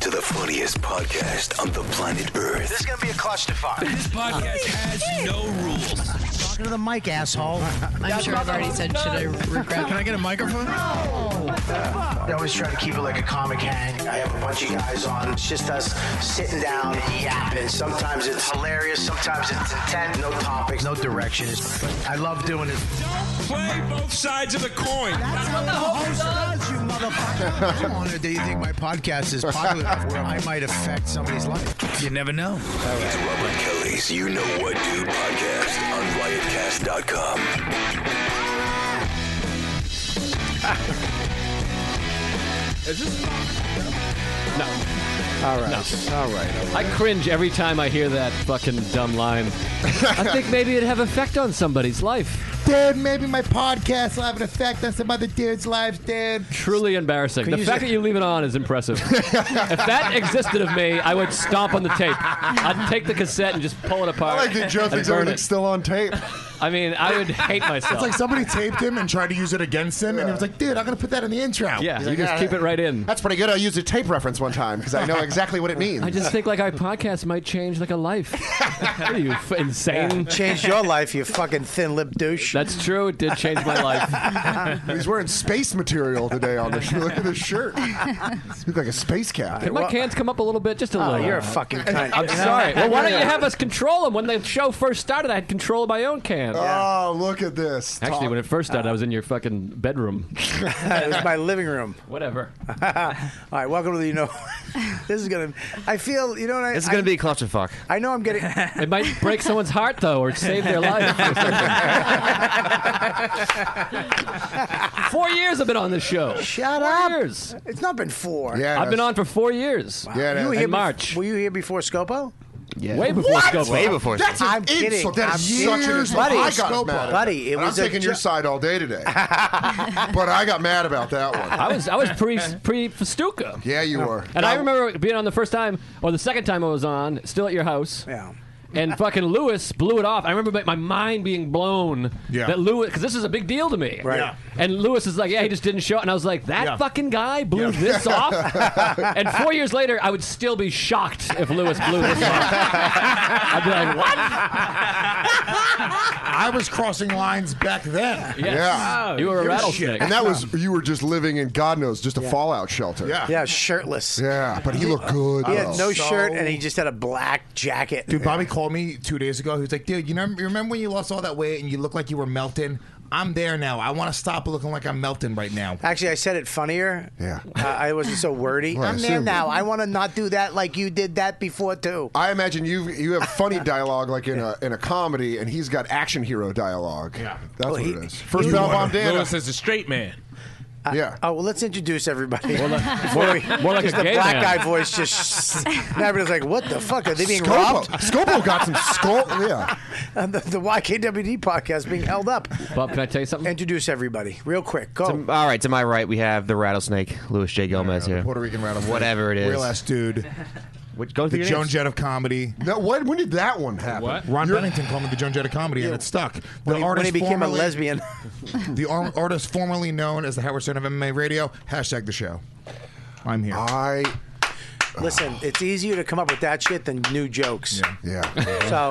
to the funniest podcast on the planet Earth. This is gonna be a clutch to find. This podcast has no rules. Talking to the mic, asshole. I'm sure I've already said, should I regret? Can I get a microphone? I always try to keep it like a comic hang. I have a bunch of guys on. It's just us sitting down and yapping. Sometimes it's hilarious, sometimes it's intent. No topics, no direction. It's- I love doing it. Play both sides of the coin. you motherfucker. I'm honored that you think my podcast is popular where I might affect somebody's life. You never know. It's Robert Kelly's You Know What Dude podcast on riotcast.com. Is this? No. All right. All right. all right. I cringe every time I hear that fucking dumb line. I think maybe it'd have effect on somebody's life. Dude, maybe my podcast will have an effect on some other dudes' lives, dude. Truly embarrassing. The you fact say- that you leave it on is impressive. if that existed of me, I would stomp on the tape. I'd take the cassette and just pull it apart. I like that Joe and thinks burn everything's it. still on tape. I mean, I would hate myself. It's like somebody taped him and tried to use it against him, and he was like, dude, I'm going to put that in the intro. yeah, He's you like, just "Yeah, keep it right in. "Ah, That's pretty good. I used a tape reference one time because I know exactly what it means. I just think like our podcast might change like a life. what are you f- insane? Changed your life, you fucking thin-lipped douche. That's true. It did change my life. He's wearing space material today on this. Look at this shirt. He's like a space cap. Can my cans come up a little bit? Just a Oh, little. you're a fucking cunt. I'm sorry. Well, why don't you have us control them? When the show first started, I had control of my own can. Oh, look at this. Actually, Talk. when it first started, I was in your fucking bedroom. it was my living room. Whatever. All right, welcome to the you know. this is gonna. I feel you know what I. This is gonna I- be a clutch to fuck. I know I'm getting. It might break someone's heart though, or save their life. or something. four years I've been on this show. Shut four up. Years. It's not been four. yeah, I've been that's- on for four years. Yeah, You were that's- here in March. Bef- were you here before Scopo? Way before Scopo. Way before. That's an I'm kidding. insult. That is I'm such kidding. an insult. Buddy, I got Scopo. mad. at Buddy, it that. And was a I'm taking your jo- side all day today. but I got mad about that one. I was I was pre pre Festuca. Yeah, you were. And I remember being on the first time or the second time I was on, still at your house. Yeah. And fucking Lewis blew it off. I remember my- my mind being blown Yeah. that Lewis, because this is a big deal to me. Right. Yeah. And Lewis is like, yeah, he just didn't show. it." And I was like, that Yeah. fucking guy blew this off. and four years later, I would still be shocked if Lewis blew this off. I'd be like, what? I was crossing lines back then. Oh, Yes. Yeah. You were a Give a rattlesnake. And that was you were just living in God knows just a fallout shelter. Yeah. Yeah, shirtless. Yeah, but he looked good. He though. had So- no shirt and he just had a black jacket. Dude, Bobby called me two days ago. He was like, dude, you, know, you remember when you lost all that weight and you looked like you were melting? I'm there now. I want to stop looking like I'm melting right now. Actually, I said it funnier. Yeah. Uh, I wasn't so wordy. Well, I I'm there assume- now. I want to not do that like you did that before too. I imagine you you have funny dialogue like in a in a comedy, and he's got action hero dialogue. Yeah, that's what he- it is. First bell bomb Dan. Lewis is a straight man. yeah, Oh well, let's introduce everybody. More like, more like a Because the gay black man. guy voice just. everybody's like, "What the fuck are they being Scopo. robbed?" Scopo got some skull. Yeah, Uh, the, the YKWd podcast being held up. Bob, can I tell you something? Introduce everybody, real quick. Go. All right, to my right we have the rattlesnake, Louis J. Gomez here. Puerto Rican rattle. Whatever it is. Real ass dude. Which, go The through Oh, your Joan names. Jett of comedy. no, when, when did that one happen? What? Ron Bennington called me the Joan Jett of comedy, and it stuck. The when, he, when he became formerly- a lesbian. The ar- artist formerly known as the Howard Stern of MMA Radio. Hashtag the show. I'm here. I Listen, it's easier to come up with that shit than new jokes. yeah. So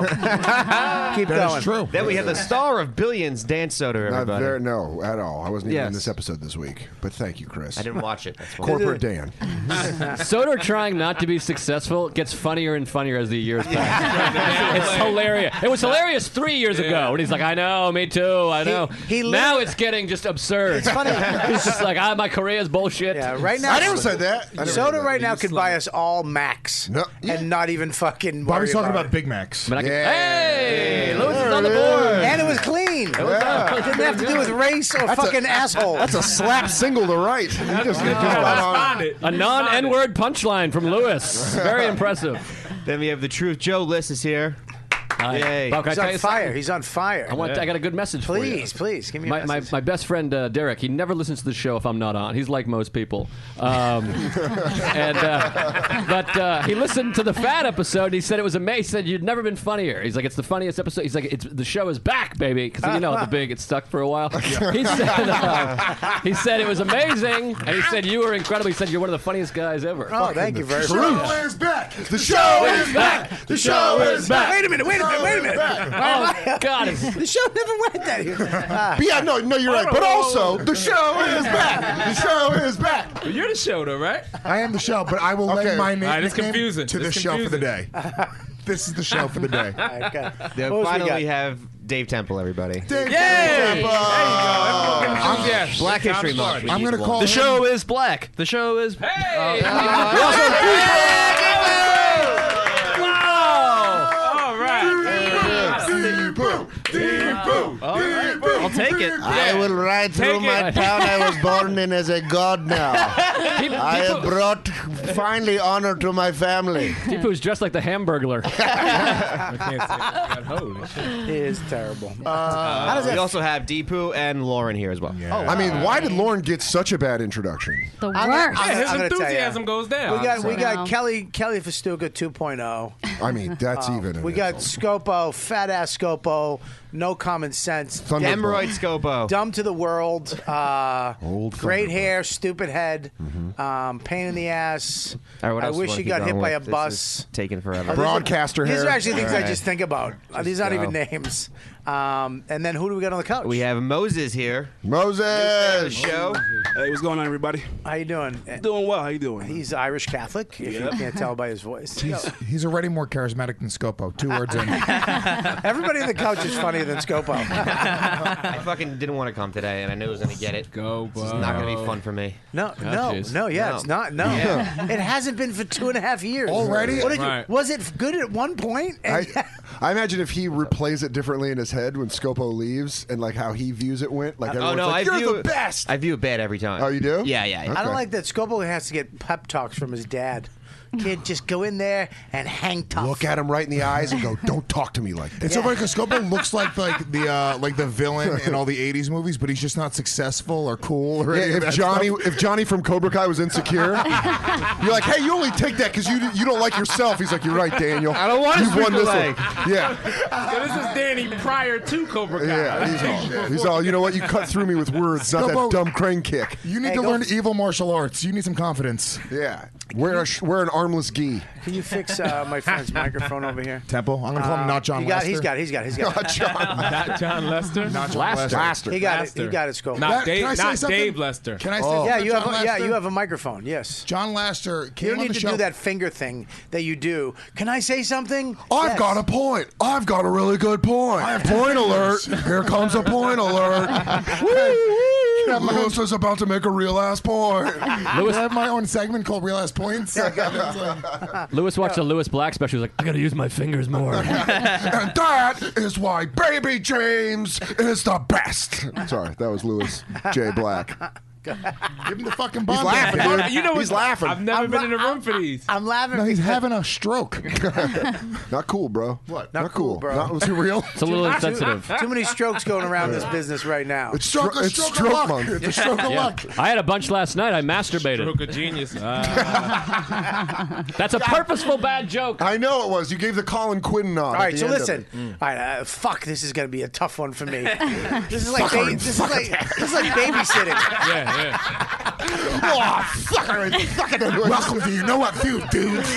that keep going. is true. Then we have the star of Billions, Dan Soder. Not Everybody. there, no, at all. I wasn't even in Yes. this episode this week, but thank you, Chris. I didn't watch it. That's why. Corporate Dan. Soder trying not to be successful gets funnier and funnier as the years pass. it's hilarious. It was hilarious three years ago when he's like, "I know, me too, I know." he now literally- it's getting just absurd. It's funny. he's just like, "Ah, my career is bullshit." Yeah, right now. I never said that. I never said Soda that. right now could buy us all Max No. Yeah. and not even fucking. Bobby's worry talking about, it. Big Macs. But I can- Yeah. Hey, Lewis is There on the it board. And it was clean. It Yeah. didn't have to do with race or fucking asshole. That's a slap single to right. He just, he just got on. A non-N-word punchline from Lewis. Very impressive. Then we have the truth. Joe Liss is here. Hi. Yay. Bob, can I He's tell on you fire. something? He's on fire. I want. I got a good message for you. Please, please, give me a my, my, message. my best friend uh, Derek, he never listens to the show if I'm not on. He's like most people. Um, and uh, but uh, he listened to the fat episode. and He said it was amazing. He said you'd never been funnier. He's like it's the funniest episode. He's like it's the show is back, baby. Because you know the big it stuck for a while. He said uh, he said it was amazing, and he said you were incredible. He said you're one of the funniest guys ever. oh, thank you very The much. show is back. The show is back. The show is back. Wait a minute, wait a minute, wait a minute. Oh God, it's The show never went that Ah. But Yeah, no, no, you're right. But also, the show is back. The show is back. You're the show, though, right? I am the show, but I will Okay. lend my name All right, it's nickname confusing. to the It's show for the day. this is the show for the day. They What else we got? finally have Dave Temple, everybody. Dave, Yay! There you go. I'm- Yes. Black History Month. I'm gonna call the him- show is black. The show is. Hey! All right. Debo, Debo, Debo. I'll take it. I will ride through Take it. my town I was born in as a god now. Deep, I have brought finally honor to my family. Deepu's dressed like the Hamburglar. I can't say it. Holy shit. He is terrible. Uh, Uh, we also have Deepu and Lauren here as well. Oh, I mean, why did Lauren get such a bad introduction? The I'm worst. gonna- His I'm gonna tell ya. enthusiasm goes down. we got we got Wow. Kelly Kelly Festuca 2.0. I mean, that's even. an Uh, We got insult. Scopo, fat ass Scopo, no common sense, Thunder- dumb- Emeroid Scopo. dumb to the world, uh, Old great Thunderbird. Mm-hmm. hair, stupid head, um, pain in the ass. All right, what I else do wish wanna he keep got hit going by a with? This bus. Oh, is taking forever. broadcaster These hair. are actually things I Alright. just think about. Are These aren't go. even names. Um, and then who do we got on the couch? We have Moses here. The Moses. show. Hey, what's going on, everybody? How you doing? Doing well. How you doing? He's Irish Catholic. If you can't tell by his voice. He's, he's already more charismatic than Scopo. Two words in. Everybody on the couch is funnier than Scopo. I fucking didn't want to come today, and I knew I was gonna get it. Go, This is not gonna be fun for me. No, no, jeez. no. Yeah, Oh, No. it's not. No, it hasn't been for two and a half years. Already? What did you- Right. was it good at one point? And- I, I imagine if he replays it differently in his head when Scopo leaves and like how he views it went. Like Oh everyone's no, like, I you're view the best. I view it bad every time. Oh, you do? Yeah, yeah. yeah. I don't Okay. like that Scopo has to get pep talks from his dad. Kid, just go in there and hang tough. Look at him right in the eyes and go, "Don't talk to me like that." It's so funny because Scopo looks like like the uh, like the villain in all the '80s movies, but he's just not successful or cool. Or Yeah, any of if that Johnny, stuff. if Johnny from Cobra Kai was insecure, you're like, "Hey, you only take that because you you don't like yourself." He's like, "You're right, Daniel. I don't wanna You've sweep won the this leg. one." Yeah, So this is Danny prior to Cobra Kai. yeah. He's all, he's all, you know what? You cut through me with words, not that Scopo- dumb crane kick. you need Hey, to go- learn evil martial arts. You need some confidence. Yeah, wear a, sh- wear an armless gi. Can you fix uh, my friend's microphone over here? Temple. I'm gonna call him not John Uh, He got, Lester. he's got. He's got. He's got. Not John. Not John Lester. Not John Lester. Lester. He got it. He got it. Scopo. Not That- Dave. can I say Not something? Dave Lester. Can I say? yeah, something, you have. John A, yeah, Lester? you have a microphone. Yes. John Laster came You don't on need the to show. do that finger thing that you do. Can I say something? I've Yes. got a point. I've got a really good point. I have point alert. Here comes a point alert. woo, woo. Lewis is about to make a real ass point. Do I have my own segment called Real Ass Points. Lewis watched the Lewis Black special. He's like, I gotta use my fingers more. and that is why Baby James is the best. Sorry, that was Lewis J. Black. Give him the fucking bomb. laughing, baby. dude. You know what's- He's laughing. I've never been in a room for these. I'm laughing. No, he's having a stroke. Not cool, bro. What? Not, cool, bro. Not was he real? It's a little insensitive. Too many strokes going around this business right now. It's stroke, it's stroke, luck. It's a stroke of luck. I had a bunch last night. I masturbated. Uh, Stroke of genius. Ah. That's a purposeful bad joke. I know it was. You gave the Colin Quinn nod. All right, so listen. All right, uh, fuck. This is gonna be a tough one for me. This is like Fucker, ba- this is like this is like babysitting. yeah, Oh, yeah. Welcome to you know what feud, dudes.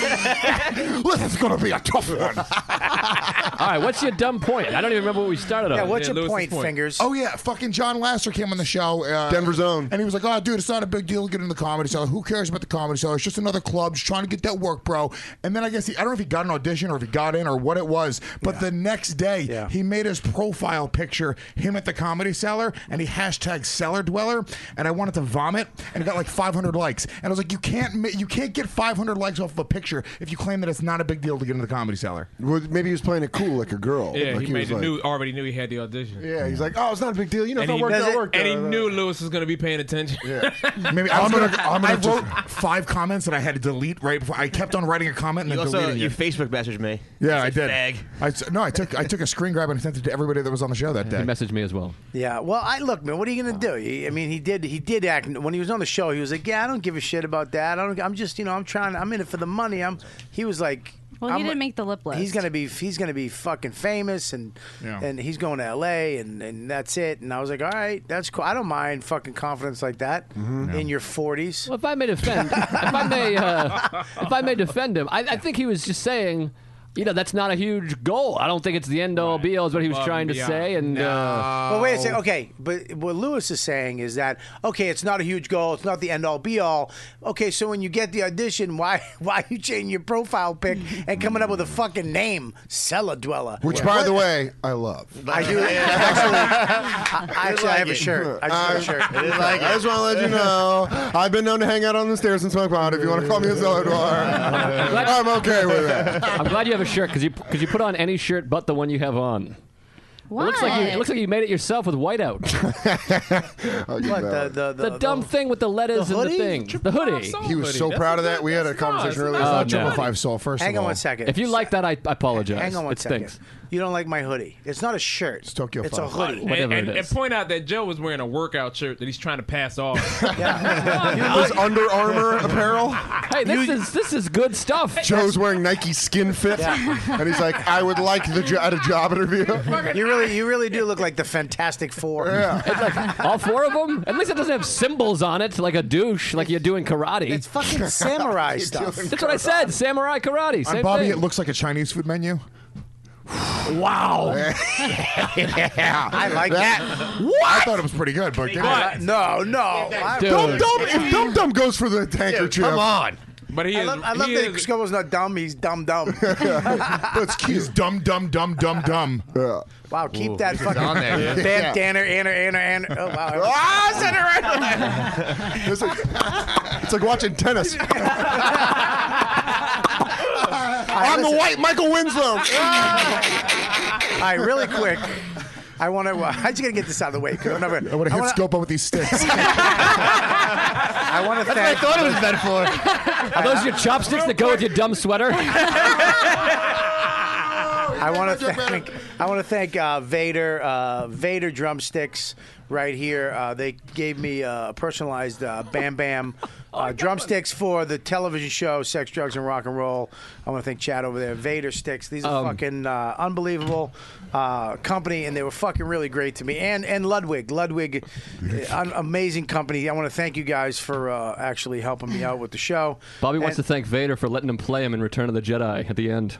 this is gonna be a tough one. All right, what's your dumb point? I don't even remember what we started on. Yeah, what's Yeah, your Lewis's point, point. fingers? Oh yeah, fucking John Lasser came on the show. Uh, Denver's own. And he was like, "Oh, dude, it's not a big deal getting in the comedy cellar. Who cares about the comedy cellar? It's just another club, just trying to get that work, bro." And then I guess he, I don't know if he got an audition or if he got in or what it was, but the next day Yeah. he made his profile picture him at the comedy cellar, and he hashtagged cellar dweller, and I wanted to vomit, and it got like 500 likes, and I was like, "You can't, ma- you can't get 500 likes off of a picture if you claim that it's not a big deal to get into the comedy cellar." Well, maybe he was playing it cool like a girl. Yeah, like he, made was the like, new already knew he had the audition. Yeah, he's like, oh, it's not a big deal. You know, and if I he, work, does I it- work. and he uh, knew Lewis was going to be paying attention. Maybe I'm, gonna, i wrote five comments that I had to delete right before. I kept on writing a comment and You then also deleting you it. Facebook messaged me. yeah, I did. Fag. I s- no, I took I took a screen grab and sent it to everybody that was on the show that day. He messaged me as well. Yeah. Well, I look, man. What are you gonna do? He- I mean, he did. He did act when he was on the show. He was like, "Yeah, I don't give a shit about that. I don't. I'm just, you know, I'm trying. I'm in it for the money. I'm." He was like. Well, he I'm- didn't make the lip list. He's gonna be he's gonna be fucking famous and Yeah. and he's going to L.A. and and that's it. And I was like, all right, that's cool. I don't mind fucking confidence like that in your 40s. Well, if I may defend, if I may, uh, if I may defend him, I, I think he was just saying, you know, that's not a huge goal. I don't think it's the end all be all is what he was Above trying and to beyond. say. And uh, But wait a second. Okay, but what Lewis is saying is that okay, it's not a huge goal. It's not the end all be all. Okay, so when you get the audition, why why you changing your profile pic and coming up with a fucking name, cellar dweller? Which, by the way, I love. I do actually. I, actually, I have a shirt. I just have a shirt. I just want to let you know I've been known to hang out on the stairs and smoke pot. If you want to call me a salad bar, I'm okay with it. I'm glad you have a shirt because you because you put on any shirt but the one you have on. What? It looks like you, it looks like you made it yourself with whiteout. What, the, the, the, dumb thing with the letters the and the hoodie? thing, the hoodie. He was so proud of that. We had a conversation earlier. Oh, about no. triple five. saw first. Hang on one second. If you like that, I, I apologize. Hang on one it second. stinks. You don't like my hoodie. It's not a shirt. It's Tokyo. It's a hoodie. And, and, and point out that Joe was wearing a workout shirt that he's trying to pass off. His Under Armour apparel. Hey, this is this is good stuff. Joe's wearing Nike Skin Fit, and he's like, "I would like the jo- at a job interview." You really, you really do look like the Fantastic Four. It's like all four of them. At least it doesn't have symbols on it, like a douche, like you're doing karate. It's fucking samurai You're stuff. doing That's what I said. Samurai karate. On Same Bobby, thing. it looks like a Chinese food menu. wow. yeah, I like that. What? I thought it was pretty good, but But- no, no. Dum Dum, if Dum Dum goes for the tanker Dude, chip, come on. But he I is- love, I love he that is- Scobo's not dumb. He's dumb, dumb. That's cute. He's dumb, dumb, dumb, dumb, dumb. Wow, keep Ooh, that he's fucking on there. Dan, Yeah. Danner, Anner, Anner, Anner. Oh wow. Ah, I said It's it right. like, it's like watching tennis. I'm the listen. white Michael Winslow. All right, really quick. I want to. uh, I just gotta get this out of the way. 'cause I'm not gonna- I would have hit wanna- scope up with these sticks. I want to thank. thought it was meant for. Are those your chopsticks that go with your dumb sweater? I want to thank. I want to thank uh, Vader. Uh, Vader drumsticks right here. Uh, they gave me uh, personalized uh, Bam Bam uh, drumsticks for the television show Sex, Drugs, and Rock and Roll. I want to thank Chad over there. Vader sticks. These are Um, fucking uh, unbelievable uh, company, and they were fucking really great to me. And and Ludwig, Ludwig, uh, an amazing company. I want to thank you guys for uh, actually helping me out with the show. Bobby wants to And- thank Vader for letting him play him in Return of the Jedi at the end.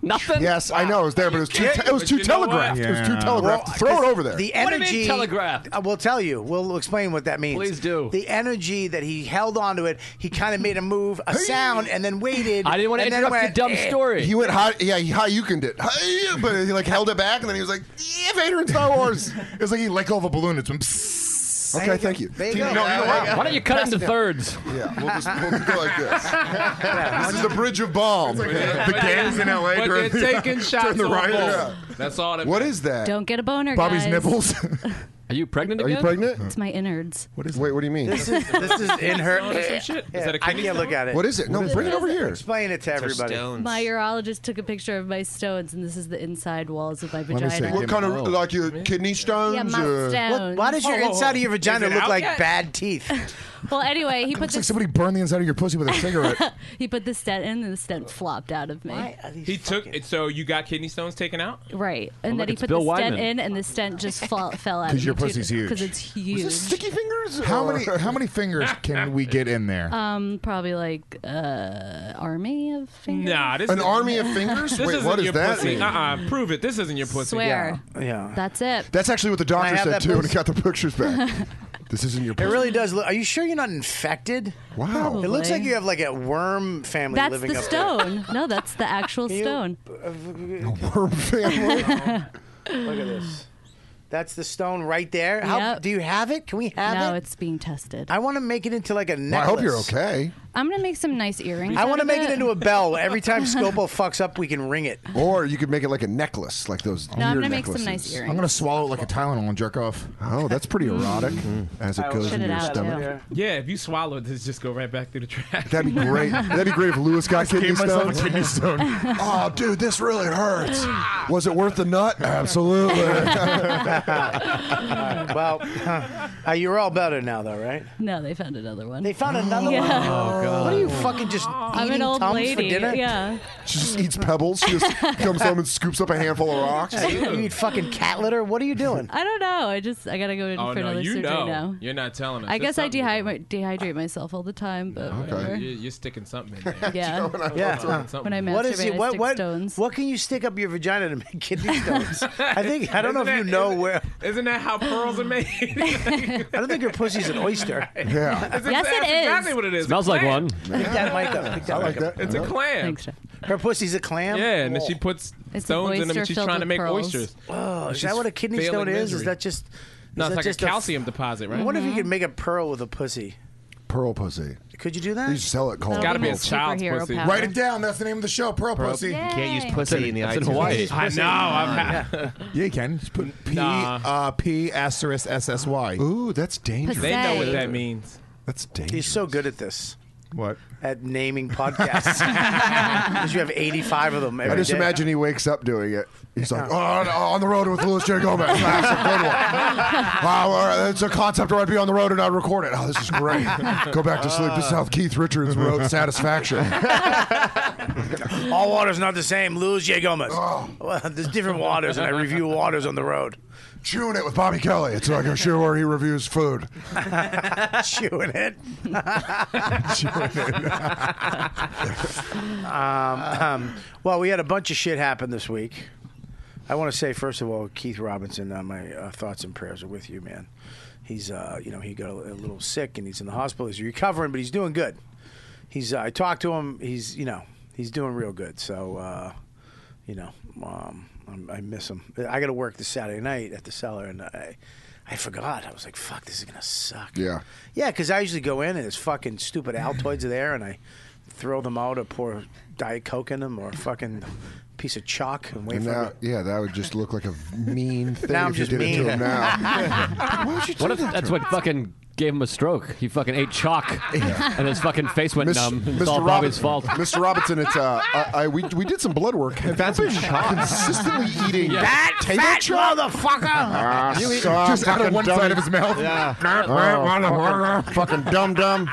Nothing. Yes, I know it was there, but it was too, it was too telegraphed. It was too telegraphed. Throw it over there. The What do you energy mean telegraphed? Uh, we'll tell you. We'll explain what that means. Please do. The energy that he held onto it. He kind of made a move, a sound, and then waited. I didn't wanna and then interrupt your went, dumb eh. story. He went hot. Yeah, he hot. You can did. Hi-ya, But he like held it back, and then he was like, "Yeah, Vader in Star Wars." It's like he let go of a balloon. It's okay, thank you. There you Do go. know- you know what? Why don't you cut it into thirds? Yeah, we'll just we'll go like this. This is the bridge of bomb. the gangs in L.A. But during they're the- taking shots during the on riot. both. Yeah. That's all that What is that? Don't get a boner, guys. Are you pregnant Are you again? pregnant? It's my innards. What is? Wait, what do you mean? This is this is in her. Some shit? Is that a I kidney can't look stone? at it. What is it? No, bring it over here. Explain it to everybody. My urologist took a picture of my stones, and this is the inside walls of my Let me see. vagina. What kind of like your kidney Oh. stones? Yeah, my or- stone. What- why does your Oh, oh, inside of your oh. vagina Is it look out like yet? bad teeth? Well, anyway, he put Looks like this, somebody burned the inside of your pussy with a cigarette. he put the stent in, and the stent flopped out of me. uh, He took it. So you got kidney stones taken out? Right, and Well, then look, he it's put Bill the stent Wyman. in, and the stent just fall, fell out. 'Cause your pussy's huge. Because it's huge. sticky fingers? how many how many fingers can we get in there? Um, probably like uh, army of fingers. Nah, this An is- army of fingers? This Wait, isn't what does your that pussy. mean? Uh-uh, prove it. This isn't your pussy. Swear. That's it. That's actually what the I doctor have said that too when he pussy? got the pictures back. this isn't your. It pussy. really does look. Are you sure you're not infected? Wow. It looks Probably. like you have like a worm family That's living the up there. stone. no, that's the actual stone. Worm family. uh, Look at this. That's the stone right there. How Yep. do you have it? Can we have No, it? it's being tested. I want to make it into like a necklace. Well, I hope you're okay. I'm gonna make some nice earrings. I want to make it into a bell. Every time Scopo fucks up, we can ring it. Or you could make it like a necklace, like those. No, I'm ear gonna make some necklaces. nice earrings. I'm gonna swallow it like a Tylenol and jerk off. Oh, that's pretty erotic as it I goes will- in your stomach. Yeah, if you swallow it, this just go right back through the trash. That'd be great. That'd be great if Lewis got Just gave kidney myself a stones. kidney stone. oh, dude, this really hurts. Was it worth the nut? Absolutely. well, uh, you're all better now, though, right? No, they found another one. They found another yeah. Oh, one. What are you fucking just I'm eating an old Tums for lady. dinner? Yeah. She just eats pebbles. She just comes home and scoops up a handful of rocks. Hey, you, you eat fucking cat litter? What are you doing? I don't know. I just I gotta go in Oh for no, another you surgery know. now. You're not telling us. I There's guess I something- dehydrate, dehydrate myself all the time, but whatever. You're, you're sticking something in there. Yeah. You know what I yeah. mean? When I what is masturbate, it? I What stick what what can you stick up your vagina to make kidney stones? I think I don't know if you know where. Isn't that how pearls are made? I don't think your pussy's an oyster. Yeah. Yes, it That's is. exactly what it is. Smells like one. Pick that mic up. Pick that I like mic up. that. It's a clam. Thanks, Her pussy's a clam. Yeah, and then she puts It's stones in them oyster and she's filled trying to with make pearls. oysters. Oh, is She's that what a kidney failing stone is? Is misery. that just? No, it's is that like a just calcium deposit, right? I wonder if you could make a pearl with a pussy. Pearl pussy. Could you do that? You sell it cold. It's gotta be a child's pussy. Write it down. That's the name of the show. Pearl, Pearl- pussy. You can't use pussy in the iTunes. It's I know. I'm yeah, you can. Just put P Nah. uh, P asterisk S S Y. Ooh, that's dangerous. They know what that means. That's dangerous. He's so good at this. What? At naming podcasts. Because you have 85 of them every I just day. imagine he wakes up doing it. He's like, Oh, on, on the road with Louis J. Gomez. That's a good one. Wow, all right, it's a concept where I'd be on the road and I'd record it. Oh, this is great. Go back to sleep. This is how Keith Richards wrote Satisfaction. All water's not the same. Lose J. Gomez. Oh. Well, there's different waters, and I review waters on the road. Chewing it with Bobby Kelly. It's like a show where he reviews food. Chewing it. um, um, well, we had a bunch of shit happen this week. I want to say first of all, Keith Robinson. Uh, my uh, thoughts and prayers are with you, man. He's, uh, you know, he got a, a little sick and he's in the hospital. He's recovering, but he's doing good. He's. Uh, I talked to him. He's, you know, he's doing real good. So, uh, you know, um, I'm, I miss him. I got to work this Saturday night at the cellar, and I, I forgot. I was like, fuck, this is gonna suck. Yeah. Yeah, because I usually go in and it's fucking stupid Altoids are there, and I throw them out or pour Diet Coke in them or a fucking piece of chalk and wait And for now, them. yeah, that would just look like a mean thing Now I'm if you just did it mean. to him now. Why would you do What if that to that's him? what fucking gave him a stroke? He fucking ate chalk, and his fucking face went Miss- numb. It's Mr. all Bobby's Robinson- fault. Mr. Robinson, it's uh, I, I, we, we did some blood work. Have you been consistently eating Yeah. that Fat, potato fat chop? motherfucker! Ah, You eat- so Just out of fucking one dummy. side of his mouth. Yeah. Oh, fucking, fucking dumb dumb.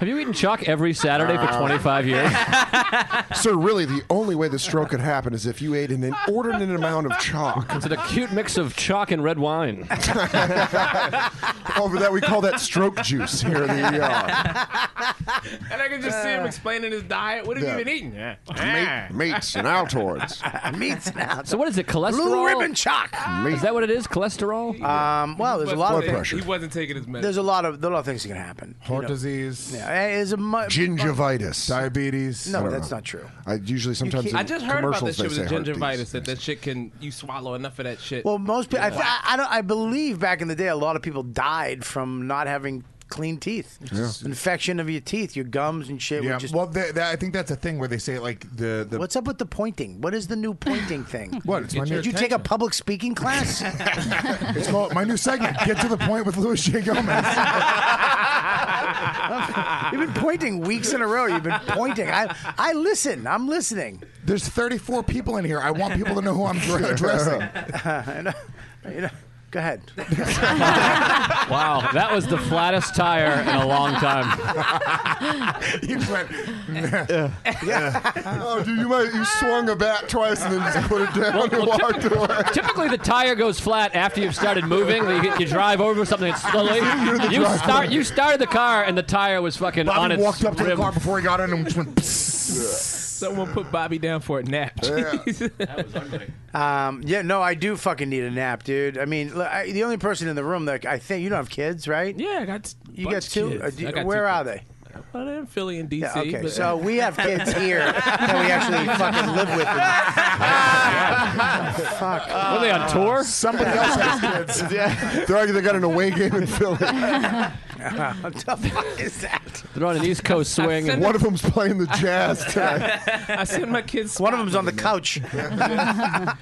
Have you eaten chalk every Saturday Uh, for 25 years? Sir, really, the only way the stroke could happen is if you ate an inordinate amount of chalk. It's an acute mix of chalk and red wine. Over that, we call that stroke juice here in the ER. And I can just see Uh. him explaining his diet. What have Yeah. you been eating? Yeah. meats and Altoids. Meats now. So what is it? Cholesterol? Blue ribbon chalk. Meat. Is that what it is? Cholesterol? Um, well, there's a Wasn't lot of taking- things. He wasn't taking his medicine. There's a lot of there are a lot of things that can happen. Heart You know, disease. Yeah, eh, it's a mu- Gingivitis. Diabetes. No, I don't that's know. not true. I usually sometimes in I just heard about commercials this shit with they the say heart disease. gingivitis. That that shit can you swallow enough of that shit. Well, most people, Yeah. I, I, don't, I believe back in the day, a lot of people died from not having clean teeth. Yeah. Infection of your teeth, your gums and shit. Yeah. Would just, well, that, that, I think that's a thing where they say like the the. what's up with the pointing? What is the new pointing thing? What? It's my Did new- you take a public speaking class? It's called my new segment. Get to the point with Louis J. Gomez. You've been pointing weeks in a row. You've been pointing. I, I listen. I'm listening. There's 34 people in here. I want people to know who I'm addressing. I know- you know- go ahead. Wow, that was the flattest tire in a long time. You just went. Oh, dude, you might you swung a bat twice and then just put it down and walked away. Typically, the tire goes flat after you've started moving. You, you drive over something slowly. the You driver. start. You started the car, and the tire was fucking on Bobby its walked up to the rim. car before he got in and just went. "Psst." Someone put Bobby down for a nap. Um, yeah, no, I do fucking need a nap, dude. I mean, look, I, the only person in the room that I think you don't have kids, right? yeah, I got. You got two? Uh, do- where are they? Well, Oh, they're in Philly and DC. Yeah, okay, but- so we have kids here that we actually fucking live with. Fuck. Uh, Were they on tour? Somebody else has kids. They're like, they got an away game in Philly. How the fuck is that? They're on an East Coast swing. send One of them's playing the jazz tonight. I send my kids. One of them's on the couch.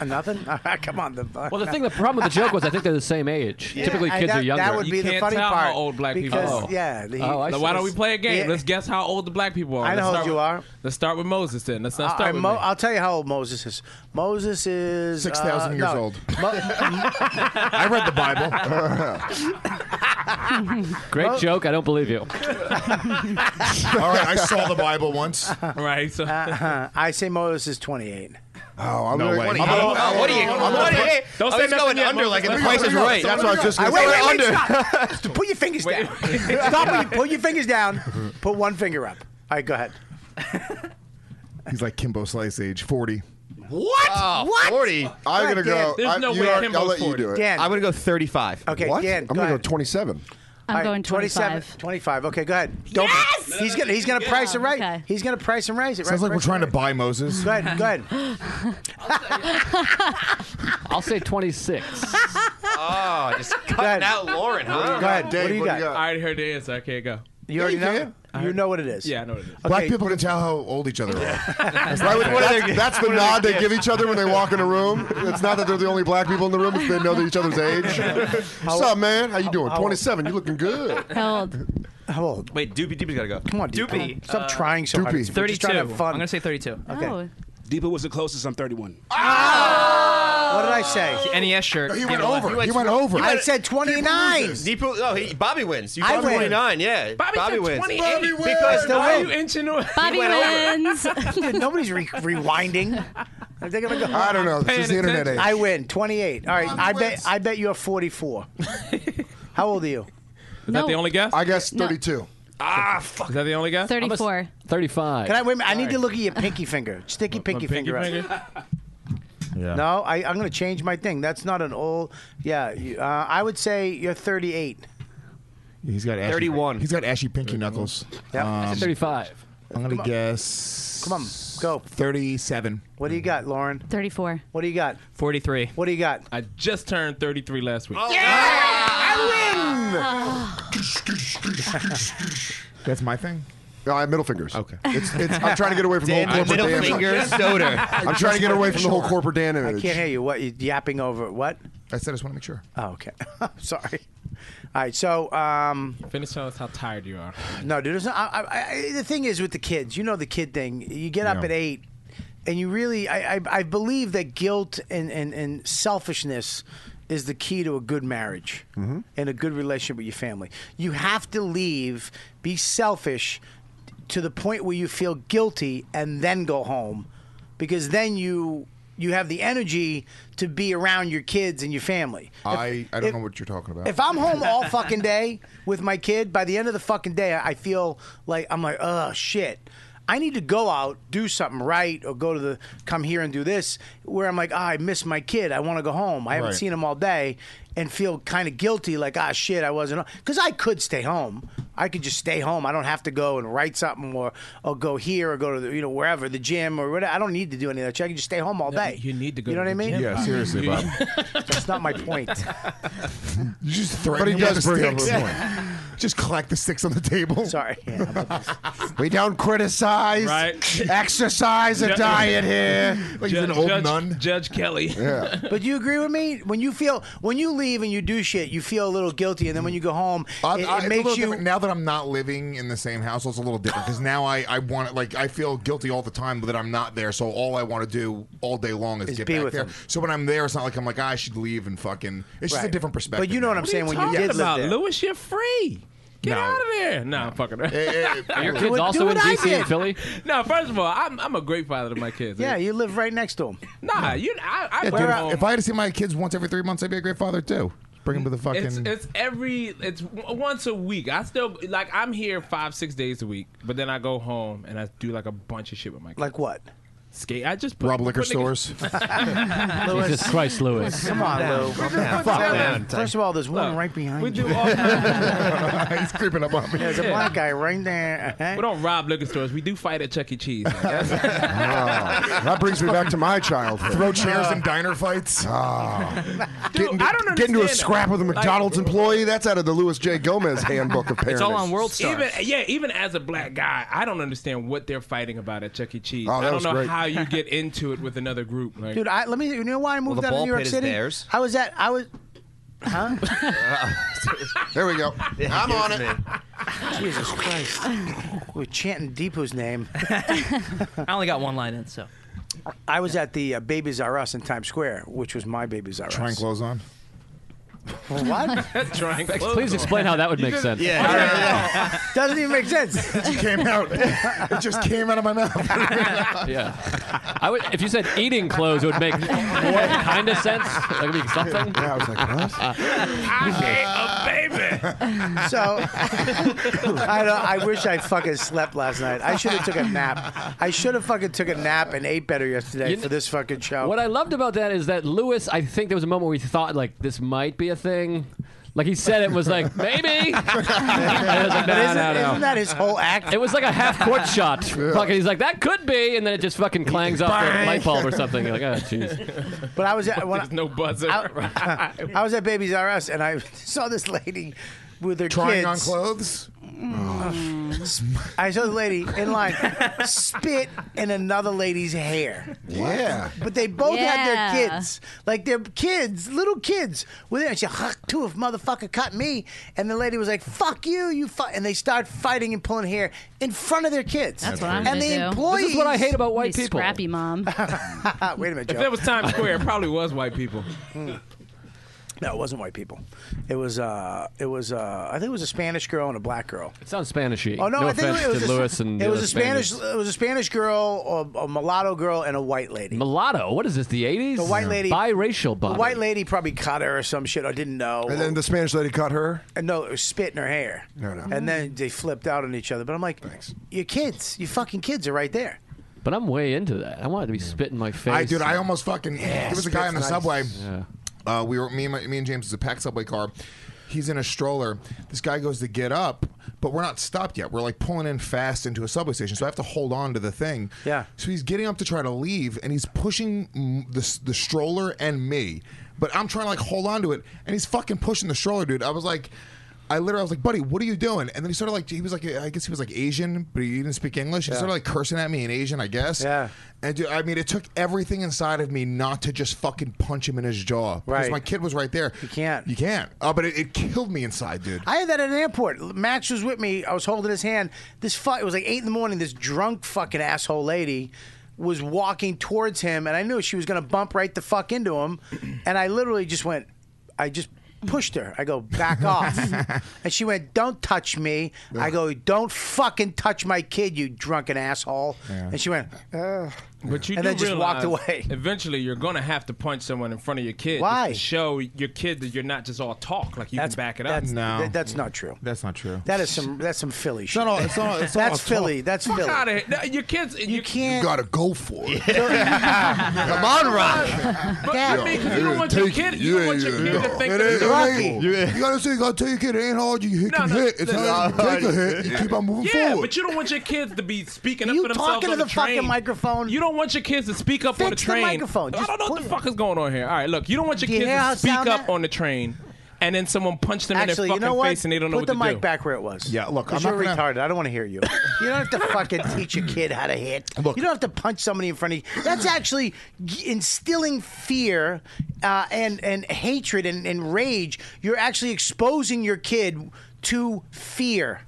Nothing. All right, come on. The, Well, the thing, the problem with the joke was, I think they're the same age. Yeah, Typically, I- kids that- are younger. That would be You the can't funny tell how part. old black people because, are. Yeah. the- Oh, he- why don't we play a game? Yeah. Let's guess how old the black people are. I know Let's how start old you with- are. Let's start with Moses then. Let's not I- start I with Mo- me. I'll tell you how old Moses is. Moses is uh, 6,000 years no. old. I read the Bible. Great joke. I don't believe you. All right, I saw the Bible once. Right. So uh-huh. I say Moses is 28. Oh, I'm No gonna- way. I'm Oh, gonna- oh, what are you- I'm what gonna- are you- hey, Don't I say was nothing going yet, under Moses. like in Let me The go, Price let is me go, Right. let That's me what I was go. just gonna Wait, say. wait, Wait, wait, stop. stop. Put your fingers down. Stop. when you- Put your fingers down. Put one finger up. All right, go ahead. He's like Kimbo Slice age, 40. What? what? 40. I'm gonna go. I, you know what? I'll let you do it. Dan. gonna go 35. Okay, what? Dan, I'm go gonna ahead. go 27. I'm All right, going 27, 25. Okay, go ahead. Don't, yes! He's gonna he's gonna price it right. He's gonna price and raise it. Sounds right? like we're trying to buy Moses. Go ahead. Go ahead. I'll say 26. Oh, just cutting out Lauren, huh? Go ahead, Dave, what do you got? I already heard the answer. I can't go. You already know. it? You know what it is. Yeah, I know what it is. Black people can tell how old each other are. That's, not fair. that's, that's the What are their nod they gifts? give each other when they walk in a room. It's not that they're the only black people in the room; it's they know each other's age. What's up, man? How you doing? Twenty-seven. You looking good? How old? How old? Wait, Doopy, Doopy's gotta go. Come on, Doopy. uh, Stop trying so hard. We're just trying to have fun. I'm gonna say 32. Okay. Deepa was the closest. I'm 31. What did I say? The E NES shirt. He Deepa went won. over. He went over. I said 29. Deep, oh, he, Bobby wins. You I got win. 29, yeah. Bobby, wins. Because the why win. are you insinuating? Bobby He went over. Dude, nobody's re- rewinding. Are they gonna go? I don't know. It's Paying just the internet attention. age. I win. 28. All right. I bet. I bet you're 44. How old are you? Is that the only guess? I guess No. 32. Ah, fuck. Is that the only guess? 34. 35. Can I wait? a minute? I need to look at your pinky finger. Stick your pinky, pinky finger, up. No, I, I'm going to change my thing. That's not an old. Yeah, you- uh, I would say you're 38. He's got ashy, 31. He's got ashy pinky knuckles. Yep. Um, 35. I'm gonna guess. Come on, go. 37. What do you got, Lauren? 34. What do you got? 43. What do you got? I just turned 33 last week. That's my thing. No, I have middle fingers. Okay. It's, it's, I'm trying to get away from the Dan, whole corporate middle Dan. finger, soda. I'm trying to get away from the whole corporate Dan I image. can't hear you. What you yapping over? What? I said I just want to make sure. Oh, okay. Sorry. All right. So, um, Finish telling us how tired you are. no, dude. it's not- I, I, I, the thing is with the kids, you know the kid thing. You get up Yeah. at eight, and you really, I, I, I believe that guilt and, and, and selfishness is the key to a good marriage Mm-hmm. and a good relationship with your family. You have to leave, be selfish to the point where you feel guilty, and then go home, because then you you have the energy to be around your kids and your family. I, I don't if- know what you're talking about. If I'm home all fucking day with my kid, by the end of the fucking day, I feel like I'm like, oh shit. I need to go out, do something right, or go to the come here and do this. Where I'm like, ah, I miss my kid. I want to go home. I haven't Right. seen him all day, and feel kind of guilty, like ah, shit, I wasn't. Because I could stay home. I could just stay home. I don't have to go and write something or or go here or go to the, you know wherever the gym or whatever. I don't need to do any of that. shit. I can just stay home all day. You need to go. You know what I mean? Yeah, seriously, Bob. That's not my point. You just But he threatened does bring up a Just clack the sticks on the table. Sorry. We don't criticize Right. exercise Ju- or diet here. Like he's an Judge- old Judge- nun. Judge Kelly. Yeah. But you agree with me? When you feel when you leave and you do shit, you feel a little guilty, and then when you go home, I, it, I- it it's a makes little you. different- now that I'm not living in the same house. It's a little different because now I, I want it like I feel guilty all the time that I'm not there. So all I want to do all day long is, Is get be back with there. them. So when I'm there, it's not like I'm like I should leave and fucking. It's just a Right. different perspective. But you know what now. I'm saying when you talking did about, live there. Louis, you're free. Get No. out of there. No, I'm fucking right. Are your Do kids what- also do what in I DC and did. Philly? No, first of all, I'm, I'm a great father to my kids. Yeah, you live right next to him. Nah, you. I, I Yeah, bring dude, home- if I had to see my kids once every three months, I'd be a great father too. Bring them to the fucking. It's, it's every it's w- once a week. I still like I'm here five six days a week, but then I go home and I do like a bunch of shit with my kids. Like what? Skate. I just put, Rob liquor put niggas- stores. Jesus Christ, Lewis. Come on, Down. Lou. Calm down. Fuck, Down. man. First of all, there's one Look, right behind we you. do all- He's creeping up on me. There's a black guy right there. Uh-huh. We don't rob liquor stores. We do fight at Chuck E. Cheese. that brings me back to my childhood. Throw chairs in diner fights. Ah. Dude, I don't Get into a understand. scrap with a Like, McDonald's employee? That's out of the Louis J. Gomez handbook of parents. Even, yeah, even as a black guy, I don't understand what they're fighting about at Chuck E. Cheese. Oh, I that don't was know great. how you get into it with another group. Like, Dude, I, let me. You know why I moved the out of ball New York pit is City? theirs. I was at. I was. Huh? there we go. I'm on it. Jesus Christ. We're chanting Deepu's name. I only got one line in, so. I was at the uh, Babies R Us in Times Square, which was my Babies R Us. Trying clothes on. What? Trying Please explain how that would make sense. Doesn't even make sense. It came out. It just came out of my mouth. Yeah. I would, if you said eating clothes, it would make more kind of sense. Like it'd be something. Yeah, I was like, what? So I don't, I wish I fucking slept last night. I should have took a nap. I should have fucking took a nap and ate better yesterday for this fucking show. What I loved about that is that Lewis, I think there was a moment where he thought like this might be a thing. Like he said, it was like maybe. And I was like, But "Nah, isn't- nah, nah." isn't that his whole act? It was like a half court shot. Fucking, he's like that could be, and then it just fucking clangs off the Bang. light bulb or something. You're like oh jeez. But I was at when I, no buzzer. I, I was at Babies R Us and I saw this lady with her Trying on kids. clothes. I saw the lady in line spit in another lady's hair. Yeah. But they both had their Yeah. kids. Like their kids, little kids. With it. And she "Huh, two of motherfucker cut me. And the lady was like, fuck you, you fuck. And they start fighting and pulling hair in front of their kids. That's what I'm And the gonna do. employees. This is what I hate about Hey, Scrappy mom. Wait a minute, if Joe. that was Times Square, it probably was white people. No, it wasn't white people. It was, uh, it was, uh, I think it was a Spanish girl and a black girl. It sounds Spanishy. Oh no, I think offense it was to a, Lewis and it the was other a Spanish, Spaniards. it was a Spanish girl, a, a mulatto girl, and a white lady. Mulatto. What is this? The '80s. The white lady- Biracial The body. white lady probably cut her or some shit. I didn't know. And then the Spanish lady cut her. And no, it was spit in her hair. No, no. And then they flipped out on each other. But I'm like, your kids, your fucking kids are right there. But I'm way into that. I wanted to be spit in my face. I dude, I almost fucking. there was a guy on the spit's nice. subway. Yeah. Uh, we were me and my, me and James is a packed subway car. He's in a stroller. This guy goes to get up, but we're not stopped yet. We're like pulling in fast into a subway station, so I have to hold on to the thing. Yeah. So he's getting up to try to leave, and he's pushing mm, the s- the stroller and me, but I'm trying to like hold on to it, and he's fucking pushing the stroller, dude. I was like. I literally I was like, buddy, what are you doing? And then he started like, he was like, I guess he was like Asian, but he didn't speak English. He Yeah. started like cursing at me in Asian, I guess. Yeah. And dude, I mean, it took everything inside of me not to just fucking punch him in his jaw. Because Right. my kid was right there. You can't. You can't. Oh, but it, it killed me inside, dude. I had that at an airport. Max was with me. I was holding his hand. This fuck. It was like eight in the morning. This drunk fucking asshole lady was walking towards him, and I knew she was gonna bump right the fuck into him. And I literally just went. I just pushed her. I go back off, and she went, "Don't touch me." I go, "Don't fucking touch my kid, you drunken asshole." And she went, Ugh. But you and do then just walked realize away. Eventually, you're gonna have to punch someone in front of your kid. Why? Just to show your kid that you're not just all talk. Like you can back it up. That's, that- that's not true. That's not true. That is some. That's some Philly shit. all- it's not- it's not that's all Philly. talk. That's Fuck Philly. outta here. No, your kids. You, can't. gotta go for it. Come on, Rock. But I mean, 'cause you don't want your kid. You don't want your kid to think It that ain't- it's it Rocky. ain't- You gotta say, you gotta tell your kid it ain't hard. You hit, No, can no, hit. It's no, hard. no. You take a hit. You keep on moving Yeah, forward. but you don't want your kids to be speaking up you for themselves talking on the, to the fucking train. microphone? You don't want your kids to speak up on the Fix the train. microphone. I don't know what the fuck is going on here. All right, look, you don't want your Do you kids hear how to it speak up sound that? on the train, and then someone punched them Actually, in you their know fucking what? face, and they don't know Put what the to mic do. back where it was. Yeah, look, I'm Because not you're gonna- retarded. I don't want to hear you. You don't have to fucking teach a kid how to hit. you don't have to punch somebody in front of you. That's actually g- instilling fear uh, and and hatred and, and rage. You're actually exposing your kid to fear.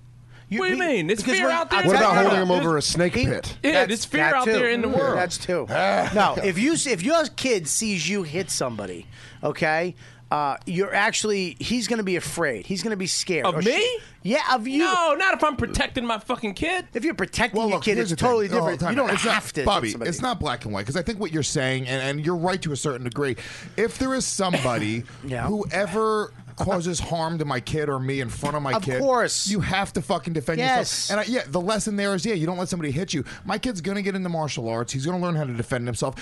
What do you mean? It's because fear when- out there. I'll What about tell you holding what, him over a snake pit? Yeah, that's- there's fear that out too. there in the world. Ah. That's two. no, if you if your kid sees you hit somebody, okay, uh, you're actually he's going to be afraid. He's going to be scared Of Or me? yeah, of you. No, not if I'm protecting my fucking kid. If you're protecting your kid, Here's it's the thing. totally Oh, different. time you out. don't It's not- have to. hit Bobby, somebody. it's not black and white because I think what you're saying, and, and you're right to a certain degree. If there is somebody who ever causes harm to my kid or me in front of my Of kid, course. you have to fucking defend Yes. yourself. And I, yeah, the lesson there is yeah, you don't let somebody hit you. My kid's gonna get into martial arts. He's gonna learn how to defend himself.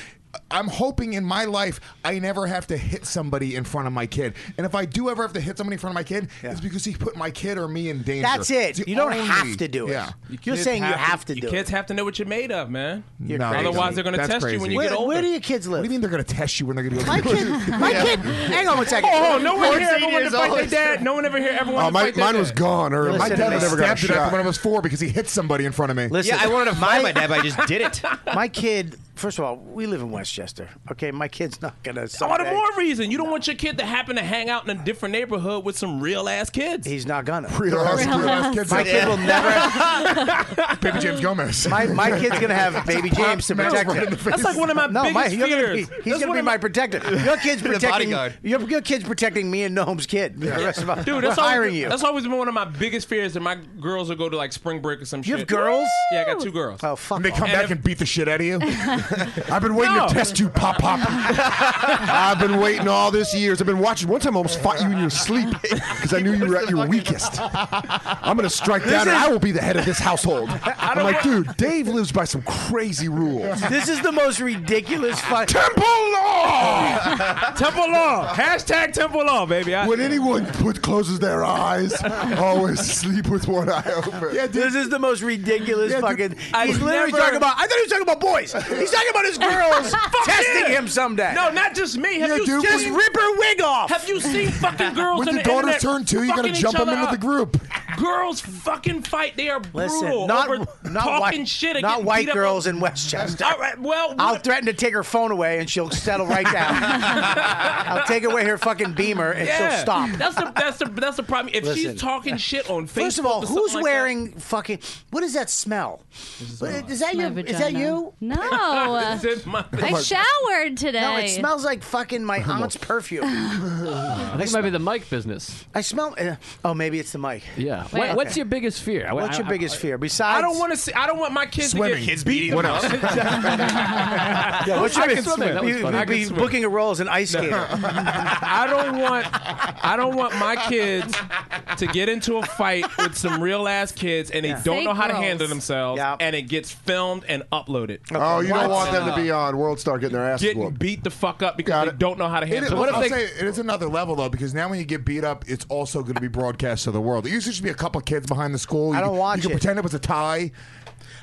I'm hoping in my life I never have to hit somebody in front of my kid. And if I do ever have to hit somebody in front of my kid, it's because he put my kid or me in danger. That's it. It's the You don't only- have to do it. Yeah. You're Kids saying you have to your do it. Kids have to know what you're made of, man. You're No, crazy. Otherwise, they're going to that's test you when crazy. you Where- get older. Where do your kids What live? do you mean they're gonna test you when they're gonna go? My kid, my kid. Hang on one second. Oh, no one here ever wanted years to fight their old. dad. No one ever here ever wanted Oh, to my- fight their mine dad. was gone early. Listen, my dad they never got stabbed it shot after when when I was four because he hit somebody in front of me. My kid, first of all, we live in Westchester. Okay, my kid's not gonna. All the someday- more reason you don't want your kid to happen to hang out in a different neighborhood with some real ass kids. He's not gonna Real ass- Real real ass ass kids. My kid will never. Baby James Gomez. My, my kid's gonna have baby James to Metal protect right in him. the face. That's like one of my no, my, biggest you're gonna fears. Be, he's That's gonna one be of my my- protector. Your kid's The protecting. bodyguard. Your, your kid's protecting me and Noam's kid. The rest of us. Dude, we're that's always, hiring you. That's always been one of my biggest fears that my girls will go to like spring break or some shit. have girls? Yeah, I got two girls. Oh fuck! And they come And back if- and beat the shit out of you. I've been waiting to test you, pop pop. I've been waiting all this years. I've been watching. One time I almost fought you in your sleep because I knew you were at your weakest. I'm gonna strike down and I will be the head of this household. I'm like, dude, Dave lives by some crazy rules. This is the most ridiculous fight. Temple law. temple law. Hashtag temple law, baby. I, when anyone put, closes their eyes, always sleep with one eye open. Yeah, this is the most ridiculous fucking. I he's literally never- talking about. I thought he was talking about boys. He's talking about his girls Fuck testing yeah. him someday. No, not just me. Have Yeah, you dude, just just rip her wig off. Have you seen fucking girls? When on the daughters internet turn two, you gotta fucking each jump 'em other into up? the group. Girls fucking fight. They are Listen, brutal. not over not talking white, shit. and not getting white beat up girls in Westchester. All right, well, I'll threaten to take her phone away and she'll settle right down. I'll take away her fucking Beamer and yeah. she'll stop. That's the that's the that's the problem. If Listen. she's talking shit on Facebook, First of all, or something who's like that- wearing fucking? What is that smell? What- Is that My your? Is that vagina. you? No. This is my- I showered today. No, it smells like fucking my aunt's perfume. I think it might be the mic business. I smell. Uh, oh, maybe it's the mic. Yeah. Wait, What, what's okay. your biggest fear? I- What's your I- I- biggest fear besides? I don't want to see. I don't want my kids to Swimming. get Kids beat. beating What them else? Yeah, what's your I can biggest- swim. That was you- fun. You'd I can be swim. booking a role as an ice skater. I don't want I don't want my kids to get into a fight with some real ass kids and they Yeah. don't Fake know how girls. to handle themselves and it gets filmed and uploaded. Oh, you don't want them to be on World Star getting their ass getting whooped. beat the fuck up because they don't know how to It is, handle what if it. they, it is another level though, because now when you get beat up, it's also going to be broadcast to the world. It used to just be a couple kids behind the school. You I don't can, watch You can it. pretend it was a tie.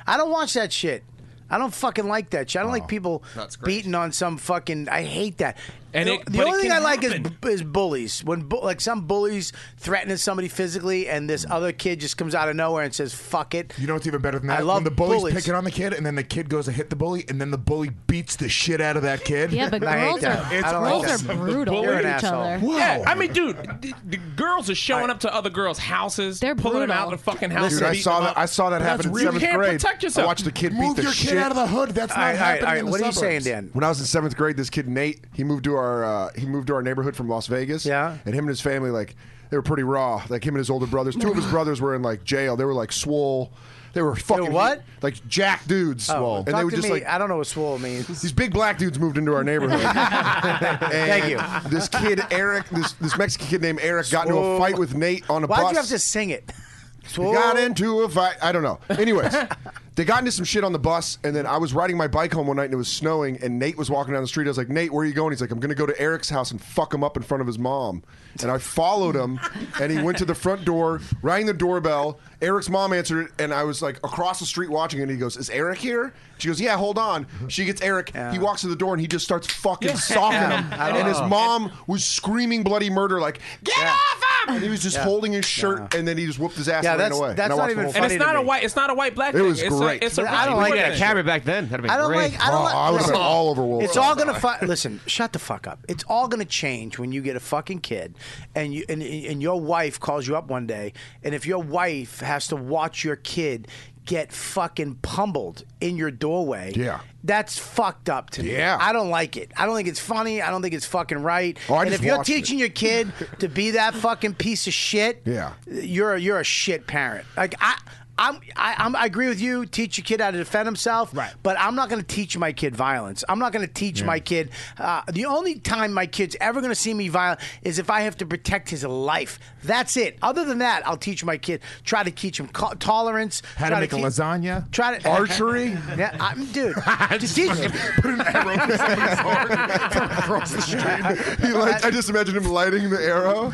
I don't watch that shit. I don't fucking like that shit. I don't like people beating on some fucking. I hate that. And the, it- the but it only thing can I like is, happen. is bullies. When bu- like some bullies threatening somebody physically, and this other kid just comes out of nowhere and says "fuck it." You know what's even better than I that? love when the bully's bullies. picking on the kid, and then the kid goes to hit the bully, and then the bully beats the shit out of that kid. Yeah, but I hate girls that. are I don't like girls that. are brutal You're an with each asshole. other. Yeah, I mean, dude, the, the girls are showing up to other girls' houses, they're pulling them out of the fucking house. Dude, and I beating saw them that. up. I saw that happen in real. seventh You can't grade. protect yourself. I watched the kid Move beat the your shit kid out of the hood. That's not All right, all right, happening. all right. in the What are you saying, suburbs. Dan? When I was in seventh grade, this kid Nate, he moved to our uh, he moved to our neighborhood from Las Vegas. Yeah, and him and his family like they were pretty raw. Like him and his older brothers. Two of his brothers were in like jail. They were like swole. They were fucking what? Like jack dudes. Oh, and talk they would to just me. like I don't know what swole means. these big black dudes moved into our neighborhood. Thank you. This kid Eric, this this Mexican kid named Eric, got into a Swole. fight with Nate on a Why'd bus. you have to sing it? They got into a fight. I don't know. Anyways, they got into some shit on the bus, and then I was riding my bike home one night and it was snowing, and Nate was walking down the street. I was like, Nate, where are you going? He's like, I'm going to go to Eric's house and fuck him up in front of his mom. And I followed him, and he went to the front door, rang the doorbell. Eric's mom answered, it, and I was like across the street watching, and he goes, Is Eric here? She goes, Yeah, hold on. She gets Eric. He walks to the door, and he just starts fucking socking him. I don't And his know. mom was screaming bloody murder, like, Get off him! And he was just Yeah. holding his shirt, and then he just whooped his ass Yeah, and ran that's- away. that's and I not watched even the whole And fight. it's not a white. It's not a white black. It thing. was it's great. A, it's a I race. don't We like did that shit. Camera back then. That'd have been I don't great. like. I don't Oh, like. I would've listen, been all over World It's Cup. all gonna. Fu- listen, shut the fuck up. It's all gonna change when you get a fucking kid, and you and, and your wife calls you up one day, and if your wife has to watch your kid get fucking pummeled in your doorway, Yeah. that's fucked up to me. Yeah. I don't like it. I don't think it's funny. I don't think it's fucking right. Oh, I and just if you're watched it. teaching your kid to be that fucking piece of shit, Yeah. you're a, you're a shit parent. Like I. I'm, I, I'm, I agree with you. Teach your kid how to defend himself. Right. But I'm not going to teach my kid violence. I'm not going to teach my kid. Uh, the only time my kid's ever going to see me violent is if I have to protect his life. That's it. Other than that, I'll teach my kid. Try to teach him co- tolerance. How to try make a teach- lasagna? Try to Archery? Yeah, I'm, dude. to teach put an arrow in his across the street. He lights, I just imagine him lighting the arrow.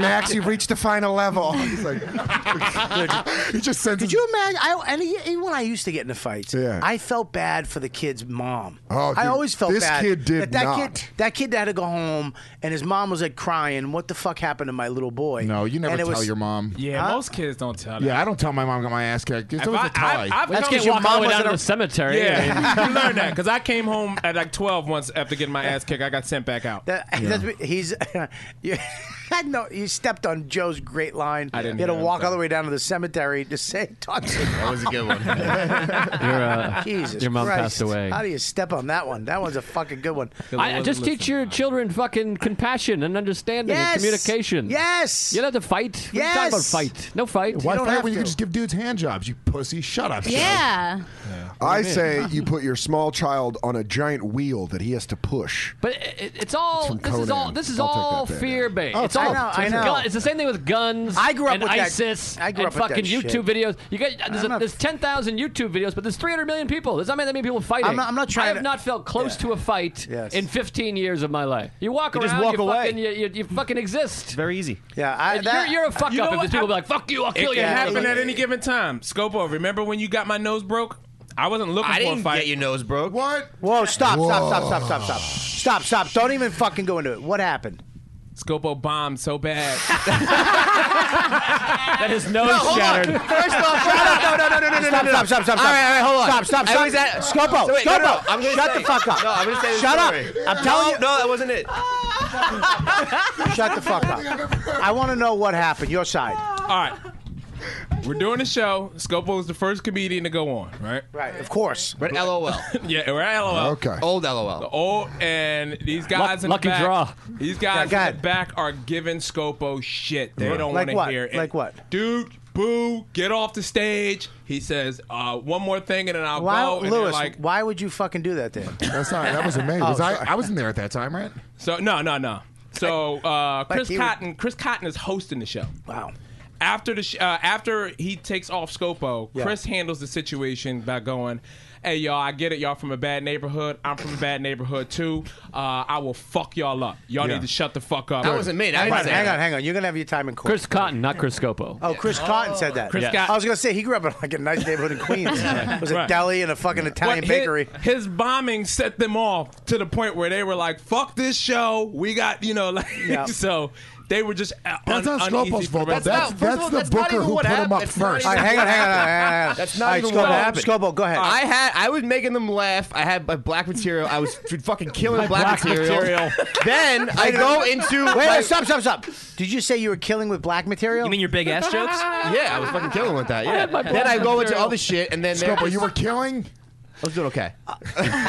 Max, you've reached the final level. He's like, he just sends. Could you imagine? I, and he- even when I used to get into fights, I felt bad for the kid's mom. Oh, I dude, always felt this bad. kid did that, that not. Kid, that kid had to go home, and his mom was like crying. What the fuck happened to my little boy? No, you never And it tell was- your mom. Yeah, most kids don't tell. Yeah, I don't tell my mom got my ass kicked. It's If always I- a tie. I've- I've Let's come get to walk all the way mamas down that to are- the cemetery. Yeah, you learn that because I came home at like 12 once after getting my ass kicked. I got sent back out. That, that's what- he's you, no, you stepped on Joe's great line. I didn't. You had hear to him, walk all the way down to the cemetery to say toxic. That was a good one. Your, uh, Jesus, your mom Christ. passed away. How do you step on that one? That one's a fucking good one. I, I just teach your children fucking compassion and understanding Yes. and communication. Yes. You don't have to fight. What are you talking about Yes. fight? No fight. Why fight when you can just give dudes hand jobs? You pussy. Shut up. Yeah. I say you put your small child on a giant wheel that he has to push. But it, it's all. It's from This is all. Conan. This is I'll take all that bet. fear based. Oh, it's I all. know, I it's know. gun- It's the same thing with guns. I grew up and with that- ISIS. I grew and up with that fucking shit. YouTube videos. You get there's, a- not- there's ten thousand YouTube videos, but there's three hundred million people. There's not many- that many people fighting. I'm not- I'm not trying I have to- not felt close to a fight Yes. in fifteen years of my life. You walk You around. just walk you away. Fucking, you, you, you fucking exist. Very easy. Yeah, I, You're- that, you're a fuck You up know what? if there's people be like, "Fuck you, I'll It kill you." can happen at any given time. Scopo, remember when you got my nose broke? I wasn't looking I for didn't a fight. get your nose broke. What? Whoa! Stop! Stop! Stop! Stop! Stop! Stop! Stop! Stop! Don't even fucking go into it. What happened? Scopo bombed so bad. that his No, hold on. First of all, shut up. No, no, no, no, no, no, Stop, no. stop, stop, stop, All right, all right, hold on. Stop, stop, I stop. was at- Scopo, So wait, no, Scopo, no, no, I'm gonna shut say- the fuck up. No, I'm Ah, gonna say this Shut story. up. I'm telling No, you. no, that wasn't it. Shut the fuck up. I want to know what happened. Your side. All right. We're doing a show. Scopo was the first comedian to go on, right? Right, of course. But LOL. yeah, we're at LOL. Okay. Old LOL. The old and these guys in lucky the back, draw. These Yeah, guys go in the back are giving Scopo shit. They Yeah. don't Like want what? to hear. it. Like what? Dude, boo! Get off the stage. He says uh, one more thing, and then I'll Why, go. And they're Lewis? like, why would you fucking do that? Then That's not. That was amazing. Oh, was I? sorry. I wasn't there at that time, right? So no, no, no. So uh, Chris he was- Cotton, Chris Cotton is hosting the show. Wow. After the sh- uh, after he takes off Scopo, Chris handles the situation by going, "Hey y'all, I get it. Y'all from a bad neighborhood. I'm from a bad neighborhood too. Uh, I will fuck y'all up. Y'all Yeah. need to shut the fuck up." That wasn't me. I didn't Right, say hang that. on, hang on. You're gonna have your time in court. Chris Cotton, not Chris Scopo. Oh, Chris Cotton said that. Chris Yes. Cotton. I was gonna say he grew up in like a nice neighborhood in Queens. It was a Right. deli and a fucking Italian But hi- bakery. His, bombing set them off to the point where they were like, "Fuck this show. We got you know." Like, Yeah. so they were just uh, That's un- not uneasy Scopo's for fault, rest- though. That's- That's not- that's first of all, the that's not booker even who what put him happened. up That's not first. All right, hang on, hang on, hang on, hang on. That's All not right, even Scobo, what happened. Scobo, go ahead. I had I was making them laugh. I had my black material. I was f- fucking killing My black, black material. material. then I Wait a go minute. into Wait, my- wait, stop, stop, stop. Did you say you were killing with black material? You mean your big ass jokes? yeah, I was fucking killing with that. Yeah. my then I go into material. other shit, and then there Scopo, was- you were killing. Uh, I was doing okay.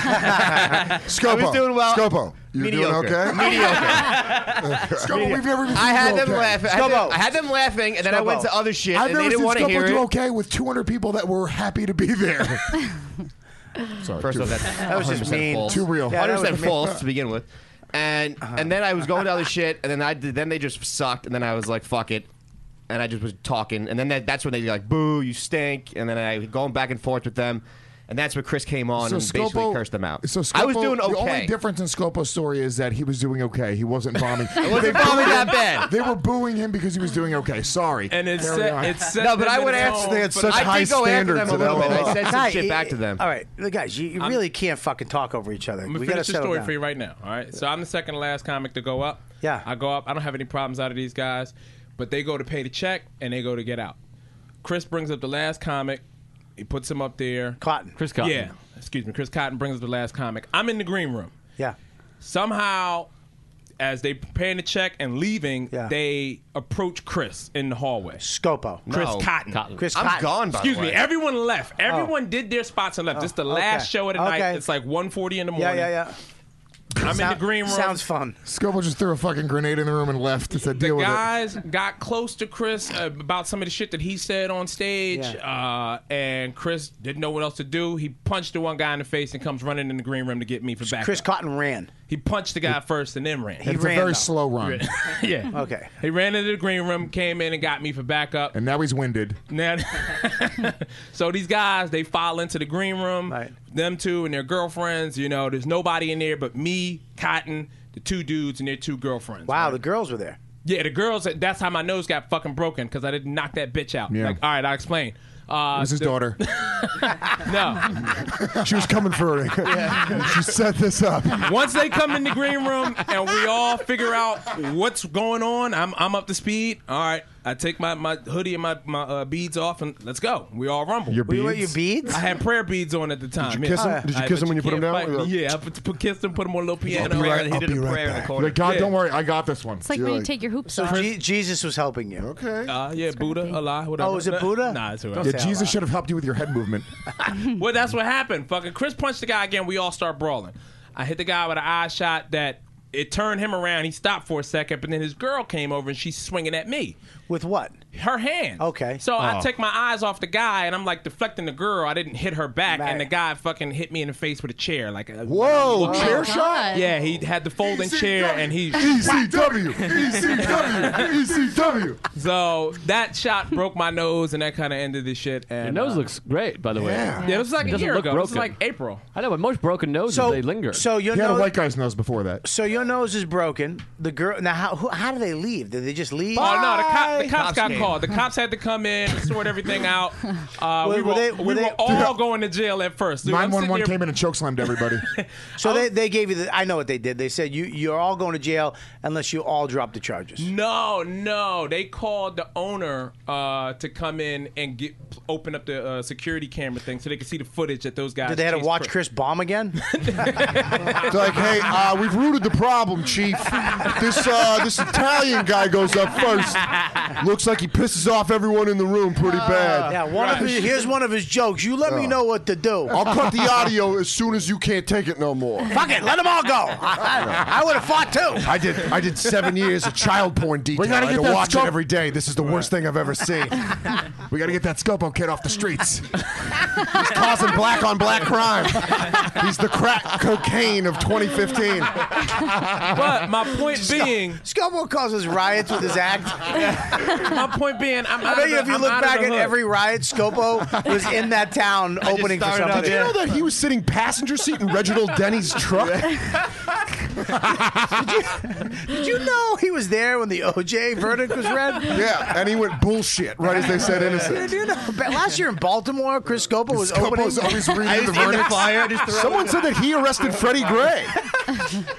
Scopo, I was doing well. Oh. Scopo, you're doing Mediocre. okay. Mediocre. Scopo, we've never. I had them laughing. laughing. I had them, I had them laughing, and then I went to other shit, I've and they never didn't seen want to Scopo hear do it. okay with 200 people that were happy to be there. Sorry, First too- off, that's That was just 100% mean. False. Too real. Yeah, that Hundred was percent mean. Uh-huh. false to begin with, and and then I was going to other shit, and then I did, then they just sucked, and then I was like, fuck it, and I just was talking, and then that, that's when they like, boo, you stink, and then I was going back and forth with them, and that's where Chris came on and basically cursed them out. So Scopo, I was doing The only okay. difference in Scopo's story is that he was doing okay. He wasn't bombing. I wasn't bombing that bad. They were booing him because he was doing okay. Sorry. And it Carry set- on. it set No, but I went after They had such I high did go after standards them a at little bit. I said some Nah, shit it- back to them. All right, look, guys, you, you I'm- really can't fucking talk over each other. I'm gonna we gotta finish the settle story down. for you right now. All right. So I'm the second to last comic to go up. Yeah. I go up. I don't have any problems out of these guys, but they go to pay the check and they go to get out. Chris brings up the last comic. He puts him up there. Cotton. Chris Cotton. Yeah. Excuse me. Chris Cotton brings up the last comic. I'm in the green room. Yeah. Somehow, as they paying the check and leaving, they approach Chris in the hallway. Scopo. Chris No. Cotton. Cotton. Chris I'm Cotton. Oh. gone, by Excuse the me. way. Everyone left. Everyone did their spots and left. this is the last Oh, okay. show of the night. Okay. It's like 1.40 in the Yeah, morning. yeah, yeah. I'm in the green room. fun. Scoble just threw a fucking grenade in the room and left. Just said, deal with it. guys got close to Chris uh, about some of the shit that he said on stage, uh, and Chris didn't know what else to do. He punched the one guy in the face and comes running in the green room to get me for back. Chris Cotton ran. He punched the guy first and then ran. He It's a ran, very though. slow run. yeah. Okay. He ran into the green room, came in and got me for backup. And now he's winded. Now, so these guys, they file into the green room, them two and their girlfriends. You know, there's nobody in there but me, Cotton, the two dudes, and their two girlfriends. Wow, the girls were there. Yeah, the girls. That's how my nose got fucking broken because I didn't knock that bitch out. Yeah. Like, all right, I'll explain. Uh, was his the- daughter. No. she was coming for it. she set this up. Once they come in the green room and we all figure out what's going on, I'm I'm up to speed. All right, I take my, my hoodie and my my uh, beads off and let's go. We all rumble. Your We want beads? your beads? I had prayer beads on at the time. you kiss 'em? Yeah. Did you I- kiss 'em but when you put 'em can't down? fight me. Yeah, I put, put, kissed him, put him on a little piano. I'll be right- He I'll did be a right prayer in the back. corner. Like, God, Yeah. don't worry, I got this one. It's like when you take your hoops So off. Je- Jesus was helping you. Okay. Uh, yeah, Buddha, Allah, whatever. Oh, is No, it Buddha? Nah, it's all Yeah, right. Jesus should have helped you with your head movement. well, that's what happened. Fucking Chris punched the guy again. We all start brawling. I hit the guy with an eye shot that it turned him around. He stopped for a second, but then his girl came over and she's swinging at me. With what? Her hand. Okay. So I Oh. take my eyes off the guy and I'm like deflecting the girl. I didn't hit her back, and the guy fucking hit me in the face with a chair. Like, a, Whoa, Look- chair Oh, shot? God. Yeah, he had the folding chair and he. ECW, ECW, E ECW. So that shot broke my nose, and that kind of ended the shit. And Your nose uh, looks great, by the way. Yeah. Yeah, it was like a Doesn't year look ago. It was broken. like April. I know, but most broken noses So- they linger. so your He had a nose- white guy's nose before that. So your nose is broken. The girl. Now, how who, how do they leave? Did they just leave? Oh no! The, cop, the cops, Cops got came. called. The cops had to come in, sort everything out. Uh, Were- we were were, they- we were they- were all going to jail at first. Dude, I'm sitting 911 here- Oh. came in and chokeslammed everybody. So they, they gave you the. I know what they did. They said you you're all going to jail unless you all drop the charges. No, no. They called the owner uh, to come in and get open up the uh, security camera thing so they could see the footage that those guys. Did they have to chased watch Chris bomb again? It's like, hey, uh, we've rooted the problem, Chief. This uh, this Italian guy goes up first. Looks like he pisses off everyone in the room pretty bad. Uh, yeah, one of his, here's one of his jokes. You let me know what to do. I'll cut the audio as soon as you can't take it no more. Fuck it, let them all go. I, I, I would have fought too. I did. I did seven years of child porn detail. We gotta I had get to that watch scope- it every day. This is the worst thing I've ever seen. we got to get that Scopo kid off the streets. He's causing black on black crime. He's the crack cocaine of 2015. But my point being, Scobo causes riots with his act. my point being, I'm I out bet of you the- if you I'm look out of back the at hood. every riot, Scopo was in that town opening for something. Did you know that he was sitting passenger seat in Reginald Denny's truck? Did you know he was there when the OJ verdict was read? Yeah, and he went bullshit right as they said innocent. Did you know? But last year in Baltimore, Chris Scopo was Scopo's opening. always reading I the just need the verdicts. flyer, just throw it Someone in. said that he arrested Freddie Gray.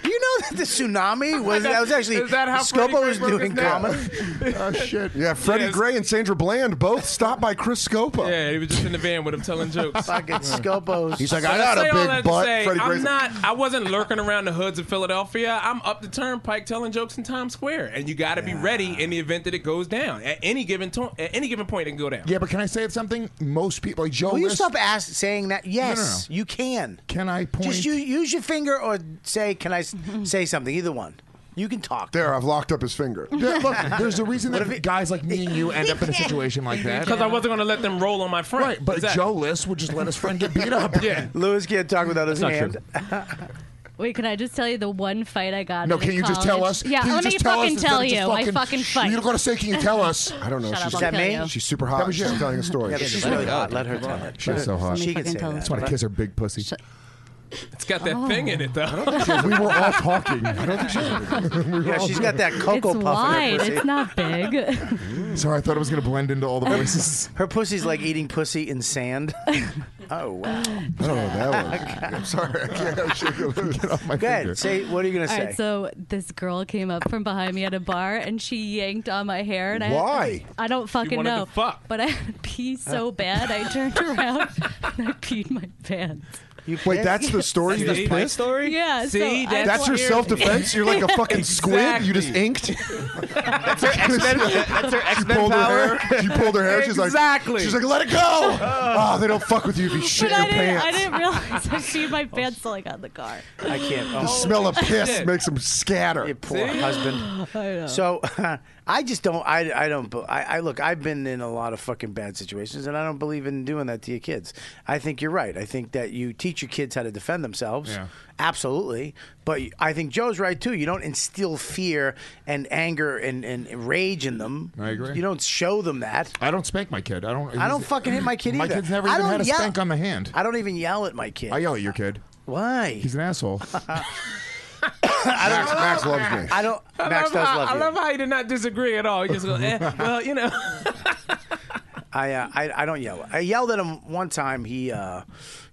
you know that the tsunami was that was actually Is that how Freddie Scopo Gray was broke his doing neck? comedy. Oh shit! Yeah, Freddie Gray and Sandra Bland both stopped by Chris Scopo. Yeah, he was just in the van with him telling jokes. Fucking Scopos. He's like, So I to got a say all big that to butt. say, Freddie I'm Gray's- not. I wasn't lurking around the hoods of Philadelphia. I'm up the turnpike telling jokes in Times Square, and you got to be ready in the event that it goes down. At any given to- at any given point, it can go down. yeah, but can I say something? Most people, like Joe Will you List- stop ask, saying that? Yes, you can. Can I point? Just you, use your finger or say, "Can I s- say something?" Either one. You can talk. There, I've locked up his finger. Yeah, look, there's a reason that guys like me and you end up in a situation like that. Because I wasn't going to let them roll on my friend. Right, but Exactly. Joe List would just let his friend get beat up. Yeah. Lewis can't talk without his That's not hand. Wait, can I just tell you the one fight I got? No, in can you just college? tell us? Yeah, can you let me just tell us fucking instead tell of you. just I fucking Shh, fight. You don't gotta say. Can you tell us? I don't know. Shut she's, up, I'll Is that kill me? you. She's super hot. That was you. She's telling a story. Yeah, but she's really hot. Let her tell it. She's so hot. She can say I that. just want to kiss her big pussy. It's got that thing in it though. we were all talking. I don't think she's. we were Yeah, all she's talking. got that cocoa it's puff in her wide. pussy. It's not big. Sorry, I thought it was gonna blend into all the voices. Her pussy's like eating pussy in sand. oh wow! I don't know what Oh, that was. I'm sorry. I can't. I'm shaking. Get off my Go finger. ahead. Say what are you gonna All say? right, so this girl came up from behind me at a bar and she yanked on my hair and I Why? I don't fucking wanted to know. fuck. But I had to pee so bad I turned around and I peed my pants. Wait, that's the story? You just pissed? Yeah. so See, I- that's, your self defense? You're like a fucking squid? You just inked? That's her X-Men. That's her She X-Men pulled power. her hair. She pulled her hair. She's like, Exactly. She's like, let it go. Oh, they don't fuck with you if you shit but I your didn't, pants. I didn't realize I peed my pants till I got in the car. I can't. The smell of piss makes them scatter. Your poor husband. I know. So I just don't. I, I don't. be- I, I look. I've been in a lot of fucking bad situations, and I don't believe in doing that to your kids. I think you're right. I think that you teach your kids how to defend themselves. Yeah. Absolutely. But I think Joe's right too. You don't instill fear and anger and, and rage in them. I agree. You don't show them that. I don't spank my kid. I don't. I don't fucking hit my kid My either. kid's never I even don't had a yell- spank on the hand. I don't even yell at my kid. I yell at your kid. Why? He's an asshole. Max, Max loves me. I don't. I Max love, does how, love I you. love how he did not disagree at all. He just goes, eh, well, you know. I, uh, I I don't yell. I yelled at him one time. He uh,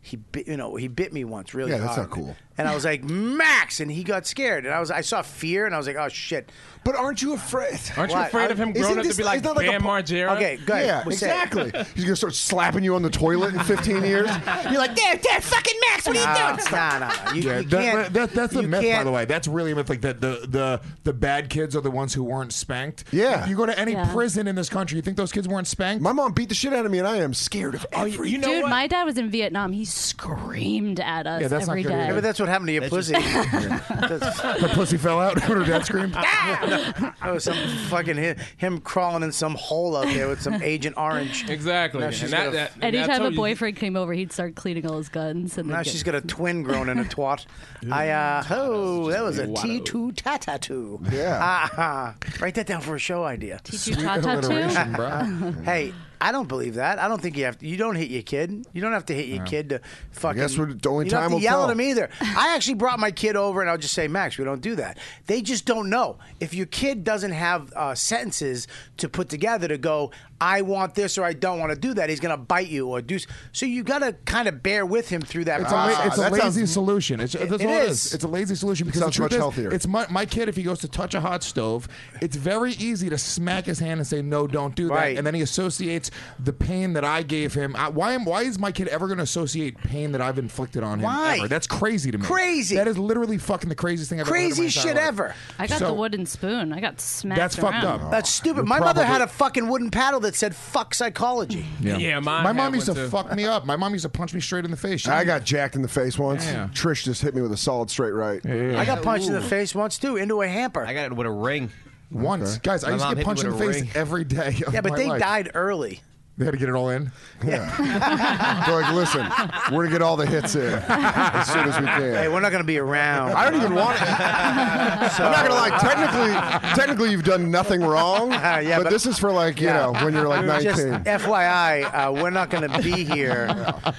he bit, you know he bit me once really Yeah, that's hard. not cool. And I was like Max, and he got scared, and I was I saw fear, and I was like oh shit. But aren't you afraid? Aren't you afraid of him growing up to be like, Bam Margera? Okay, good. Yeah, We'll say it. exactly. He's gonna start slapping you on the toilet in 15 years. You're like, there, there, fucking Max. What Nah, are you doing? Nah, nah, nah. You, yeah, you that- can't. that- that's a you myth, by can't- the way. That's really a myth. Like that, the the the bad kids are the ones who weren't spanked. Yeah. If you go to any Yeah. prison in this country, you think those kids weren't spanked? Oh, My mom beat the shit out of me, and I am scared of everything. Dude, my dad was in Vietnam. He screamed at us every day. Yeah, but that's what happened to your pussy. Her pussy fell out when her dad screamed. Ah! That was some fucking him, him crawling in some hole out there with some Agent Orange. Exactly. Now she's And that- got a- that- Anytime a boyfriend came over, he'd start cleaning all his guns. And Now then get- she's got a twin grown and a twat. I uh ho, that was a T two tattoo. Yeah. Ah, write that down for a show idea. T two Sweet ta ta too? alliteration, bro. hey, I don't believe that. I don't think you have. To, you don't hit your kid. You don't have to hit your kid to fucking. guess we're- the only you don't time have to will yell tell. at him either. I actually brought my kid over and I'll just say, Max, we don't do that. They just don't know. If your kid doesn't have uh, sentences to put together to go, I want this or I don't want to do that, he's gonna bite you or do. s- So you gotta kind of bear with him through Ah, that It's a, process. la- it's a lazy solution. It's, It- that's it all it is. is. It's a lazy solution because the sounds truth much is, healthier. It's my, my kid. If he goes to touch a hot stove, it's very easy to smack his hand and say no, don't do that. Right. And then he associates the pain that I gave him. I, why am Why is my kid ever going to associate pain that I've inflicted on him? Why? ever? That's crazy to me. Crazy. That is literally fucking the craziest thing I've ever heard in my Crazy entire shit life. ever. I got So- the wooden spoon. I got smacked. That's fucked around. up. That's stupid. You're My mother had probably- a fucking wooden paddle that said "fuck psychology." Yeah, mine my had mom used to one too. fuck me up. My mom used to punch me straight in the face. She- I got jacked in the face once. Yeah. Trish just hit me with a solid straight right. I got punched in the face once too, into a hamper. I got it with a ring. once, Okay. guys. I My used mom to hit me get punched in the with a face ring. every day. of yeah, but my they life. died early. They had to get it all in. They're like, listen, we're gonna get all the hits in as soon as we Hey, can. we're not going to be around. I don't even want it. I'm not gonna lie. Technically, technically, you've done nothing wrong. Yeah, but, but- this is for like you know when you're like 19. Just FYI, uh, we're not going to be here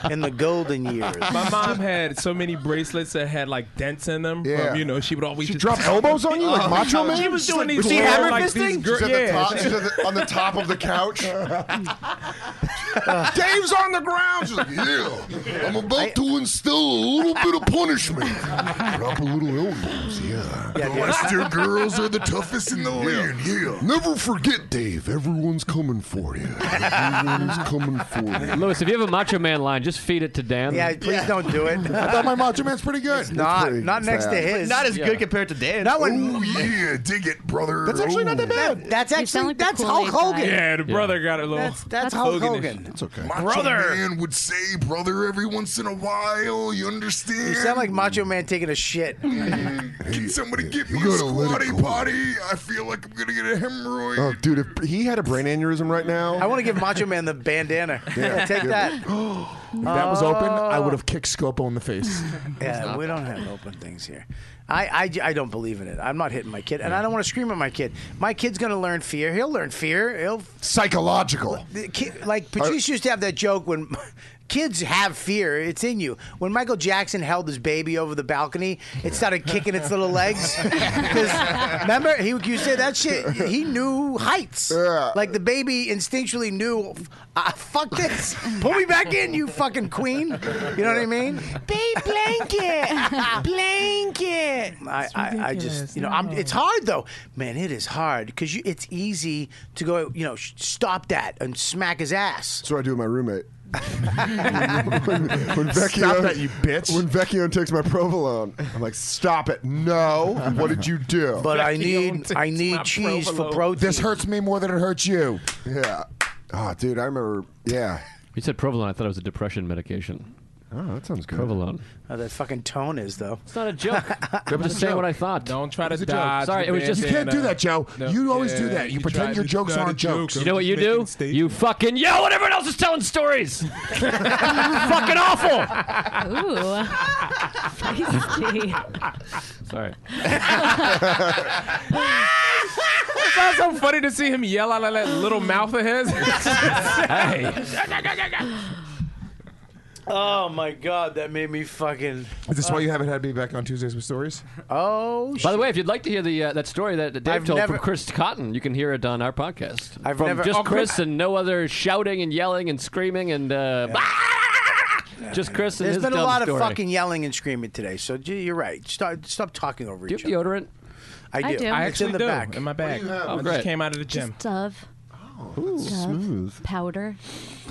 in the golden years. My mom had so many bracelets that had like dents in them. Yeah. From, you know, she would always She just dropped elbows on you like Oh, Macho no, Man. She was She's doing like, these. was she little, hammer like, fisting? these gir- She's at the yeah. top- she's at the- on the top of the couch. Dave's on the ground. She's like, yeah, I'm about to instill a little bit of punishment. Drop a little elbows, yeah. Yeah, The yeah. Western girls are the toughest in the Yeah. land, yeah. Never forget, Dave. Everyone's coming for you. Everyone's coming for you. Lewis, if you have a Macho Man line, just feed it to Dan. Yeah, please don't do it. I thought my Macho Man's pretty good. not not next to his. Not as good compared to Dan. Not when. Oh yeah, dig it, brother. That's actually not Oh. that bad. That's You actually sound like the that's Hulk Kool-Aid Hogan. guy. Yeah, the brother got a little. That's that's Hulk Hogan-ish. Hogan. It's okay. Macho Brother. Man would say brother every once in a while. You understand? You sound like Macho Man taking a shit. Can somebody get me You a gotta let it squatty go. potty? I feel like I'm gonna get a hemorrhoid. Oh, dude, if he had a brain aneurysm right now. I want to give Macho Man the bandana. Yeah. Take that. Oh, If that was open, I would have kicked Scopo in the face. Yeah, we don't have open things here. I, I, I don't believe in it. I'm not hitting my kid, and I don't want to scream at my kid. My kid's going to learn fear. He'll learn fear. He'll Psychological. the kid, like Patrice used to have that joke when kids have fear. It's in you. When Michael Jackson held his baby over the balcony, it started kicking its little legs. 'Cause remember, he you said that shit. He knew heights. Yeah. Like the baby instinctually knew, "Ah, fuck this, pull me back in, you fucking queen. You know what I mean? Babe blanket, blanket. I, I, I just you know I'm, it's hard though man it is hard because it's easy to go you know sh- stop that and smack his ass That's what I do with my roommate. when Vecchio, Stop that, you bitch. When Vecchio takes my provolone, I'm like, stop it. No. What did you do? But I need I need cheese for protein. This hurts me more than it hurts you. Yeah. Oh, dude, I remember. Yeah. You said provolone. I thought it was a depression medication. Oh, that sounds good. Provolone. How that fucking tone is though. It's not a joke. I'm just saying what I thought. Don't try to It's a joke. dodge Sorry, the it was just- You can't uh, do that, Joe. No. you always do Yeah, that. You, you pretend tried- your jokes it's not a aren't jokes. You know what you do? You fucking yell when everyone else is telling stories. fucking awful. Ooh. Feisty. Sorry. It's not so funny to see him yell out of that little mouth of his. Oh my god, that made me fucking. Is this why you haven't had me back on Tuesdays with Stories? Uh, Oh, By the way, if you'd like to hear the uh, that story that Dave I've told never- from Chris Cotton, you can hear it on our podcast. I've from never- just Oh, Chris- Chris and no other shouting and yelling and screaming and uh, just Chris and There's his been a dumb lot story. of fucking yelling and screaming today, so gee, you're right. Stop, stop talking over Do each you have other. deodorant? I do. I do. I It's in actually the do, back. in my bag. What do you have? I Oh, just great. came out of the gym. Dove. Ooh, Dove. smooth. Powder.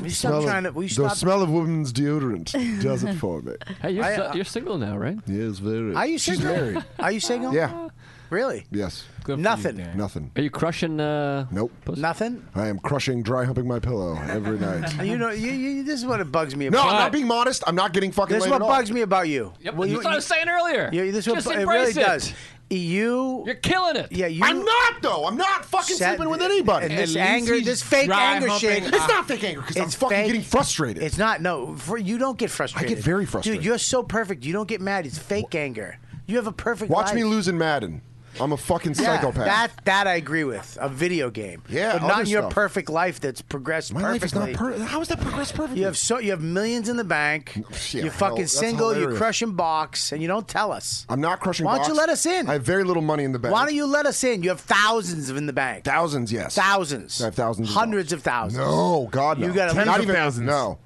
We Smell of- the smell of women's deodorant does it for me. Hey, you're, I, si- uh, you're single now, right? Yes, very. Are you She's single? married. Are you single? Yeah. Really? Yes. Nothing. Nothing. Are you crushing? Uh, nope. Nothing. I am crushing, dry humping my pillow every night. you know, you, you, this is what it bugs me No, about. I'm not being modest. I'm not getting fucking. This is laid what at all. bugs me about you. Yep, Well, that's you- what I was saying earlier. Yeah, this is Just what, it embrace really it. does. You. You're killing it. Yeah, you. I'm not though. I'm not fucking Sat- sleeping with anybody. And this anger, this fake anger shit. It's not fake anger because I'm Ah. It's fucking fake. getting frustrated. It's not. No, for, you don't get frustrated. very frustrated. Dude, you're so perfect. You don't get mad. It's fake anger. You have a perfect. Watch me life. lose in Madden. I'm a fucking Yeah, psychopath. That that I agree with. A video game. Yeah, but other not in your stuff. perfect life that's progressed My life is perfectly. not per- How is that progressed perfectly? you have so you have millions in the bank. yeah, hell, you're fucking that's single. You're hilarious. crushing box, and you don't tell us. I'm not crushing. Why don't box. you let us in? I have very little money in the bank. Why don't you let us in? You have thousands in the bank. Thousands, yes. Thousands. I have thousands. of Hundreds of thousands. dollars. No, God, no. You got at not least- even thousands. No,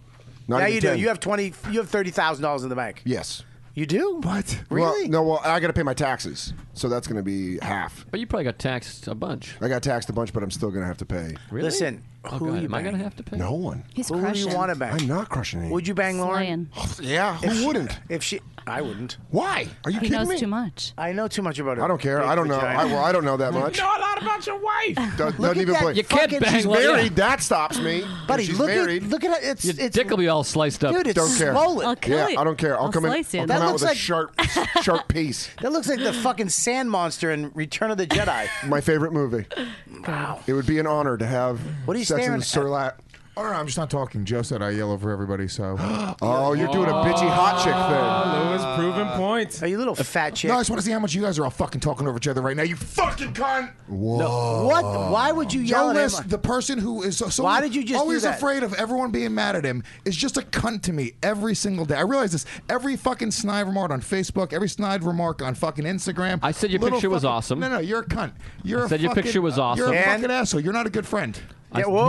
not now even you 10. do. You have twenty. You have thirty thousand dollars in the bank. yes. You do? What? Really? Well, no. Well, I got to pay my taxes, so that's going to be half. But you probably got taxed a bunch. I got taxed a bunch, but I'm still going to have to pay. Really? Listen, Oh, who God, are you am I gonna banging? have to pay? No one. He's Who do crushing. you want to bang? I'm not crushing anyone. Would you bang Lauren? Lion. Yeah, who she- wouldn't? If she, I wouldn't. Why? Are you He kidding knows me? too much. I know too much about her. I don't care. big I don't know. vagina. I, well, I don't know that much. You know a lot about your wife. Does, Look doesn't at even that play. You can't fucking- bang She's well, yeah. married. That stops me. buddy. she's look married. at look at it. It's Your it's dick will be all sliced up. dude. It's Don't care. swollen. I'll kill yeah, it. I don't care. I'll, come in. slice it. I'll come That out looks with like- a sharp, sharp piece. That looks like the fucking sand monster in Return of the Jedi. My favorite movie. wow. It would be an honor to have What are you sex in the staring Surlat. Oh, no, I'm just not talking. Joe said I yell over everybody, so. no, Oh, you're doing a bitchy hot chick thing. Louis proving points. Are you little fat chick? I just want to see how much you guys are all fucking talking over each other right now. You fucking cunt! No. What? Why would you Joe yell at List, him? the person who is so, so Why did you just do always that? afraid of everyone being mad at him, is just a cunt to me every single day. I realize this every fucking snide remark on Facebook, every snide remark on fucking Instagram. I said your Little picture was fucking- awesome. No, no, you're a cunt. You're I a said your fucking- picture was You're awesome. a And- fucking asshole. You're not a good friend. Yeah, whoa!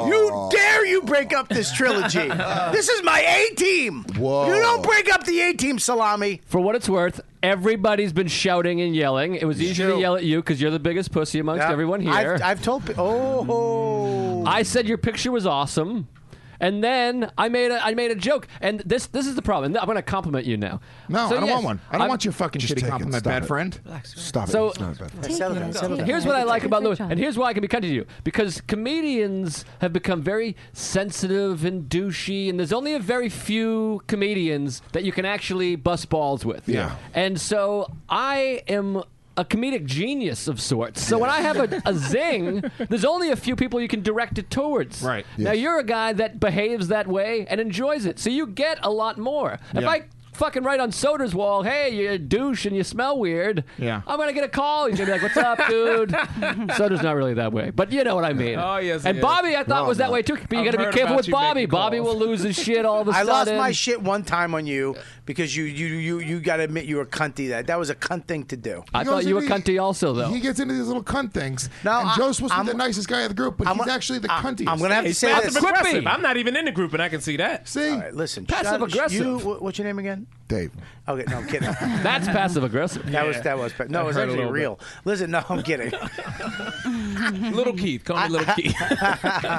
Oh. You dare you break up this trilogy? this is my A team. Whoa. You don't break up the A team, Salami. For what it's worth, everybody's been shouting and yelling. It was easier to yell at you because you're the biggest pussy amongst Yeah. everyone here. I've, I've told. pe- Oh. I said your picture was awesome, and then I made a I made a joke, and this this is the problem. I'm going to compliment you now. No, So I don't yes, want one. I don't I'm- want your fucking Just shitty take it. compliment, Stop bad it. friend. Stop it. So- It's not a bad thing. Take Settle it, down, take settle it. down. Here's what I like about Louis, Richard. and here's why I can be kind to you because comedians have become very sensitive and douchey, and there's only a very few comedians that you can actually bust balls with. Yeah. And so I am. A comedic genius of sorts. So when I have a, a zing, there's only a few people you can direct it towards. Right. Now you're a guy that behaves that way and enjoys it, so you get a lot more. If Yeah. I fucking write on Soder's wall, "Hey, you're a douche and you smell weird," Yeah. I'm gonna get a call. He's gonna be like, "What's up, dude?" Soda's not really that way, but you know what I mean. Oh, yes, And he is. Bobby, I thought No, was that no. way too. But you I've got to heard be careful about with you Bobby. making Bobby calls. will lose his shit all of a I lost sudden. my shit one time on you because you you you you got to admit you were cunty. That that was a cunt thing to do. I He thought goes you were into- cunty also, though. He gets into these little cunt things. No, and I- Joe's supposed to I'm- be the nicest guy of the group, but I'm he's a- actually the I'm- cuntiest. I'm gonna have to He's say passive this. Quippy. aggressive. I'm not even in the group, and I can see that. See? All right, listen. Passive shut up. aggressive. You, wh- what's your name again? Dave. Okay, no, I'm kidding. That's passive aggressive. That was that was no, I it was heard a actually little real. Listen, no, I'm kidding. little Keith, call me Little Keith.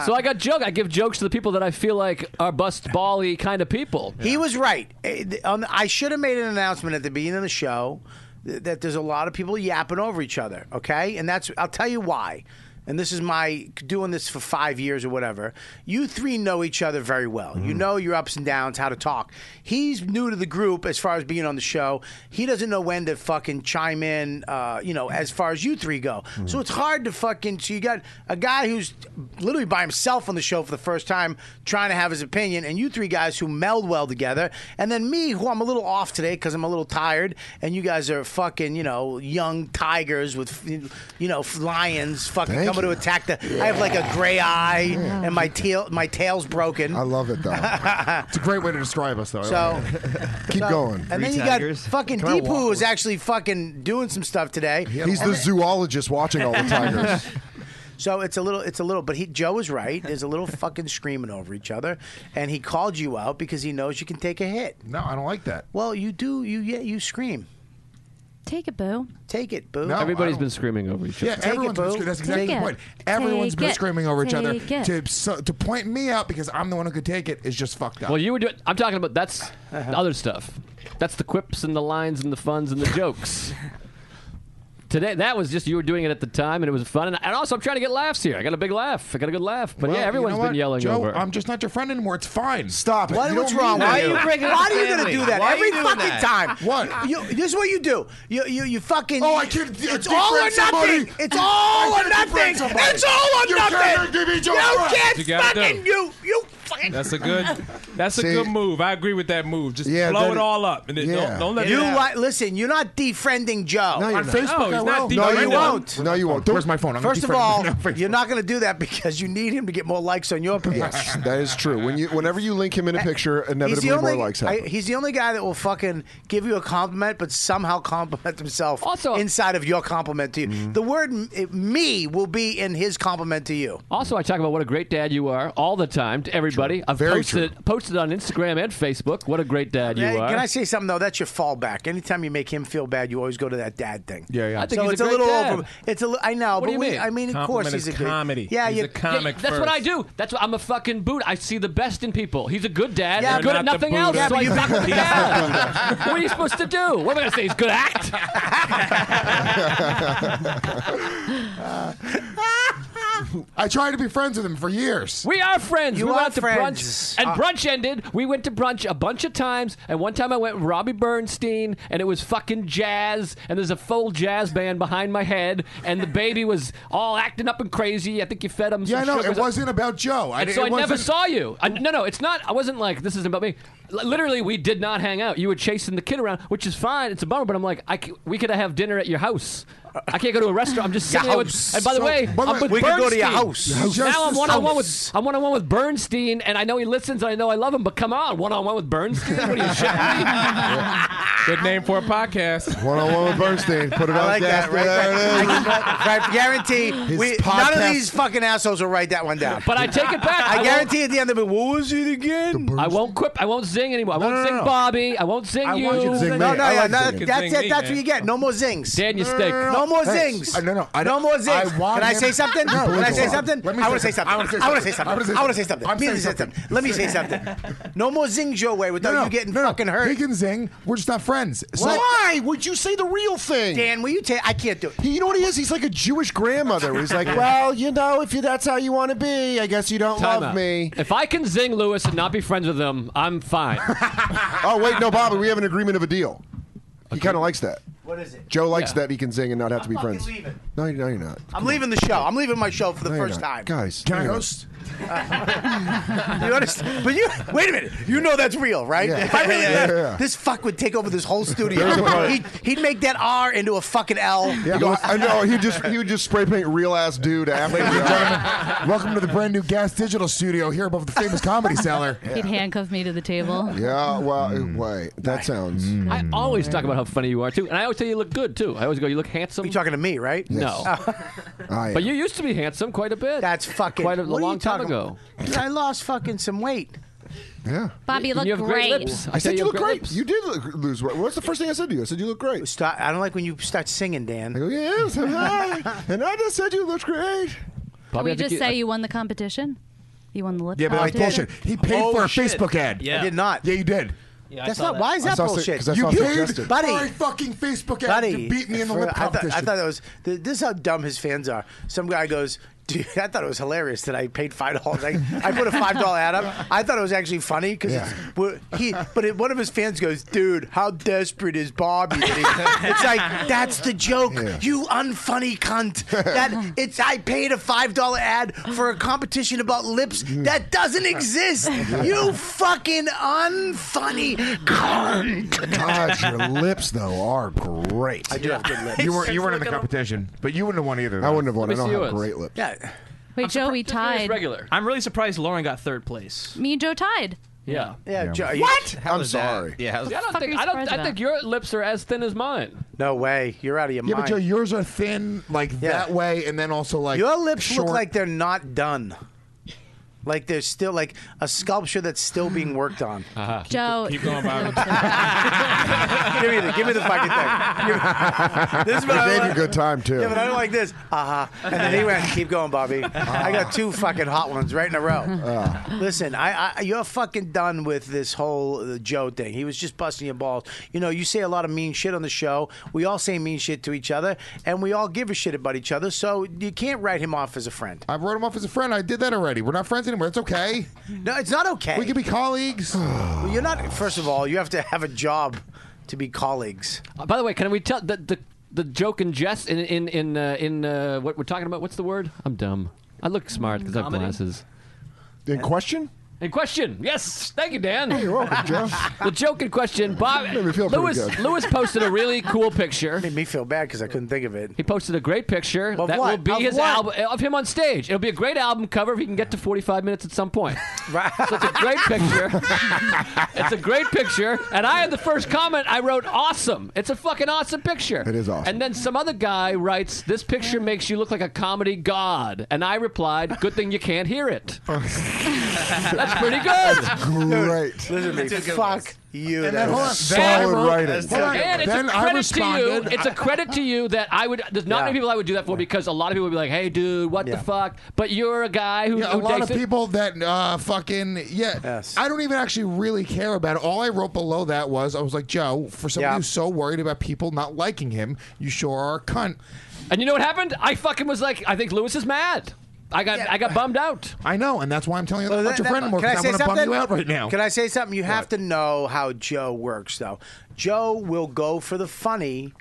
so I got joke. I give jokes to the people that I feel like are bust bally kind of people. He was right. Eh, th- on the- I should have made an announcement at the beginning of the show th- that there's a lot of people yapping over each other. Okay, and that's I'll tell you why. And this is my doing this for five years or whatever. You three know each other very well. You know your ups and downs, how to talk. He's new to the group as far as being on the show. He doesn't know when to fucking chime in. Uh, you know, as far as you three go, Mm-hmm. so it's hard to fucking. So you got a guy who's literally by himself on the show for the first time, trying to have his opinion, and you three guys who meld well together, and then me, who I'm a little off today because I'm a little tired, and you guys are fucking, you know, young tigers with, you know, lions fucking Thank coming you. to attack the. I have like a gray eye, and my tail, my tail's broken. I love it though. it's a great way to describe us, though. I So like it. keep so- going. And then you got fucking Can I Deep, walk who is actually fucking doing some stuff today. He's the And then- zoologist watching all the tigers. so it's a little, it's a little, but he, Joe is right. There's a little fucking screaming over each other, and he called you out because he knows you can take a hit. No, I don't like that. Well, you do, you yeah, you scream. Take it, boo. Take it, boo. Everybody's been screaming over each Yeah, other. everyone's been screaming. That's exactly Take the it. point. Everyone's Take been it. screaming over each other. Take it. To so, to point me out because I'm the one who could take it is just fucked up. Well, you were doing. I'm talking about that's the other stuff. That's the quips and the lines and the funs and the jokes. Today, that was just you were doing it at the time, and it was fun. And, and also, I'm trying to get laughs here. I got a big laugh. I got a good laugh. But Well, yeah, you everyone's know been what, yelling Joe, uh, over. I'm just not your friend anymore. It's fine. Stop it. What- what's wrong with you? Why are you gonna do that every fucking time? What? You, this is what you do. You you, you fucking. Oh, I can't- I It's can't all or friend somebody. nothing. It's all I or can't nothing. friend somebody. It's all or You nothing. cannot give me you your friend. can't You gotta do. fucking you you fucking. That's a good. That's a See- good move. I agree with that move. Just Yeah, blow that it is- all up and then don't, don't let you it li- listen. You're not defriending Joe No, you're On not. Facebook, No, I he's not will. defriending No, you him. won't. No, you won't. Where's my phone? I'm gonna First of defriend him all, now. you're not going to do that because you need him to get more likes on your page. Yes. That is true. When you, whenever you link him in a picture, He's inevitably the only more likes I- happen. he's the only guy that will fucking give you a compliment, but somehow compliment himself also, inside of your compliment to you. Mm-hmm. The word m- it- "me" will be in his compliment to you. Also, I talk about what a great dad you are all the time to everybody. I've Very posted posted on Instagram and Facebook. What a great dad you Hey, are. Can I say something though? That's your fallback. Anytime you make him feel bad, you always go to that dad thing. Yeah, yeah. I think so he's it's a a, great little dad. over. It's a. li- I know, What Oh, but do you we, mean? I mean, of Compliment course, is he's a good- comedy. Yeah, He's you- a comic That's what I do. That's what I'm a fucking boot. I see the best in people. He's a good dad. Yeah, he's good but at not the nothing else. Buddha. so I Yeah, but fuck you- with the dad. what are you supposed to do? What am I gonna say? He's good at act. I tried to be friends with him for years. We are friends. You we went are out to friends. brunch, and Uh, brunch ended. We went to brunch a bunch of times, and one time I went with Robbie Bernstein, and it was fucking jazz, and there's a full jazz band behind my head, and the baby was all acting up and crazy. I think you fed him. Yeah, some no, sugar. it wasn't about Joe. I And di- so it I never wasn't- saw you. I, no, no, it's not. I wasn't like this isn't about me. L- literally, we did not hang out. You were chasing the kid around, which is fine. It's a bummer, but I'm like, I c- we could have dinner at your house. I can't go to a restaurant. I'm just Your sitting there with. house. And by the So- way, by the I'm way, with we could go to your Bernstein. house. Your house Now I'm is one on one with house. I'm one on one with Bernstein, and I know he listens, and I know I love him. But come on, one on one with Bernstein. What are you shitting me? Good name for a podcast. One on one with Bernstein. Put it I on like gas. that, right? There it is. right, right, guarantee. His We, none podcast- of these fucking assholes will write that one down. But I take it back. I I, won't- guarantee at the end of it, what was it again? I won't quip. I won't zing anymore. I won't no, sing no. Bobby. I won't zing I you. want you to zing No, me. no, I yeah, like no, zinging. that's it, that's what you get. No more zings. Dan, you stink. No more Hey, zings. I- no, no, I no don't- more zings. I want Can I him- say something? No, Can I please say don't. something? Let me I say want to say something. I something. wanna say I want to say something. something. I want to say something. I'm Me to saying say something. something. Let me say something. No more zings your way without you getting fucking hurt. He can zing. We're just not friends. So- Why would you say the real thing? Dan, will you take? I can't do it. you know what he is? He's like a Jewish grandmother. He's like, well, you know, if you, that's how you want to be, I guess you don't Time love out. me. If I can zing Lewis and not be friends with him, I'm fine. Oh wait, no, Bobby, we have an agreement of a deal. He kind of likes that. What is it? Joe likes Yeah. that he can sing and not have to be fucking friends. leaving. No, you- no, you're not. I'm leaving the show. I'm leaving my show for the No, you're first not. time. Guys, Can I no, you're host? you understand? But you wait a minute. You know that's real, right? Yeah. If I really Yeah, yeah, yeah. this fuck would take over this whole studio. There's a part. He'd, he'd make that R into a fucking L. Yeah, I know. He just he would just spray paint real ass dude after. Ladies and gentlemen, welcome to the brand new Gas Digital Studio here above the famous Comedy Cellar. He'd handcuff me to the table. Yeah, Mm. well, uh, wait. That sounds. I Mm. always talk about how funny you are too, and I always say you look good too. I always go, you look handsome. You talking to me, right? Oh. No, I but you used to be handsome quite a bit. That's fucking quite a, what are you long time talking ago. I lost fucking some weight. Yeah. Bobby, you look you have great. great lips. I said you look great. You did look, lose weight. What's the first thing I said to you? I said you look great. Stop. I don't like when you start singing, Dan. I go, yes, and I, and I just said you looked great. Can we just say you won the competition? You won the lip Yeah, but like competition? bullshit. He paid Oh, for a Facebook ad. I did not. Yeah, you did. Yeah, I That's saw not- that. why is that I saw it- bullshit? 'cause I You saw it paid suggested. Buddy. for a fucking Facebook ad Buddy, to beat me in the lip I thought, competition. I thought that was th- this is how dumb his fans are. Some guy goes, "Dude, I thought it was hilarious that I paid five dollars. I, I put a five dollar ad up. I thought it was actually funny because he." But it, one of his fans goes, "Dude, how desperate is Bobby?" that he-" it's like that's the joke. You unfunny cunt. That it's I paid a five dollar ad for a competition about lips Mm. that doesn't exist. You fucking unfunny cunt. God, your lips though are great. I do have good lips. You weren't you weren't in the Look at 'em. competition, but you wouldn't have won either. I wouldn't have won. Let I me don't see have yours. great lips. Yeah. Wait, Joe, we tied. I'm really surprised Lauren got third place. Me and Joe tied. Yeah. Yeah. Joe, What? How I'm sorry. Yeah. I don't fuck are think you I don't. surprised I about? think your lips are as thin as mine. No way. You're out of your Yeah, mind. but Joe, yours are thin like Yeah. that way, and then also like Your lips short. look like they're not done. Like there's still like a sculpture that's still being worked on. Uh-huh. Joe. Keep going, Bobby. give me the give me the fucking thing. Give me- this is what They I gave like- you a good time too. Yeah, but I don't like this. Uh huh. And then he went, "Keep going, Bobby." I got Uh-huh. two fucking hot ones right in a row. Uh. Listen, I, I you're fucking done with this whole uh, Joe thing. He was just busting your balls. You know, you say a lot of mean shit on the show. We all say mean shit to each other, and we all give a shit about each other. So you can't write him off as a friend. I wrote him off as a friend. I did that already. We're not friends anymore. It's okay. No, it's not okay. We can be colleagues. Well, you're not. First of all, you have to have a job to be colleagues. Uh, by the way, can we tell the the, the joke and jest in in in, uh, in uh, what we're talking about? What's the word? I'm dumb. I look smart because I have Comedy? glasses. In question? In question, yes. Thank you, Dan. you're welcome, Jeff. the joke in question, Bob. Made me feel pretty Lewis good. Lewis posted a really cool picture. Made me feel bad because I couldn't think of it. He posted a great picture Of that what? will be Of his what? album of him on stage. It'll be a great album cover if he can get to 45 minutes at some point. Right. So it's a great picture. it's a great picture. And I had the first comment. I wrote, "Awesome! It's a fucking awesome picture." It is awesome. And then some other guy writes, "This picture makes you look like a comedy god." And I replied, "Good thing you can't hear it." That's pretty good. Great. Listen to me. That's a good Fuck you. And that then hold on. is Then- solid writing. Hold on. And it's Then a I credit to you. responded. It's a credit to you that I would. There's not many people I would do that for because a lot of people would be like, "Hey, dude, what the fuck?" But you're a guy who, Yeah, a who lot takes of it- people that uh, fucking yeah. I don't even actually really care about it. All I wrote below that was I was like, Joe, for somebody Yeah. who's so worried about people not liking him, you sure are a cunt. And you know what happened? I fucking was like, I think Lewis is mad. I got I got bummed out. I know, and that's why I'm telling you Well, that that- much of that- friend more can I because say I'm gonna bum you something? out right now. Can I say something? You have to know how Joe works, though. Joe will go for the funny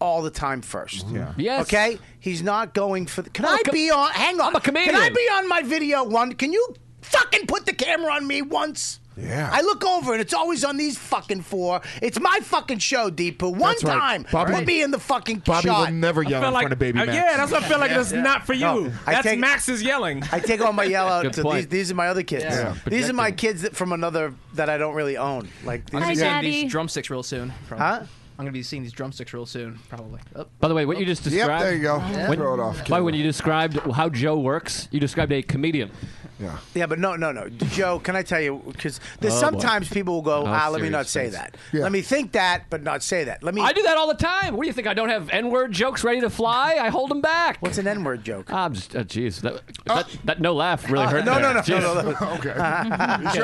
all the time first. Mm-hmm. Yeah. Yes. Okay. He's not going for. The, can I'm I a com- be on? Hang on. I'm a comedian. Can I be on my video one? Can you fucking put the camera on me once? Yeah. I look over and it's always on these fucking four. It's my fucking show, Deepu. One That's right. time, Bobby- put me in the fucking Bobby shot. will never I yell feel in front of baby uh, Max. Yeah, that's what I feel like. That's Yeah. not for you. No, I that's take- Max's yelling. I take all my yell out. To these, point. these are my other kids. Yeah. These are my kids that from another that I don't really own. Like I'm these gonna are be seeing these kids. drumsticks real soon. probably. Huh? I'm gonna be seeing these drumsticks real soon, probably. Oh. By the way, what you just described. there you go. When, Throw it off, By the way, when you described how Joe works, you described a comedian. Yeah. Yeah, but no, no, no, Joe. Can I tell you? Because there's Oh, boy. sometimes people will go, No ah, let me not serious say face. that. Let me think that, but not say that. Let me. I do that all the time. What do you think? I don't have N-word jokes ready to fly. I hold them back. What's an N-word joke? I'm just, oh, jeez, that, that, that no laugh really Uh, hurt. no, there. no, no, Jeez. no, no, no. Okay. You can't-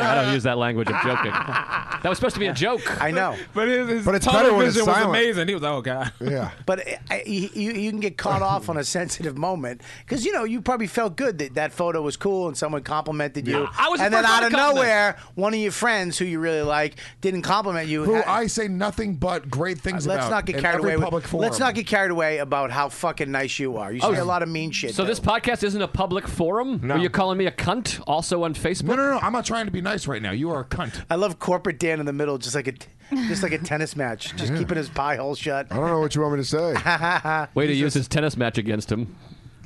I don't use that language. I'm joking. That was supposed to be a joke. I know. But his, his But it's tunnel better when it's vision was silent. amazing. He was like, "Oh god." Yeah. But I- I, you, you can get caught off on a sensitive moment because you know you probably felt good that that photo was cool and someone complimented you, Yeah. I was the and then first one out to of compliment. nowhere, one of your friends who you really like didn't compliment you. Who Ha- I say nothing but great things let's about. not get in carried every away. Public With, forum. let's not get carried away about how fucking nice you are. You say Oh, a lot of mean shit. So this podcast isn't a public forum. No. Are you calling me a cunt? Also on Facebook. No, no, no. I'm not trying to be nice right now. You are a cunt. I love corporate Dan in the middle, just like a t- just like a tennis match, just keeping his pie hole shut. I don't know what you want me to say. Way to use his tennis match against him.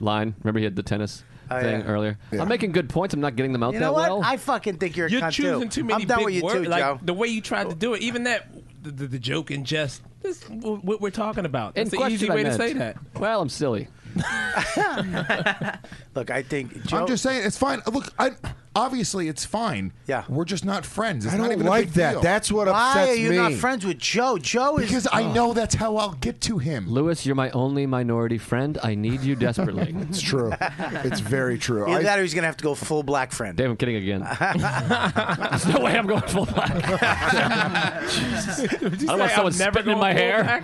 Line. Remember he had the tennis Oh, thing yeah. earlier. Yeah. I'm making good points. I'm not getting them out You that know what? well. I fucking think you're a You're cunt choosing too. too many I'm done big with you words. too, like Joe. the way you tried to do it, even that the, the, the joke and jest. This what we're talking about. In That's the question, easy I way to meant. say that. Well, I'm silly. Look, I think Joe, I'm just saying it's fine. Look, I Obviously, it's fine. Yeah, we're just not friends. It's I not don't even a like big that. deal. That's what Why upsets are you me. not friends with Joe? Joe is- because I Ugh. know that's how I'll get to him. Lewis, you're my only minority friend. I need you desperately. it's true. It's very true. Either that or he's going to have to go full black friend. Damn, I'm kidding again. There's no way I'm going full black. I don't want someone spitting in my hair.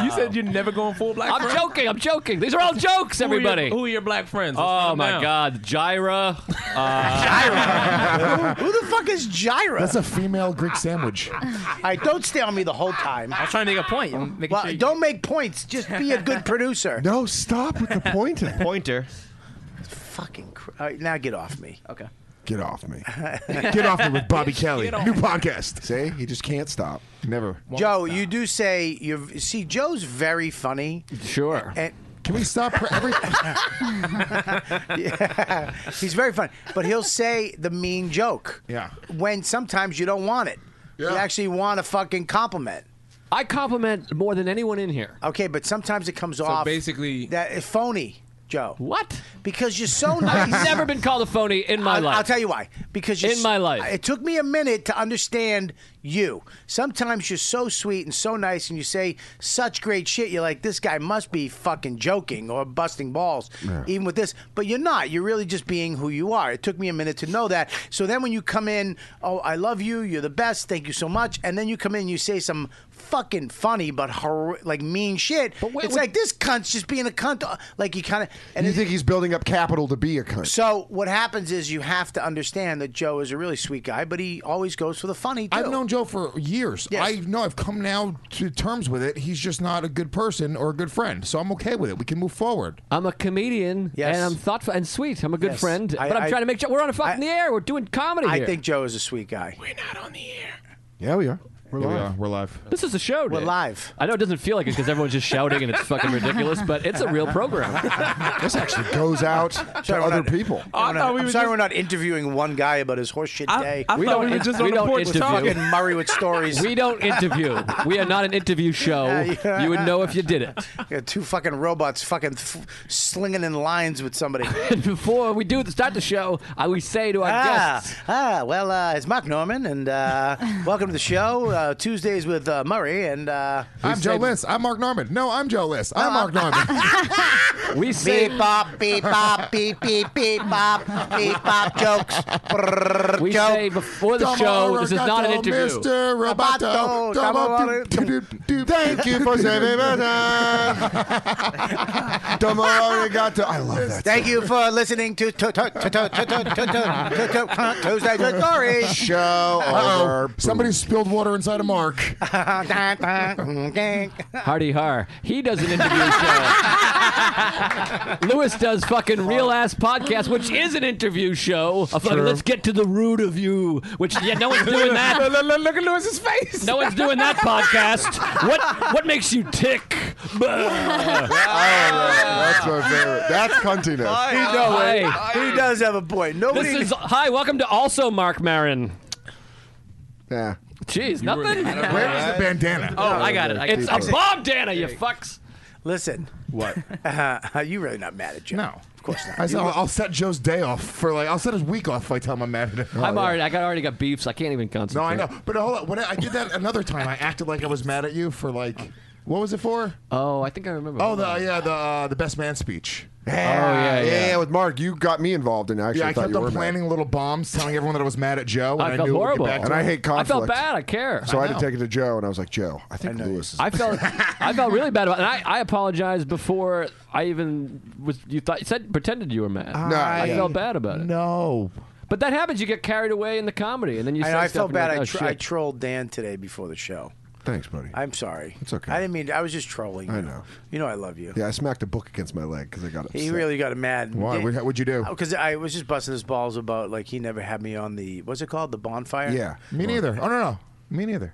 you said you're never going full black. I'm joking. I'm joking. These are all jokes, Who are your- everybody. who are your black friends? Let's Oh find my out. God, uh, Gyra. Gyra. who, who the fuck is Gyra? That's a female Greek sandwich. All right, don't stay on me the whole time. I was trying to make a point. well, sure you- don't make points. Just be a good producer. No, stop with the pointer. pointer. Fucking. Cr- all right, now get off me. Okay. Get off me. Get off me with Bobby Kelly. Get off New me. podcast. See? He just can't stop. Never. Joe, you do say you see Joe's very funny. Sure. And can we stop for every? yeah, he's very funny, but he'll say the mean joke. Yeah. When sometimes you don't want it. You actually want a fucking compliment. I compliment more than anyone in here. Okay, but sometimes it comes So off basically, that it's phony, Joe. What? Because you're so I've nice. never been called a phony in my I'll, life. I'll tell you why. Because you're In s- my life. it took me a minute to understand you. Sometimes you're so sweet and so nice, and you say such great shit. You're like, this guy must be fucking joking or busting balls, Yeah. even with this. But you're not. You're really just being who you are. It took me a minute to know that. So then when you come in, oh, I love you. You're the best. Thank you so much. And then you come in, you say some fucking funny but hor- like mean shit. But it's like this cunt's just being a cunt. uh, Like you kind of and And you it- think he's building up capital to be a cunt? so what happens is you have to understand that Joe is a really sweet guy, but he always goes for the funny too. I've known Joe for years. I know I've come now to terms with it. He's just not a good person or a good friend, so I'm okay with it. We can move forward. I'm a comedian, Yes. and I'm thoughtful and sweet. I'm a good Yes. friend, I- but I'm I- trying to make sure we're on a fucking the air. We're doing comedy I here. think Joe is a sweet guy. Yeah, we are. We're live. We are. We're live. This is a show. We're live. I know it doesn't feel like it because everyone's just shouting and it's fucking ridiculous, but it's a real program. this actually goes out to we're other not- people. I am sorry we're not interviewing one guy about his horseshit day. I We thought don't we were in- just we on the don't porch interview. talking. fucking Murray with stories. We don't interview. We are not an interview show. Yeah. You would know if you did it. Yeah, two fucking robots fucking f- slinging in lines with somebody. And before we do start the show, I we say to our ah, guests, ah, well, uh, it's Mark Norman, and uh, welcome to the show. Uh, Tuesdays with uh, Murray, and uh, I'm Joe Liss. I'm Mark Norman. No, I'm Joe Liss. I'm Mark Norman. we say- beep bop, beep bop, beep beep beep bop, beep bop jokes. Brrr, We joke. say before the show, this is not an interview. Mr. Roboto. Roboto. Thank you for saving my time. Tomorrow we got to. I love that. Thank you for listening to to- to- to- to- to- to- to- to- to- Tuesdays with Murray. Show Uh-oh. Somebody spilled water inside of Mark. Hardy Har. He does an interview show. Lewis does fucking real ass podcast, which is an interview show. A fucking, True. let's get to the root of you. Which yeah, no one's doing that. look, look- look at Lewis's face. No one's doing that podcast. What what makes you tick? Oh, That's my favorite. That's cuntiness. He know it. Hi. He does have a point. Nobody. This is hi. Welcome to also Mark Marin. Yeah. Jeez, nothing. Where is the bandana? Oh, I got it. I got It's it. a bandana, you fucks. Listen. What? Uh, you really not mad at Joe? No. of course not. I said, You- I'll, I'll set Joe's day off for like I'll set his week off if I tell him I'm mad at Oh, him. I'm Oh, already. I got already got beefs. I can't even No, concentrate. I know. But hold on. When I, I did that another time, I acted like I was mad at you for like what was it for? Oh, I think I remember. Oh, the yeah, the uh, the best man speech. yeah, With Mark, you got me involved in. it. I Actually, yeah, I thought kept you were on mad. planning little bombs, telling everyone that I was mad at Joe. And I I, felt knew horrible. It would get back to and I him. hate conflict. I felt bad. I care. So I, had know. to take it to Joe, and I was like, Joe, I think Lewis is. I felt I felt really bad about it. And I, I apologized before I even was you thought you said pretended you were mad. No, I, I- felt bad about it. No. But that happens, you get carried away in the comedy and then you I, say know, I stuff felt and you're bad. I, Like, oh, tr- I shit. trolled Dan today before the show. Thanks, buddy. I'm sorry. It's okay. I didn't mean. I was just trolling. You. I know. You know I love you. Yeah, I smacked a book against my leg because I got upset. He really got mad. Why? What- What'd you do? Because I was just busting his balls about like he never had me on the what's it called the bonfire. Yeah. Me neither. Oh no, no, me neither.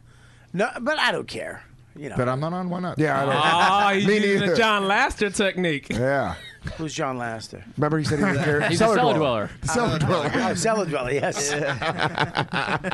No, but I don't care. You know. But I'm not on. Why not? Yeah, I Ah, he's Me using the neither. John Laster technique. Yeah. Who's John Laster? Remember, he said he was a gar- He's a cellar dweller. The cellar dweller. Oh, cellar dweller, yes.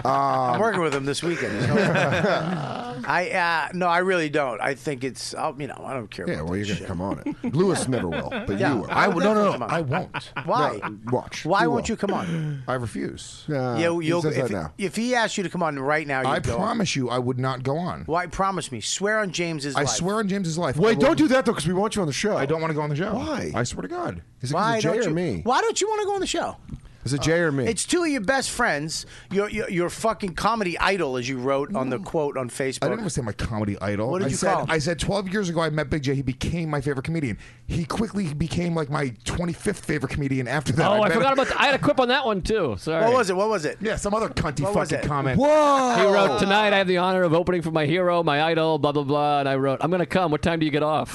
Um, I'm working with him this weekend. There's no- I uh, no, I really don't. I think it's I'll, you know I don't care. Yeah, about well, you're gonna that shit. come on it. Lewis never will, but Yeah, you will. I I will no, no, definitely no, come on. I won't. Why? No, watch. Why You won't will. you come on? I refuse. yeah, Uh, he you'll, says if, that now. if he asked you to come on right now, you I go promise you, I would not go on. Why? Promise me. Swear on James's I life. swear on James's life. Wait, don't do that though, because we want you on the show. I don't want to go on the show. Why? I swear to God. Is it 'cause Why of Jay don't or you? me? Why don't you want to go on the show? Is it Jay or me? It's two of your best friends. Your your, your fucking comedy idol, as you wrote on the quote on Facebook. I didn't want to say my comedy idol. What did I you said, call him? I said 12 years ago I met Big J. He became my favorite comedian. He quickly became like my 25th favorite comedian after that. Oh, I met him- forgot about. th- I had a quip on that one too. Sorry. What was it? What was it? Yeah, some other cunty What was fucking it? comment. He wrote, Tonight I have the honor of opening for my hero, my idol, blah, blah, blah. And I wrote, I'm going to come. What time do you get off?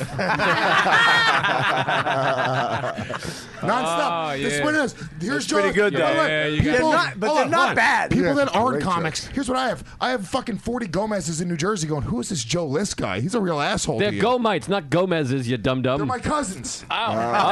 Nonstop. Oh, This yeah. one is. Here's That's pretty John's- good, Hold though. on. Yeah, you got it. They're not- but hold they're on, not hold on. bad. People Yeah, that aren't great comics. Here's what I have. I have fucking 40 Gomez's in New Jersey going, who is this Joe List guy? He's a real asshole. They're to you." Gomites, not Gomez's, you dum They're dum. my cousins. Oh.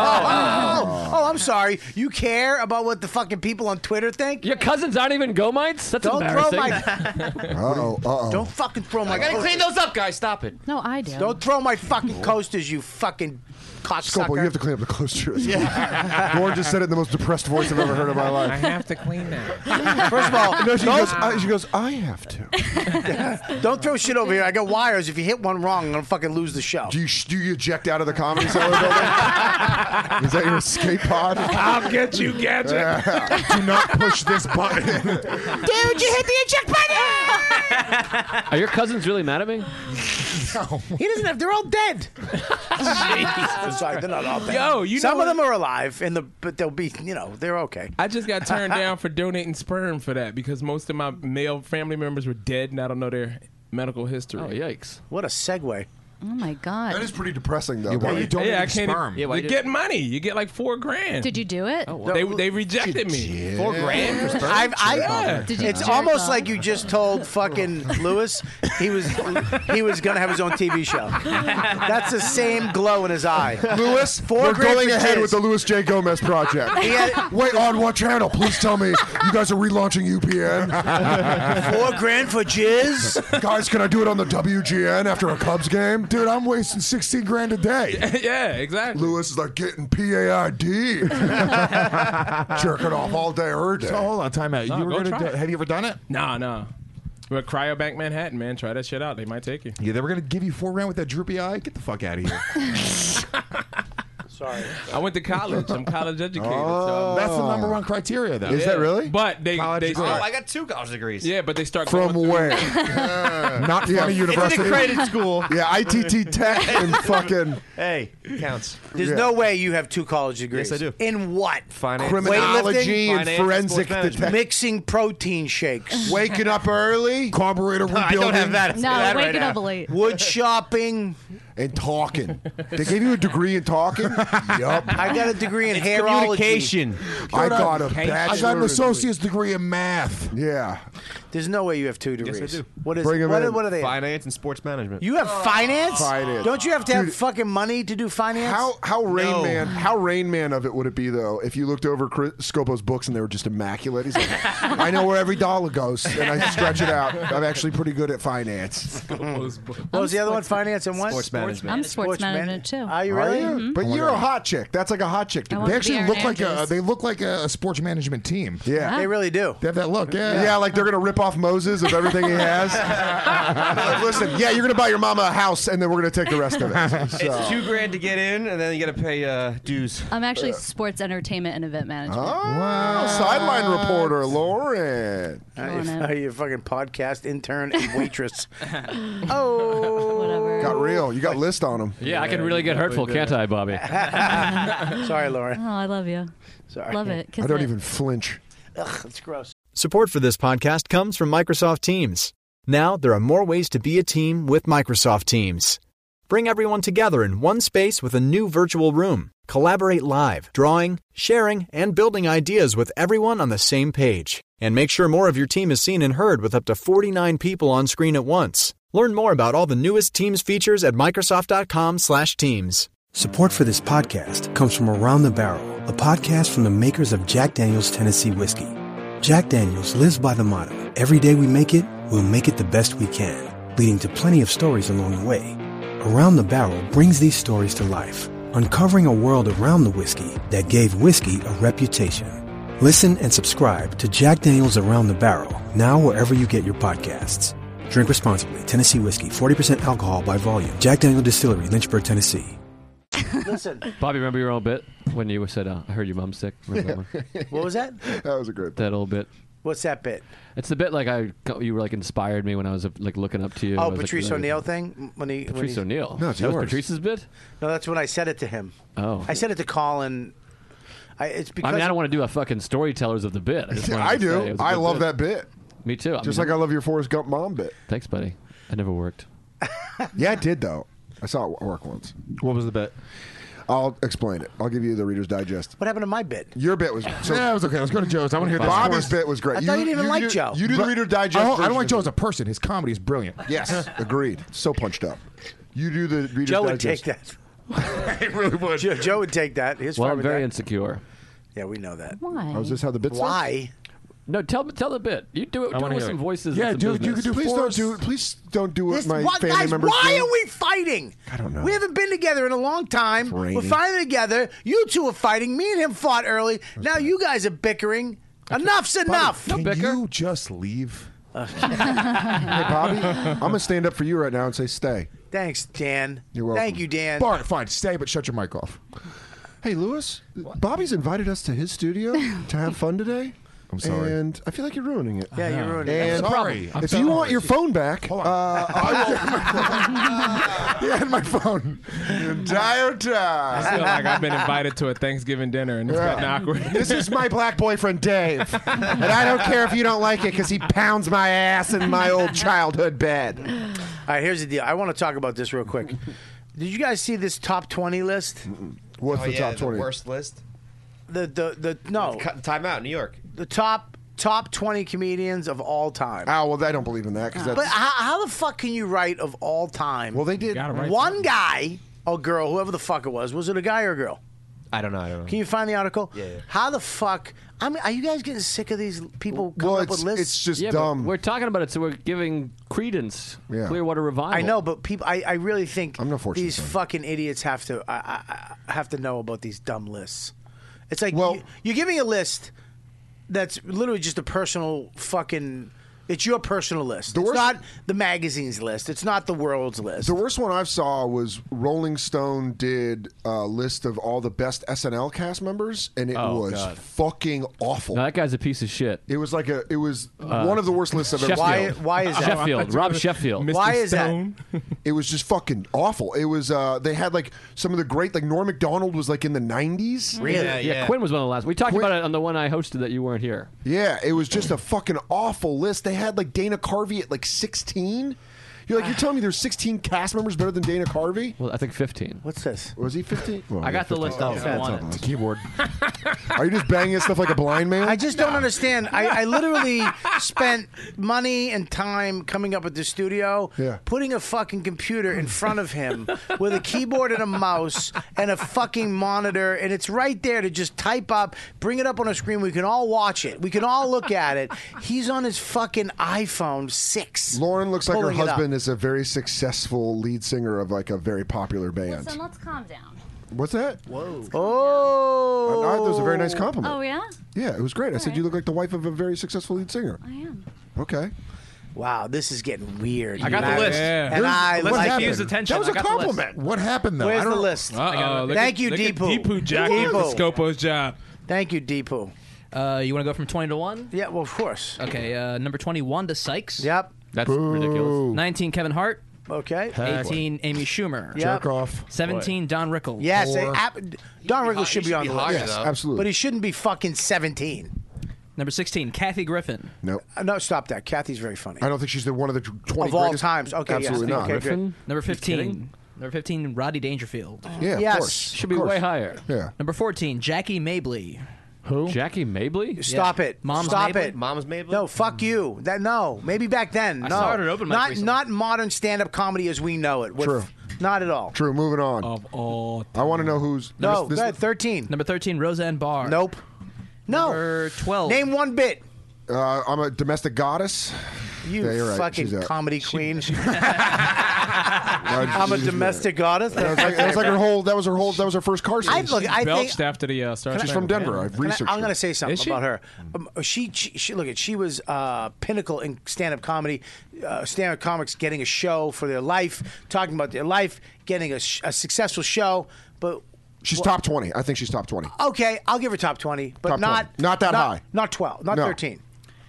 Oh, oh, I'm sorry. You care about what the fucking people on Twitter think? Your cousins aren't even Gomites? That's Don't throw embarrassing. my Uh-oh, uh-oh. Don't fucking throw my I gotta clean coasters. those up, guys. Stop it. No, I do. Don't throw my fucking coasters, you fucking cocksucker. Scopo, you have to clean up the closure. Yeah. Lauren just said it in the most depressed voice I've ever heard in my life. I have to clean that. First of all, no, she don't- goes. I, she goes. uh, I have to. Don't throw shit over here. I got wires. If you hit one wrong, I'm gonna fucking lose the show. Do you do you eject out of the comedy cellar building? Is that your escape pod? I'll get you, Gadget. Do not push this button. Dude, you hit the eject button! Are your cousins really mad at me? He doesn't have. They're all dead. I'm sorry, they're not all dead. Yo, you some know of them are alive, and the but they'll be. You know, they're okay. I just got turned down for donating sperm for that because most of my male family members were dead and I don't know their medical history. Oh, yikes. What a segue. Oh my god. That is pretty depressing, though. why are you donating sperm? Yeah, Yeah, why you did- get money. You get like four grand. Did you do it? Oh, They, they rejected me. Four grand for sperm? I've, I, Yeah. Did you it's jerk almost off? like you just told fucking Lewis he was he was gonna have his own TV show. That's the same glow in his eye. Lewis, we Four we're grand going for ahead jizz. with the Louis J. Gomez project. He had- Wait, on what channel? Please tell me you guys are relaunching UPN. Four grand for jizz? guys, can I do it on the WGN after a Cubs game? Dude, I'm wasting 16 grand a day. yeah, exactly. Lewis is like getting PAID, jerking off all day, every day. So hold on, time out. No, you were go gonna try do- it. have you ever done it? Nah, nah. We're at Cryobank Manhattan, man. Try that shit out. They might take you. Yeah, they were gonna give you four grand with that droopy eye. Get the fuck out of here. Sorry. I went to college. I'm college educated. so Oh. That's the number one criteria, though. Yeah. But they, they degree. start- Oh, I got two college degrees. Yeah, but they start From going through- where? Not Yeah. from a university. school. Yeah, ITT Tech and fucking Hey, counts. There's Yeah. no way you have two college degrees. Yes, I do. In what? Finance. criminology and Finance, forensic sports management. detective. Mixing protein shakes. Waking up early, carburetor No, I don't have that. No, That right waking now. up late. Wood shopping. and talking. They gave you a degree in talking. yup. I got a degree in It's hairology. communication. I got a I got an bachelor's. associate's degree in math. yeah. There's no way you have two degrees. do. What is? Bring 'em What, in. what are they? Finance and sports management. You have finance? Finance. Don't you have to have fucking money to do finance? How how Rain No. Man how Rain Man of it would it be though if you looked over Chris, Scopo's books and they were just immaculate? He's like, I know where every dollar goes and I stretch it out. I'm actually pretty good at finance. Mm. What was the other one? Finance and what? Sports management. I'm sports management too. Are you Are really? you? But you're a hot chick. That's like a hot chick. to I me. want They to actually be look Aaron like a Andrews. they look like a sports management team. Yeah. They really do. They have that look. Yeah. Yeah, like they're gonna rip off Moses of everything he has. Like, Listen, yeah, you're gonna buy your mama a house, and then we're gonna take the rest of it. It's So. two grand to get in, and then you got to pay uh, dues. I'm actually sports entertainment and event management. Oh, sideline reporter Lauren. Are you, are you a fucking podcast intern and waitress? Oh. Got real. You got list on him. Yeah, I can really get hurtful, can't I, Bobby? Sorry, Laura. Oh, I love you. Sorry. Love it. Kiss I don't it. even flinch. Ugh, it's gross. Support for this podcast comes from Microsoft Teams. Now, there are more ways to be a team with Microsoft Teams. Bring everyone together in one space with a new virtual room. Collaborate live, drawing, sharing, and building ideas with everyone on the same page. And make sure more of your team is seen and heard with up to 49 people on screen at once. Learn more about all the newest Teams features at Microsoft.com/Teams. Support for this podcast comes from Around the Barrel, a podcast from the makers of Jack Daniels Tennessee Whiskey. Jack Daniels lives by the motto every day we make it, we'll make it the best we can, leading to plenty of stories along the way. Around the Barrel brings these stories to life, uncovering a world around the whiskey that gave whiskey a reputation. Listen and subscribe to Jack Daniels Around the Barrel, now wherever you get your podcasts. Drink responsibly. Tennessee Whiskey, 40% alcohol by volume. Jack Daniel Distillery, Lynchburg, Tennessee. Listen. Bobby, remember your old bit when you said, uh, "I heard your mom's sick." Remember that one? What was that? That was a great. That old bit. What's that bit? It's the bit like I you were like inspired me when I was like looking up to you. I Oh, was, like, Patrice really- O'Neill thing. When he, when Patrice he- O'Neill. No, it's That was yours. Patrice's bit. No, that's when I said it to him. Oh. I said it to Colin. I, it's because I mean, I don't want to do a fucking storytellers of the bit. I, just wanted I to say it do. was a I good love that bit. Me too. I Just mean, like I love your Forrest Gump mom bit. Thanks, buddy. I never worked. yeah, I did though. I saw it work once. What was the bit? I'll explain it. I'll give you the Reader's Digest. What happened to my bit? Your bit was so. Yeah, it was okay. Let's go to Joe's. I want to hear the Bobby's Forrest- bit was great. do- You do the But- Reader Digest. I don't, I don't version like of Joe it. as a person. His comedy is brilliant. Yes, agreed. So punched up. You do the Reader's Joe would take Digest. that. I really would. Joe, Joe would take that. He's Well, fine I'm with very that. insecure. Yeah, we know that. Why? Oh, is this how the bit sounds? Why? No, tell tell the bit. You do it. I Do it wanna with hear some it. voices. Yeah, and do some it. You could business. do Please don't do it. Please don't do it. This- my what- family guys, members. why do. are we fighting? I don't know. We haven't been together in a long time. Rainy. We're finally together. You two are fighting. Me and him fought early. now you guys are bickering. Enough's enough. Can you just leave? Uh. hey, Bobby, I'm gonna stand up for you right now and say stay. Thanks, Dan. You're welcome. Thank you, Dan. All right, fine, stay, but shut your mic off. Hey, Lewis, Bobby's invited us to his studio to have fun today. I'm sorry. And I feel like you're ruining it. Yeah, you're ruining it. And I'm sorry. I'm If sorry. you want your phone back, uh, I will. and my phone. entire time. I feel like I've been invited to a Thanksgiving dinner and it's Yeah. gotten awkward. This is my black boyfriend Dave, and I don't care if you don't like it because he pounds my ass in my old childhood bed. right, here's the deal. I want to talk about this real quick. Did you guys see this top twenty list? What's Oh, yeah, The worst list. The the the no Cut- Time out, New York. the top top twenty comedians of all time. Oh well, I don't believe in that because that's. But how, how the fuck can you write of all time? Well, they did. Gotta write One guy or girl, whoever the fuck it was, was it a guy or a girl? I don't know. I don't Can you find the article? Yeah, yeah. How the fuck? I mean, are you guys getting sick of these people coming up with lists? Yeah, but We're talking about it, so we're giving credence. Yeah. Clearwater Revival. I know, but people, I, I really think these fan. fucking idiots have to I, I, I have to know about these dumb lists. It's like you, you give me a list that's literally just a personal fucking. It's your personal list. it's not the magazine's list. It's not the world's list. The worst one I saw was Rolling Stone did a list of all the best SNL cast members, and it Oh, was God. fucking awful. No, that guy's a piece of shit. It was like a. It was one of the worst lists I've ever. Uh, Sheffield. seen. Sheffield. Rob Sheffield. that? it was just fucking awful. It was. uh They had like some of the great. Like Norm Macdonald was like in the nineties. Yeah, Quinn was one of the last. We talked about it on the one I hosted that you weren't here. Yeah, it was just a fucking awful list. They had like Dana Carvey at like sixteen. You're like, you're telling me there's 16 cast members better than Dana Carvey? Well, I think 15. What's this? Was he 15? I got the list up. I want it. keyboard. Are you just banging stuff like a blind man? I just don't understand. I, I literally spent money and time coming up at the studio, Yeah. putting a fucking computer in front of him with a keyboard and a mouse and a fucking monitor, and it's right there to just type up, bring it up on a screen. We can all watch it. We can all look at it. He's on his fucking iPhone six. Lauren looks like her pulling it up. husband is a very successful lead singer of like a very popular band. Listen, let's calm down. What's that? Whoa. Oh. I, I, that was a very nice compliment. Oh, yeah? Yeah, it was great. I said you look like the wife of a very successful lead singer. I am. Okay. Wow, this is getting weird. I got the And list. And Here's- I let's like diffuse it. the tension. That was I a got the list. compliment. What happened though? Where's I don't the list? Uh-oh, look Thank at- you, look at Deepu. Deepu jacking up the Scopo's job. Thank you, Deepu. Uh, you want to go from 20 to 1? Yeah, well, of course. Okay, uh, number 20, Wanda Sykes. Yep. That's ridiculous. 19, Kevin Hart. Okay. Heck. 18, Amy Schumer. Yep. Jerk off. 17, Don Rickles. Yes, eh, ab- Don Rickles should be on the list. But he sh- shouldn't be fucking 17. number 16, Kathy Griffin. Nope. Uh, no, stop that. Kathy's very funny. I don't think she's the one of the tw- 20 Of all greatest- times. Okay, yes. Absolutely not. Okay, Griffin? Number You kidding? 15, number 15, Roddy Dangerfield. Yeah, of Yes. course. Should be Of course. way higher. Yeah. Number 14, Jackie Mabley. Who? Jackie Mabley? Stop it. Mom's Stop Mabley? it. Mom's Mabel. No, fuck you. That no. Maybe back then. I no. started open mic not recently. not modern stand up comedy as we know it. With True. Not at all. True. Moving on. Of all. I want to know who's. No, this- go ahead, 13. Number 13, Roseanne Barr. Nope. No. Number 12. Name one bit. Uh, I'm a domestic goddess. You Yeah, you're right. fucking She's out. comedy queen. No, I'm a she's- domestic goddess. That was, like, that was like her whole. That was her whole. That was her first car. I scene. look. I think Belched after the uh, Star Can I- Trek from event. Denver. I've Can researched. I, am going to say Is something she? about her. Um, she, she, she, look at, she was uh, pinnacle in stand-up comedy. Uh, stand-up comics getting a show for their life, talking about their life, getting a, sh- a successful show. But She's wha- top twenty. I think she's top twenty. Okay, I'll give her top twenty, but Top not 20. Not that high. Not twelve. Not No. thirteen.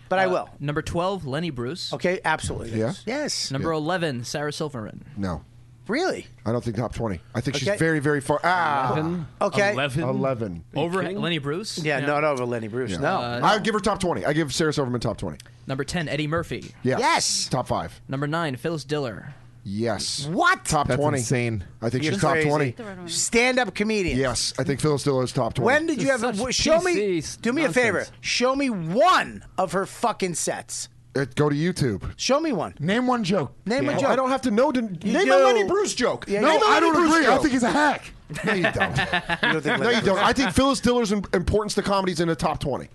But I will. Number 12, Lenny Bruce. Okay, absolutely. Yeah? Yes. Number 11, Sarah Silverman. No, Really? I don't think top twenty. I think Okay. she's very, very far. Ah, Eleven. Okay. Eleven. Eleven. Over Lenny Bruce? Yeah, not over Lenny Bruce. Yeah. No. Uh, I would give her top twenty. I give Sarah Silverman top twenty. Number 10, Eddie Murphy. Yeah. Top five. Number 9, Phyllis Diller. Yes. What? Top That's twenty. insane. I think You're she's top crazy. twenty. Stand-up comedian. Yes, I think Phyllis Diller is top twenty. When did you ever w- show me? Do me a favor. Show me one of her fucking sets. It, Uh, go to YouTube. Show me one. Name one joke. Name a Yeah. joke. I don't have to know. To, name do. a Lenny Bruce joke. Yeah, no, you do. I don't Lenny Bruce agree. I joke. think he's a hack. No, you don't. You don't think no, Lenny you Bruce- don't. I think Phyllis Diller's im- importance to comedy is in the top twenty.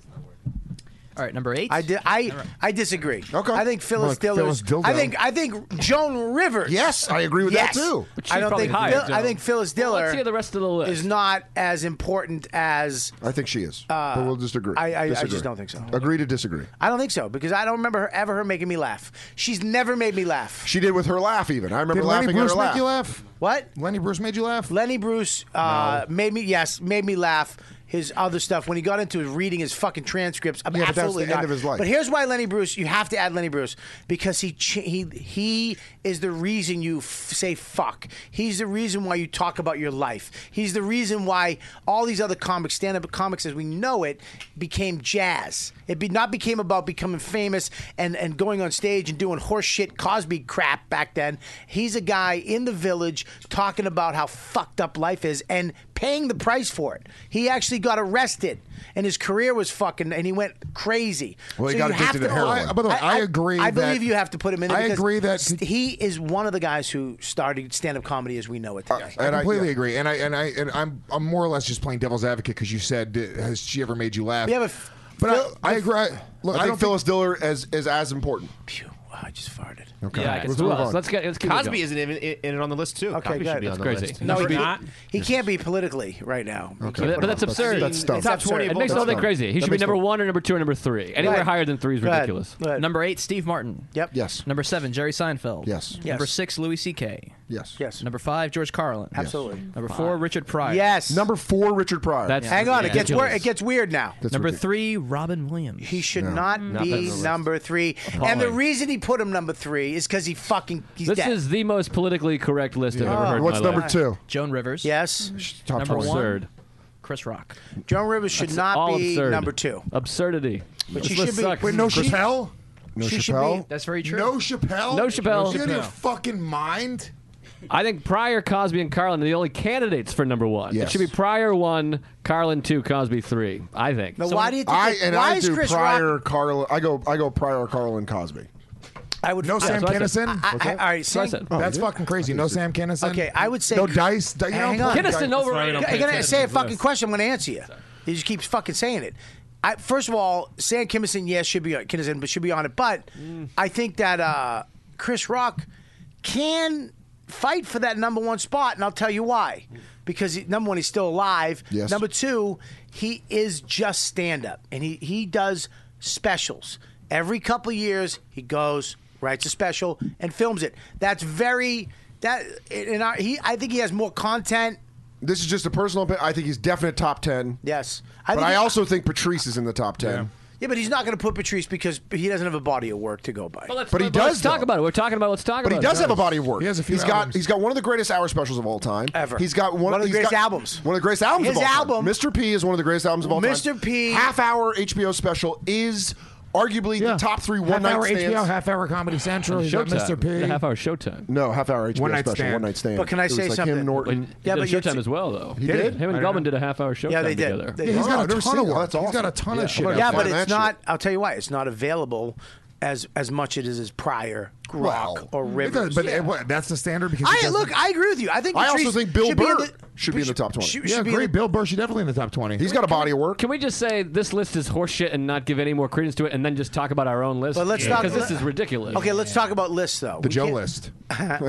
All right, number 8. I di- I I disagree. Okay. I think Phyllis Look, Diller. Phyllis Dildo. I think I think Joan Rivers. Yes, I agree with that Yes. too. But she's I don't probably think higher, Phil- I Joan. think Phyllis Diller. let's hear the rest of the list. Is not as important as I think she is, Uh, but we'll disagree. I- I- I just disagree. don't think so. Agree to disagree. I don't think so because I don't remember her ever her making me laugh. She's never made me laugh. She did with her laugh. Even I remember Did laughing Lenny Bruce at her make laugh. you laugh? What? Lenny Bruce made you laugh? Lenny Bruce uh, made me yes made me laugh. His other stuff when he got into reading his fucking transcripts, I'm Yeah, but that was absolutely the end not. of his life. But here's why Lenny Bruce, you have to add Lenny Bruce because he ch- he he is the reason you f- say fuck. He's the reason why you talk about your life. He's the reason why all these other comics, stand-up comics as we know it, became jazz. It be, not became about becoming famous and and going on stage and doing horse shit Cosby crap back then. He's a guy in the village talking about how fucked up life is and paying the price for it. He actually got arrested and his career was fucking and he went crazy. Well, he So got you addicted have to heroin. I- I- by the way, I agree I that- believe you have to put him in. there I because agree that- st- he is one of the guys who started stand-up comedy as we know it today. I completely agree, Uh, and I and I and I'm I'm more or less just playing devil's advocate because you said uh, has she ever made you laugh? Yeah, but but I, I agree. I, look, I, I, think don't Phyllis Diller is is as important. I just farted. Okay. Yeah, I guess- who else? Let's get- let's keep it Cosby going. isn't even in, in it on the list too. Okay, Cosby good. should be on the list. No, he, Number- can't- he can't be politically right now. We Okay. can't But, put but that's him- absurd. It's absurd. It makes all that crazy. He should be number one or number two or number three. Anywhere Right. higher than three is Go ahead. ridiculous. Number 8, Steve Martin. Yep. Yes. Number 7, Jerry Seinfeld. Yes. Yes. Number 6, Louis C.K. Yes. Yes. Number 5, George Carlin. Absolutely. Number 4, Richard Pryor. Yes. Number four, Richard Pryor. That's Hang on, it gets wor- ridiculous. it gets weird now. number 3, Robin Williams. He should not be number three. And the Appalling. reason he put him number three is because he fucking he's This dead. is the most politically correct list I've ever heard. in my life. Joan Rivers. Yes. number one. one, Chris Rock. Joan Rivers should That's not all be absurd. number two. Absurdity. But This she list should be- sucks. wait, no, Chris- she- Chappelle? No she Chappelle? Should be, That's very true. No Chappelle. No Chappelle. You out of your Chappelle. fucking mind? I think Pryor, Cosby, and Carlin are the only candidates for number one. It Yes. should be Pryor one, Carlin two, Cosby three. I think. Now, why do you think? I that- and why I is do Chris Rock? Pryor, Carl. I go I go Pryor, Carl, and Cosby. I would No I- Sam that's what I said. Kinison. I- I- all right, Sam- That's fucking crazy. No Sam Kinison. Okay, I would say no dice. Di- you Hang know, on. fucking Dice- I'm gonna say a fucking question. I'm gonna answer you. You just keep fucking saying it. I, first of all, Sam Kimison, yes, should be on Kinison, but should be on it. But I think that uh, Chris Rock can fight for that number one spot, and I'll tell you why. Because he- number one, he's still alive. Yes. Number two, he is just stand up, and he he does specials every couple of years. He goes writes a special and films it. That's very that in our he. I think he has more content. This is just a personal opinion. I think he's definite top ten. Yes, but think I he- also think Patrice is in the top ten. Yeah, but he's not going to put Patrice because he doesn't have a body of work to go by. But he Let's does talk though. about it. We're talking about. Let's talk But about. he it. does have a body of work. He has a few He's albums. got he's got one of the greatest hour specials of all time Ever. He's got one, One of the he's greatest got- albums. One of the greatest albums. His of all album. Time. Mr. P is one of the greatest albums of all time. Mr. P. half hour HBO special is arguably the top three one half night hour stands. HBO, half hour Comedy Central. You got Mr. P. hour Showtime. No, half hour HBO One night special, stand. one night stand. But can I It was say like something? Him, Norton. Yeah, Yeah, but but you- Showtime as well, though. He Did did? he? Him I and don't Goblin did a half-hour Showtime Yeah, they did. together. They- Yeah, he's Oh, got I've a ton never seen of that. work. He's got a ton of shit. yeah, out but there. it's not. I'll tell you why. It's not available as as much as it is prior rock Well, or it rivers. does- but it- what, that's the standard because it I doesn't- look. I agree with you. I think I Latrice also think Bill should be in Burr the- should be in the top twenty. should- yeah, should be in agree. the- Bill Burr should definitely in the top twenty. He's got a body of work. Can we just say this list is horseshit and not give any more credence to it, and then just talk about our own list? But let's because not- this is ridiculous. Okay, let's talk about lists though. The Joe can't- list.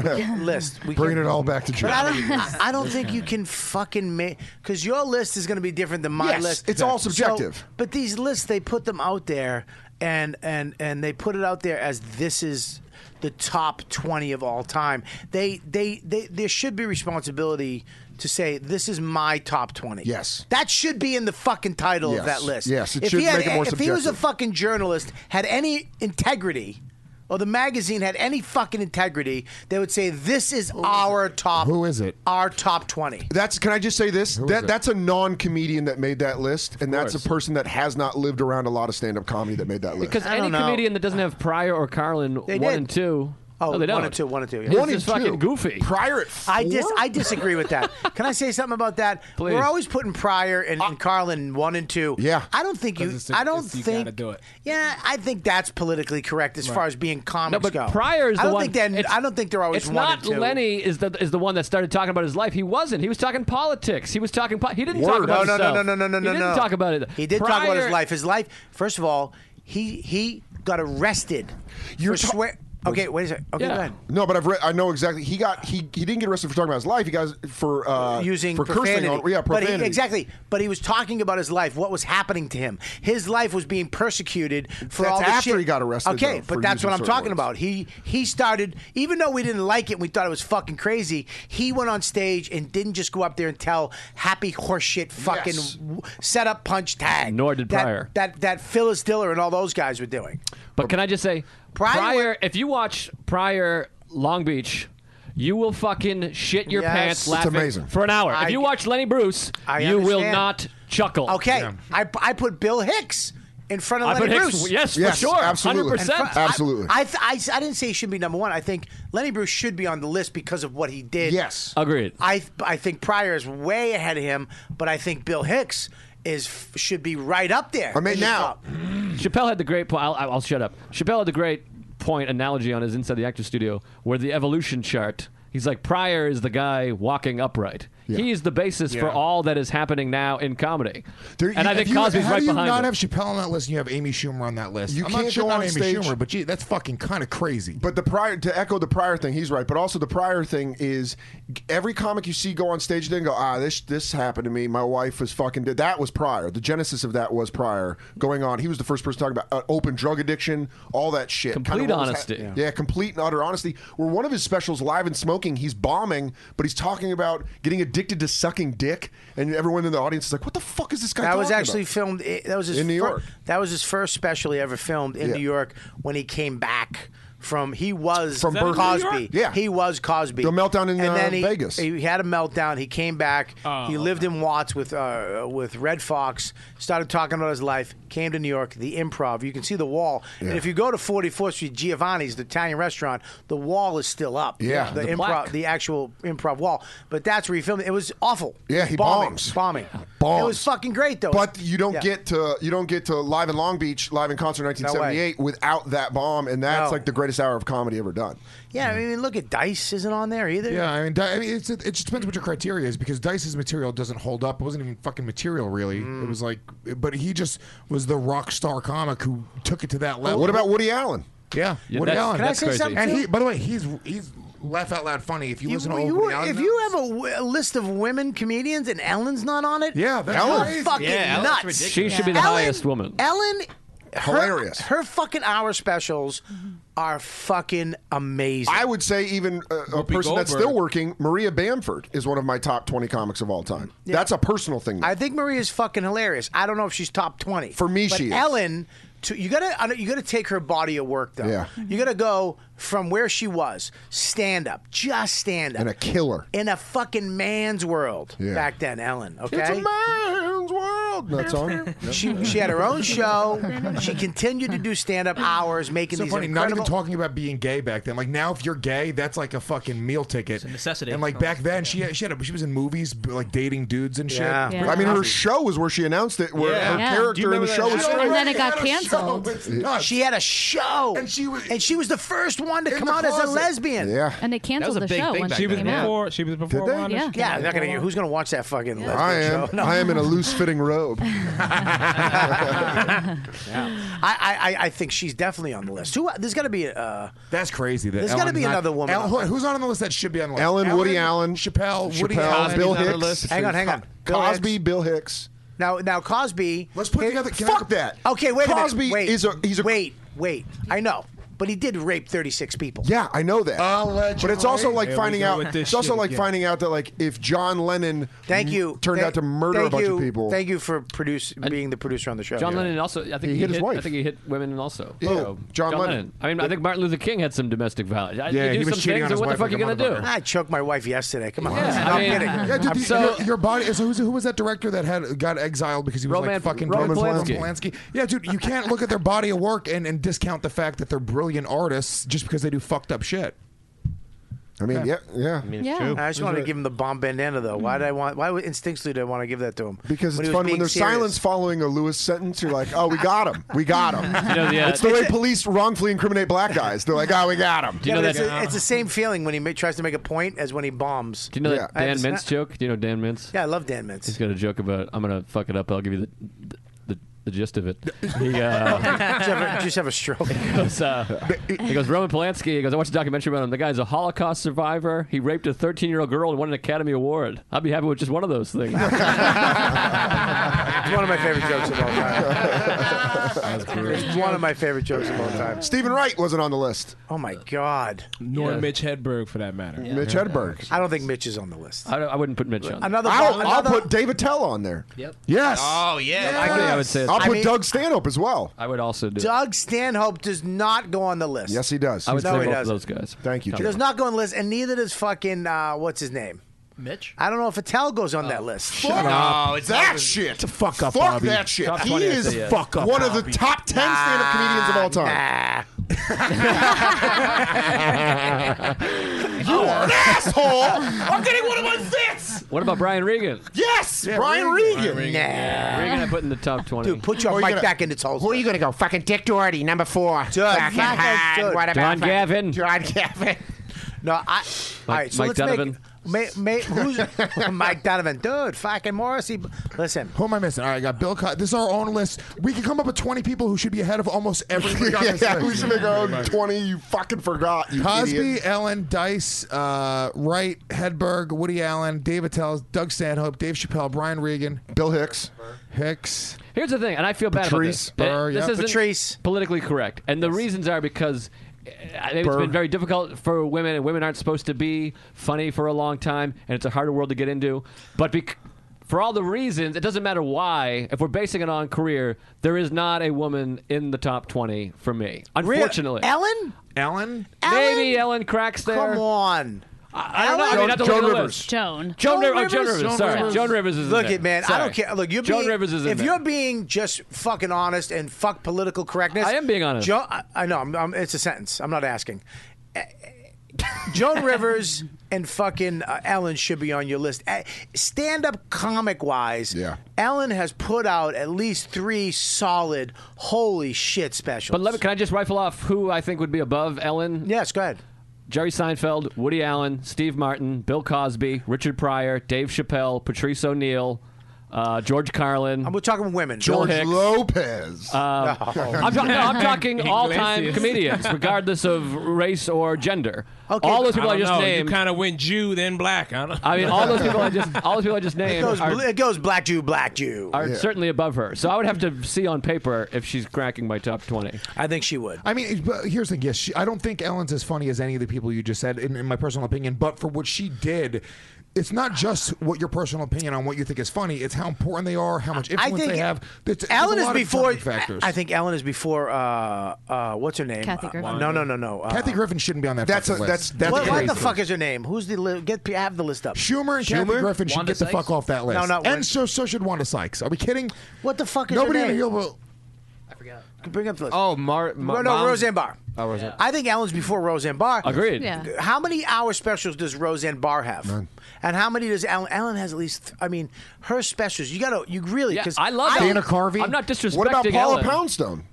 list. We Bringing can't- it all back to Joe. But I don't. I don't think you can fucking make because your list is going to be different than my Yes, list. it's all So- subjective. but these lists, they put them out there, and and and they put it out there as this is the top twenty of all time. They they they there should be responsibility to say this is my top twenty. Yes, that should be in the fucking title of Yes. that list. Yes, it if should he had, make it more If he was a subjective. fucking journalist, had any integrity. Or the magazine had any fucking integrity, they would say this is our top. Who is it? Our top twenty. That's. Can I just say this? That that's a non-comedian that made that list, and that's a person that has not lived around a lot of stand-up comedy that made that list. Because any comedian that doesn't have Pryor or Carlin They one did. and two. Oh, no, they don't. one and two, one and two. yeah. His is fucking goofy. Pryor at I dis- I disagree with that. Can I say something about that? Please. We're always putting Pryor and, and Carlin one and two. Yeah, I don't think you. Because it's- I don't it's- you think. gotta do it. Yeah, I think that's politically correct as Right. far as being comics No, but go. Pryor is I the don't one- think that. I don't think they're always It's one not and two. Lenny is the is the one that started talking about his life. He wasn't. He was talking politics. He was talking. Po- he didn't talk Word. about no, himself. no, no, no, no, no, He no, didn't no. talk about it. He did talk about his Pryor- life. His life. First of all, he he got arrested. You're for swear. Okay, wait a second. Okay, go ahead. No, but I've read. I know exactly. He got. He he didn't get arrested for talking about his life. He got for uh, using for profanity. cursing on. Yeah, profanity. But he, exactly. But he was talking about his life, what was happening to him. His life was being persecuted for That's all the after shit. he got arrested, Okay, though, for but that's using what I'm certain talking words. about. He he started, even though we didn't like it, and we thought it was fucking crazy. He went on stage and didn't just go up there and tell happy horseshit fucking Yes. w- set up punch tag. Nor did that, Pryor. That that Phyllis Diller and all those guys were doing. But can I just say, Pryor, if you watch Pryor Long Beach, you will fucking shit your Yes. pants It's laughing amazing. for an hour. I- if you watch Lenny Bruce, I you will understand. not chuckle. Okay, I, I put Bill Hicks in front of I put Lenny Hicks- Bruce. yes, for Yes, sure, absolutely. 100%. In front- I- Absolutely. I, th- I, s- I didn't say he should be number one. I think Lenny Bruce should be on the list because of what he did. Yes, agreed. I th- I think Pryor is way ahead of him, but I think Bill Hicks is f- should be right up there. in the top. Chappelle had the great point. I'll, I'll shut up. Chappelle had the great point analogy on his Inside the Actors Studio where the evolution chart. He's like Pryor is the guy walking upright. He is the basis for Yeah. all that is happening now in comedy. There- and I if think you- Cosby's how right do you behind not him. have Chappelle on that list, and you have Amy Schumer on that list. You I'm can't not go shitting on Amy stage- Schumer, but gee, that's fucking kind of crazy. But the prior to echo the prior thing, he's right. But also the prior thing is every comic you see go on stage then go, ah, this this happened to me. My wife was fucking dead. That was prior. The genesis of that was prior going on. He was the first person talking about uh, open drug addiction, all that shit. Kind of Complete what was honesty. hap- yeah. complete and utter honesty. Where one of his specials, live and smoking, he's bombing, but he's talking about getting addicted to sucking dick, and everyone in the audience is like, what the fuck is this guy? That was talking actually about? filmed. i- That was his In New fir- York. That was his first special he ever filmed in Yeah. New York when he came back from. He was From Is that in Berkeley? New Cosby. York? Yeah. he was Cosby. The meltdown in, and uh, then he, Vegas. He had a meltdown. He came back. Oh, he lived in Watts with uh, with Red Fox. Started talking about his life. Came to New York. The Improv. You can see the wall. Yeah. And if you go to 44th Street, Giovanni's, the Italian restaurant, the wall is still up. Yeah. the, The improv, plaque. the actual improv wall. But that's where he filmed. it. It was awful. Yeah, he bombing, bombs. bombing, Bombs. It was fucking great though. But you don't Yeah. get to you don't get to live in Long Beach, live in concert in 1978 without that bomb, and that's No. like the greatest hour of comedy ever done. Yeah, I mean, look at Dice isn't on there either. Yeah, I mean, Di- I mean it's, it, it just depends what your criteria is because Dice's material doesn't hold up. It wasn't even fucking material, really. Mm. It was like, but he just was the rock star comic who took it to that level. what about Woody Allen? Yeah, Yeah, Woody that's- Allen. Can I that's say crazy. something, And too? he, by the way, he's he's laugh out loud funny. If you, listen to old you- Woody Allen, if you have a, w- a list of women comedians and Ellen's not on it, Yeah, that's you're crazy. fucking Yeah, Ellen's nuts. ridiculous. She should be the Ellen- highest woman. Ellen, her- Hilarious. Her, fucking hour specials are fucking amazing. I would say even uh, a person that's Goldberg. still working, Maria Bamford is one of my top 20 comics of all time. That's a personal thing. though. I think Maria's fucking hilarious. I don't know if she's top twenty for me, But she is. Ellen, to, you gotta I don't- you gotta take her body of work though. Yeah. you gotta go from where she was, stand up, just stand up, and a killer. in a fucking man's world Yeah. back then, Ellen. Okay, It's a man's world. world. That song? She, she had her own show. She continued to do stand up hours, making so these funny. incredible. Not even talking about being gay back then. Like now, if you're gay, that's like a fucking meal ticket. It's a necessity. And like back then, she had, she had a, she was in movies b- like dating dudes and shit. Yeah. Yeah. I mean, her show was where she announced it. Where her Yeah. Do you character in the remember show that was. show? And then it got She had a show. canceled. It's nuts. She had a show, and she was, and she was the first one to come out as a lesbian. Yeah, And they canceled the show when She was came out. before. She was before. they? Wanda. Yeah. She- Yeah, not gonna get, who's going to watch that fucking lesbian I am. show? No. I am in a loose-fitting robe. I, I, I think she's definitely on the list. Who? There's got to be. Uh, That's crazy. That There's got to Ellen's be not- another woman. El- on who- there. who's not on the list that should be on the list? Ellen, Woody Allen, Chappelle, Woody Chappelle, Allen, Bill Hicks. Hang on, hang on. Bill Cosby, Hicks. Bill Hicks. Now, now Cosby. Let's put together- can I- Fuck that. Okay, wait a Cosby minute. Wait, is a- he's a- wait, wait. I know, but he did rape 36 people. Yeah, I know Oh, that. Uh, Allegedly. But it's also like Here we finding go out. with this It's also shit like again. finding out that like if John Lennon Thank m- you. turned Thank- out to murder a thank bunch you- of people. Thank you for produce, being the producer on the show. John Lennon also. I think he, He hit his wife. I think he hit women also. Oh, Yeah, So, Oh, John Lennon. Oh, I mean, I think Martin Luther King had some domestic violence. I- Yeah, you he do was some cheating on things, and his what the wife fuck like you a gonna do? I choked my wife yesterday. Come on, Yeah, no I mean- kidding. Yeah, Yeah, dude, I'm the- so- your, your body. So who's, who was that director that had got exiled because he was Roman- like fucking Roman Roman Polanski. Polanski? Yeah, dude, you can't look at their body of work and, and discount the fact that they're brilliant artists just because they do fucked up shit. I mean, yeah, yeah. I it's Yeah. true. I just Is wanted to it- give him the bomb bandana though. Why did I want? Why would- instinctually did I want to give that to him? Because When it's he was fun when being there's serious. silence following a Lewis sentence. You're like, oh, we got him. We got him. know, the, uh, it's the way It's a- police wrongfully incriminate black guys. They're like, oh, we got him. yeah, but it's, a- it's the same feeling when he ma- tries to make a point as when he bombs. Do you know that I Dan just- Mintz joke? Do you know Dan Mintz? Yeah, I love Dan Mintz. He's got a joke about I'm gonna fuck it up. I'll give you the the, the gist of it. He, uh, Did you have a- just have a stroke. he goes, uh, he goes, Roman Polanski. He goes, I watched a documentary about him. The guy's a Holocaust survivor. He raped a 13 year old girl and won an Academy Award. I'd be happy with just one of those things. It's one of my favorite jokes of all time. it's one of my favorite jokes of all time. Stephen Wright wasn't on the list. Oh my God. Nor Mitch Hedberg, for that matter. Mitch Hedberg. I don't think Mitch is on the list. I, don't- I wouldn't put Mitch on. Another. I'll, another I'll put David Tell on there. Yep. Yes. Oh yeah. I think I would say I'll it's- put I mean- Doug Stanhope as well. I would also do. Doug Stanhope does not go on the list. Yes, he does. I would No, say he both of doesn't. those guys. Thank you, He does Jim. not go on the list, and neither does fucking uh, what's his name. Mitch? I don't know if Attell goes on that list. Shut up. Oh, that shit. To Uh, fuck up, Fuck Bobby. that shit. Top he 20, I'd is say yes. Fuck up, one of the Bobby. top ten stand-up comedians of all time. You are an asshole! I'm getting one of my fits. What about Brian Regan? Yes, Brian Regan. Regan, I put in the top 20. Dude, put your Who are you mic gonna- back in its hole. Who are you going to go? Fucking Dick Doherty, number four. fucking fucking hot. good. What about John Gavin. John Gavin? No, I. all right, so Mike let's Donovan. make. May, may, who's Mike Donovan? Dude, fucking Morrissey. Listen, Who am I missing? All right, I got Bill Cosby. This is our own list. We can come up with 20 people who should be ahead of almost everybody on yeah, this list. we should make our own twenty. You fucking forgot. You Cosby, idiot. Ellen, Dice, uh, Wright, Hedberg, Woody Allen, David Tells, Doug Stanhope, Dave Chappelle, Brian Regan, Bill Hicks, Hicks. Here's the thing, and I feel bad Patrice about this. Burr, this yeah. isn't Patrice. politically correct, and the reasons are because uh, maybe it's Burr. been very difficult for women, and women aren't supposed to be funny for a long time, and it's a harder world to get into. But bec- for all the reasons, it doesn't matter why. If we're basing it on career, there is not a woman in the top twenty for me, unfortunately. Ellen? Ellen? Maybe Ellen cracks there. Come on. I don't know. I mean, I have to look at the list. Joan. Joan Joan Riv- oh, Joan Rivers, Rivers. sorry. Joan Rivers is in Look there. it, man. I Sorry. don't care. Look, you're Joan being, Rivers is in If there. you're being just fucking honest and fuck political correctness, I am being honest. Jo- I, I know. I'm, I'm, it's a sentence. I'm not asking. Eh, eh, Joan Rivers and fucking uh, Ellen should be on your list. Stand up comic wise, yeah. Ellen has put out at least three solid, holy shit specials. But let me, can I just rifle off who I think would be above Ellen? Yes, go ahead. Jerry Seinfeld, Woody Allen, Steve Martin, Bill Cosby, Richard Pryor, Dave Chappelle, Patrice O'Neill, uh, George Carlin. we're talking women. Oh. George Hicks. Lopez. Um, I'm, ta- no, I'm talking all-time comedians, regardless of race or gender. all those people I, don't just know. named. You kind of went Jew, then black. I, don't I mean, all those people I just all those people I just named It goes, are, bl- it goes black Jew, black Jew. are certainly above her. So I would have to see on paper if she's cracking my top twenty. I think she would. I mean, but here's the thing. Yes, she, I don't think Ellen's as funny as any of the people you just said, in, in my personal opinion. But for what she did, it's not just what your personal opinion on what you think is funny. It's how important they are, how much I influence think they have. There's- there's Ellen a is lot of before. determining factors. I I think Ellen is before. Uh, uh, what's her name? Kathy Uh, Griffin. no, no, no, no. Uh, Kathy Griffin shouldn't be on that. fucking list. what, what the fuck is her name? Who's the li- get have the list up? Schumer and Kathy Griffin should get the fuck off that list. No, not and so so should Wanda Sykes. Are we kidding? What the fuck is Nobody her in name? the Gilbert. Bring up the list. Oh, Mar. No, no, Roseanne Barr. Oh, Roseanne. I think Ellen's before Roseanne Barr. Agreed. Yeah. How many hour specials does Roseanne Barr have? None. And how many does Ellen? Ellen has at least. I mean, her specials. You gotta. You really. Yeah, Because I love Dana Carvey. I'm not What about disrespecting Paula Ellen. Mm. Poundstone?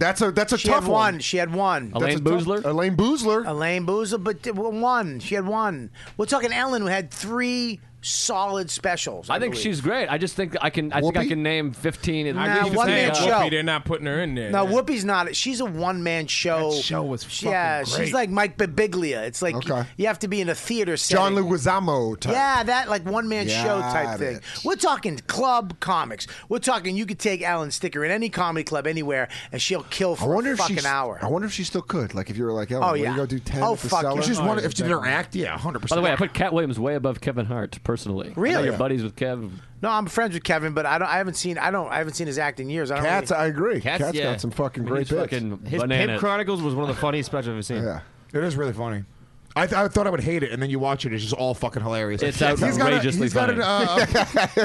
that's a that's a she tough had one. one. She had one. Elaine Boozler. Elaine Boozler. Elaine Boozler, but th- well, one. She had one. We're talking Ellen, who had three solid specials. I, I think believe. she's great. I just think I can. I think I can name fifteen. At Nah, least. one man show. They're not putting her in there. No, Whoopi's not. She's a one man show. That show was fucking yeah. great. She's like Mike Birbiglia. It's like Okay. you, have to be in a theater setting. John Leguizamo type. Yeah, that like one man show Got type thing. We're talking club comics. We're talking you could take Alan Sticker in any comedy club anywhere, and she'll kill I for wonder a if fucking she's, hour. I wonder if she still could. Like if you were like, Ellen, Oh, will yeah. you go do ten. Oh, at the fuck yeah. Cellar? She's one- if she did her act, yeah, hundred By the way, I put Cat Williams way above Kevin Hart personally. I know Really? you're buddies with Kev. No, I'm friends with Kevin, but I don't. I haven't seen. I don't. I haven't seen his act in years. I don't. Cats, really- I agree. Cats, Cats, yeah. got some fucking I mean, great he's bits. fucking His Pimp Chronicles was one of the funniest specials I've ever seen. Yeah. It is really funny. I, th- I thought I would hate it, and then you watch it. It's just all fucking hilarious. It's He's got a- outrageously he's got an, uh,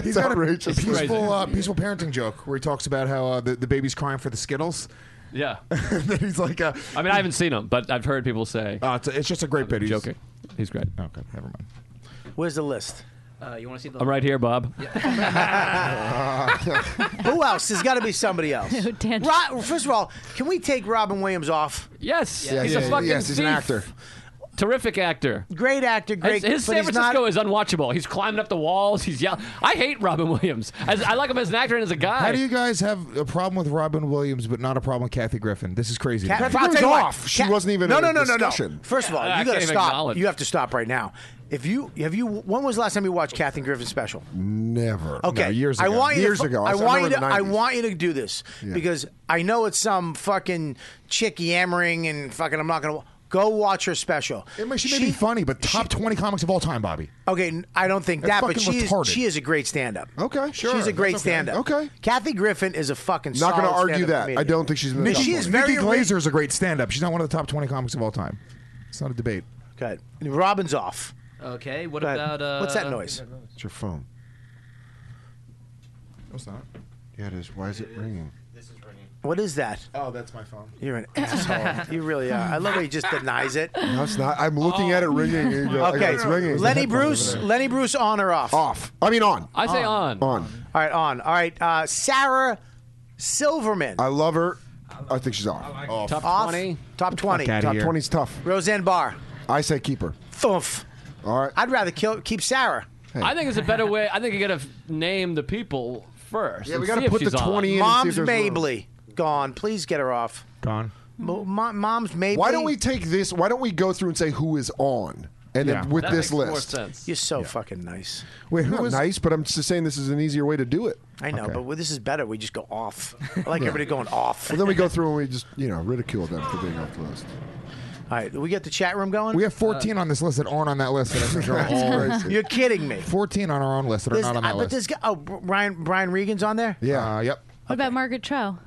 he's got a outrageous. peaceful, uh, peaceful parenting joke where he talks about how uh, the, the baby's crying for the Skittles. Yeah. then he's like, uh, Oh, I mean, I haven't seen him, but I've heard people say. it's, just a great bit. He's joking. He's great. Okay, never mind. Where's the list? Uh, you want to see the? I'm right here, Bob. Who else? There's got to be somebody else. Ro- first of all, can we take Robin Williams off? Yes, Yes, he's yeah, a fucking yes, he's an thief. actor. Terrific actor. Great actor, great. his his but San he's Francisco not- is unwatchable. He's climbing up the walls. He's yelling. I hate Robin Williams. As, I like him as an actor and as a guy. How do you guys have a problem with Robin Williams, but not a problem with Kathy Griffin? This is crazy. Cat- Kathy I'll Griffin's tell you what, off. she Cat- wasn't even No, in no, the no, no, discussion. no. First of all, I you got can't to even stop. acknowledge. You have to stop right now. If you have you, when was the last time you Oh, watched Kathy Griffin special? Never. Okay, No, years I ago. want you years to, ago. I, saw want her you in to. the I 90s. want you to do this Yeah. because I know it's some fucking chick yammering and fucking. I'm not gonna go watch her special. It may, she may be funny, but top 20 comics of all time, Bobby. Okay, n- I don't think That's that, but fucking she is, retarded. she is a great stand-up. Okay, sure. She's a great That's okay. stand-up. Okay. Kathy Griffin is a fucking. Not going gonna to argue that. I don't think she's in the Nikki, top she is 20. very Nikki Glazer is a great stand-up. She's not one of the top 20 comics of all time. It's not a debate. Good. Robin's off. Okay. What Go ahead. about? Uh, What's that noise? It's your phone. No, it's not. Yeah, it is. Why is it ringing? What is that? Oh, that's my phone. You're an asshole. you really are. I love how he just denies it. Oh. No, it's not. I'm looking at it ringing. and you go, I go, Okay, it's ringing. It's the Lenny headphones Bruce. over there. Lenny Bruce, on or off? Off. I mean, on. I say on. On. All right, on. All right, uh, Sarah Silverman. I love her. I think she's off. Off. Top Off. 20. Top twenty. Top 20's tough. Roseanne Barr. I say keep her. Thumph. All right. I'd rather kill, keep Sarah. I think it's a better way. I think you got to name the people first. Yeah, we got gotta to put the 20 in and see if Mom's there's room. Mabley gone. Please get her off. Gone. Mo- Mo- Mom's Mabley. Why don't we take this? Why don't we go through and say who is on? And Yeah. then with That this makes more list. sense. You're so fucking nice. Wait, who is nice? But I'm just saying this is an easier way to do it. I know, Okay. but this is better. We just go off. I like Yeah. everybody going off. Well, then we go through and we just you know ridicule them for being off the list. All right, do we get the chat room going. We have 14 on this list that aren't on that list. That I think are That's all crazy. You're kidding me. 14 on our own list that are There's- not on I- that but list. this guy, oh, Brian Brian Regan's on there. Uh, Yeah. Uh, yep. What about Margaret Trow?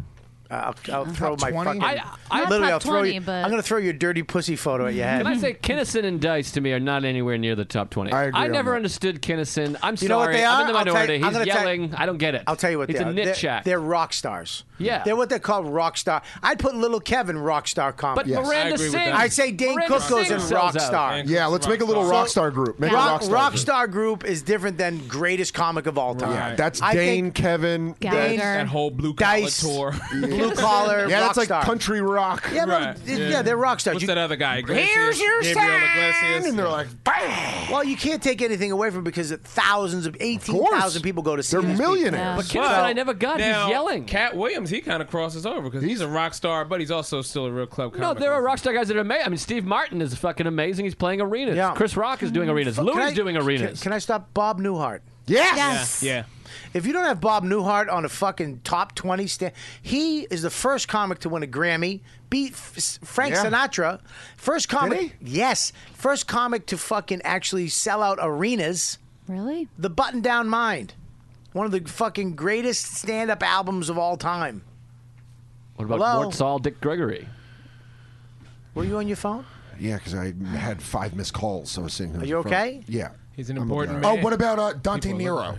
I'll, I'll throw my 20? fucking. I- I- Not literally, top I'll throw 20, you. but- I'm gonna throw your dirty pussy photo at your head. Can I say Kinnison and Dice to me are not anywhere near the top twenty? I agree on never that. understood Kinnison. I'm sorry. You know what they I'm are? in the I'll tell minority. you- I'm He's gonna tell you- yelling. I don't get it. I'll tell you what It's they a are. nit they're, shack. they're rock stars. Yeah. they're what they call rock star. I'd put Little Kevin rock star comedy. But Yes. Miranda I agree with Singh- that. I'd say Dane Miranda Cook goes Singh in sells rock out. star. Yeah, let's make a little rock star group. Make a rock, rock star group. star group is different than greatest comic of all time. Yeah, that's I Dane, think Kevin, Dane, That whole blue collar Dice, tour. blue collar. Yeah, rock that's like star. country rock. Yeah, but Right, it- yeah. they're rock stars. What's You- that other guy? Iglesias? Here's your Gabriel sign! Iglesias? And they're like, Well, you can't take anything away from it because thousands of eighteen thousand people go to see. They're these people. millionaires. But Kinnison, I never got. Now, He's yelling. Cat Williams, he kind of crosses over because he's a rock star, but he's also still a real club No, comic. there are rock star guys that are amazing. I mean, Steve Martin is fucking amazing. He's playing arenas. Chris Rock is doing arenas. Can Louis I- is doing arenas. Can, can I stop Bob Newhart? Yes. Yeah. If you don't have Bob Newhart on a fucking top twenty stand, he is the first comic to win a Grammy. Beat F- Frank Yeah. Sinatra, first comic. he? Yes, first comic to fucking actually sell out arenas. Really? The Button Down Mind, one of the fucking greatest stand-up albums of all time. What about Hello? Mort Saul, Dick Gregory? Were you on your phone? Yeah, because I had five missed calls. So I was sitting. here Are in you front. okay? Yeah. He's an I'm important okay. man. Oh, what about uh, Dante Nero? Yes.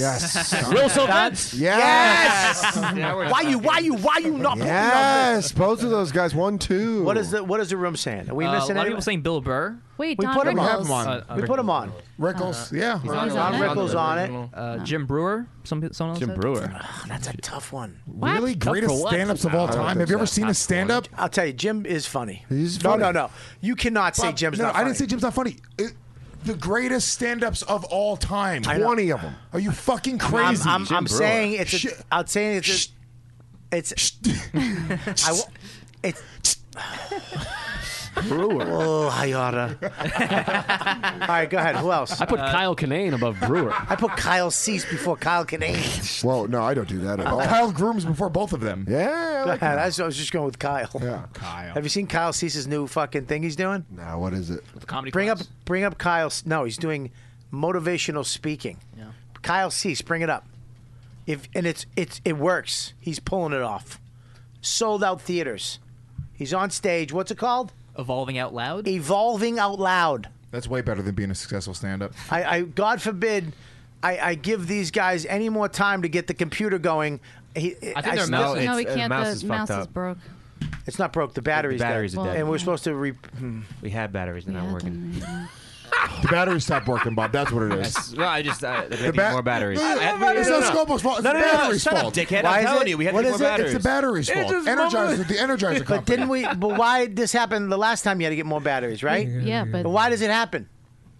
Yes. Will Yes. Yes. Yeah, we're why you? Why you? Why you not? putting on this? Yes, both of those guys. One, two. What is the What is the room saying? Are we Uh, missing? a lot of anyone? people saying Bill Burr. Wait, we Don put him Rickles. on. we put him on. Rickles, yeah. He's Don Rickles on it. Uh, Jim Brewer. Some someone else. Jim said? Brewer. Oh, that's a tough one. Really greatest stand-ups of all time. Have you ever seen a stand-up? I'll tell you, Jim is funny. He's no, funny. no, no. You cannot say Bob, Jim's no, not. I Funny. didn't say Jim's not funny. It- the greatest stand-ups of all time. I know. 20 of them. Are you fucking I'm- I'm- crazy? I'm, I'm saying it's. A, I'm saying it's. A, it's. I w- it's. Brewer. Oh, Hayata. All right, go ahead. Who else? I put Kyle Kinane above Brewer. Uh, I put Kyle Cease before Kyle Kinane. Whoa, no, I don't do that at all. Kyle Grooms before both of them. Yeah, Go ahead. That's- I was just going with Kyle. Yeah, Kyle. Have you seen Kyle Cease's new fucking thing he's doing? Now what is it? comedy. Bring up, bring up Kyle. C- No, he's doing motivational speaking. Yeah. Kyle Cease, bring it up. If and it's it's it works. He's pulling it off. Sold out theaters. He's on stage. What's it called? Evolving out loud. Evolving out loud. That's way better than being a successful stand-up. I, I God forbid, I, I give these guys any more time to get the computer going. He, I think they're still- mouse- No, we uh, can't. the mouse is broke. It's not broke. The batteries. batteries are dead. And we're supposed to. Re- hmm. We had batteries, they're not working. The batteries stopped working, Bob. That's what it That's- no, I just uh, there The may be ba- more batteries. No, no, I- I- no, no, it's not Scopo's fault, it's No, the no, no, no, battery's shut fault. Up, dickhead, Why I'm is telling it- you, we had what to get is more it? It's batteries. the battery's It fault. just Energizer- mumbled- the Energizer But didn't we? But why this happened the last time? You had to get more batteries, right? Yeah, but- why does it happen?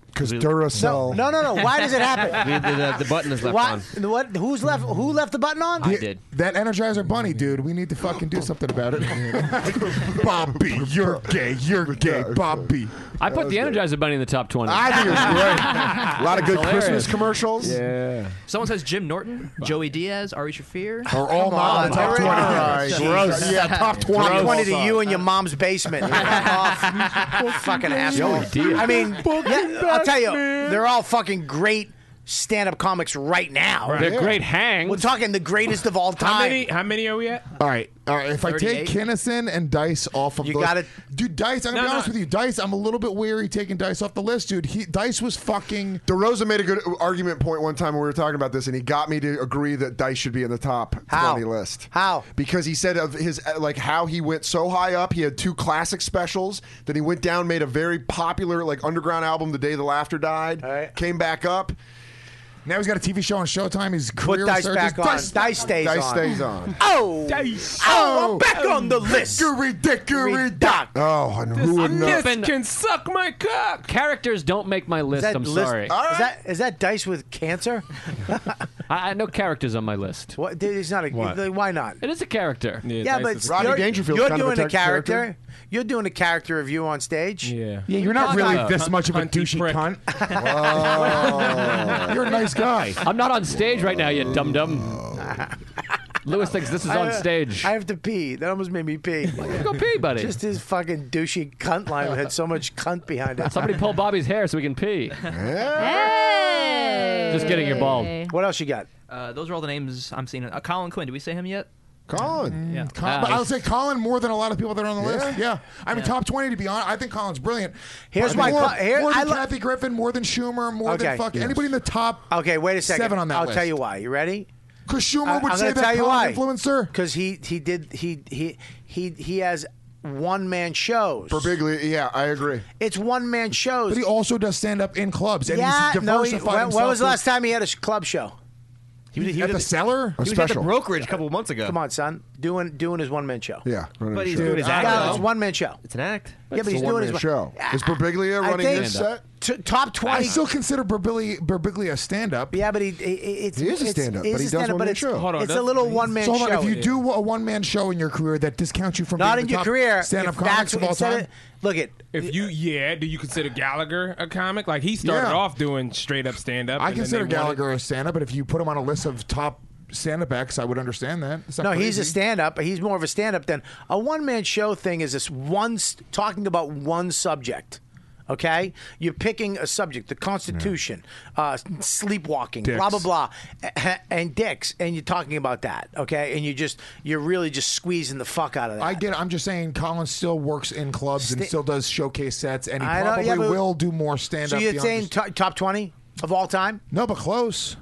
Because Duracell. No, no, no. Why does it happen? The, the, the button is left Why- on. What? Who's left? Who left the button on? did. That Energizer Bunny, dude. We need to fucking do something about it. Bobby, you're gay. You're gay, Bobby. I put the Energizer Bunny in the top 20. I think it was great. A lot of good Hilarious. Christmas commercials. Yeah. Someone says Jim Norton, Joey Diaz, Ari Shafir. Or all Come mine. on, Top All right. Gross. Yeah, top 20. Top 20 to Gross. you in your mom's basement. Fuck off. fucking asshole. Joey Diaz. I mean, yeah, I'll tell you, they're all fucking great stand-up comics right now. Right. They're Yeah. great hangs. We're talking the greatest of all time. How many? How many are we at? All right, all right. If I take 38? Kinnison and Dice off of, You the gotta- list- dude. Dice, I'm gonna No, be honest no. with you. Dice, I'm a little bit weary taking Dice off the list, dude. He Dice was fucking. DeRosa made a good argument point one time when we were talking about this, and he got me to agree that Dice should be in the top How? 20 list. How? Because he said of his uh, like how he went so high up, he had two classic specials. Then he went down, made a very popular like underground album, "The Day the Laughter Died." Came back up. Now he's got a TV show on Showtime. His career Dice resurgence. back on. Dice stays Dice on. stays on. Oh, Oh, I'm back on the list. Dickory dickory dock. Oh, and who would know? can suck my cock. Characters don't make my list. I'm list- sorry. Is that is that Dice with cancer? I, I know characters on my list. What? Dude, he's not a. What? Why not? It is a character. Yeah, but you're, you're doing a character. You're doing a character review on stage. Yeah, Yeah, you're not really this much of a douchey cunt. Oh. You're a nice guy. I'm not on stage right now, you dum dum. Lewis thinks this is on stage. I have to pee. That almost made me pee. Go pee, buddy. Just his fucking douchey cunt line had so much cunt behind it. Somebody pull Bobby's hair so we can pee. Just kidding, you're bald. What else you got? Uh, those are all the names I'm seeing. Uh, Colin Quinn. Did we say him yet? Colin. Yeah. Uh, Uh, Colin, but I would say Colin more than a lot of people that are on the list. Yeah, I mean Yeah. top twenty to be honest. I think Colin's brilliant. Here's But my more, co- here- more I than lo- Kathy Griffin, more than Schumer, more Okay. than fuck Yes. anybody in the top. Okay, wait a second. Seven on that I'll list. tell you why. You ready? Because Schumer I- would I'm say gonna that tell you Colin why. influencer. Because he he did he he he he has one man shows. For Bigley, yeah, I agree. It's one man shows. But he also does stand up in clubs, and yeah, he's no. diversified He, when, himself. when was the with- last time he had a sh- club show? He was, at the cellar. A special. brokerage a couple months ago. Come on, son. Doing doing his one man show. Yeah, running But the he's show. doing his Yeah, act. it's one man show. It's an act. Yeah, but he's It's a doing one-man his show. Is Berbiglia I running think this set? t- top I twenty. still consider Birbiglia, Birbiglia a stand-up. Yeah, but he, it's, he is a it's- stand-up. he is but he a does stand-up, one but man it's- show. hold on, it's a that- little one-man so hold on, show. If you do a one-man show in your career, that discounts you from Not being in the your top career. stand-up If comics that's of what all instead time. of- Look at If you yeah, do you consider Gallagher a comic? Like he started Yeah. off doing straight up stand up. I consider Gallagher a stand-up, but if you put him on a list of top stand-up acts, I would understand that. It's not no, he's a crazy. stand-up. He's more of a stand-up than a one-man show thing. Is this one st- talking about one subject? Okay, you're picking a subject: the Constitution, uh, s- sleepwalking, blah blah Dicks. blah, a- and dicks, and you're talking about that. Okay, and you just you're really just squeezing the fuck out of that. I get it. I'm just saying Colin still works in clubs and Sta- still does showcase sets, and he I know, probably yeah, but- will do more stand-up. so you're beyond saying just- to- top twenty of all time? No, but close.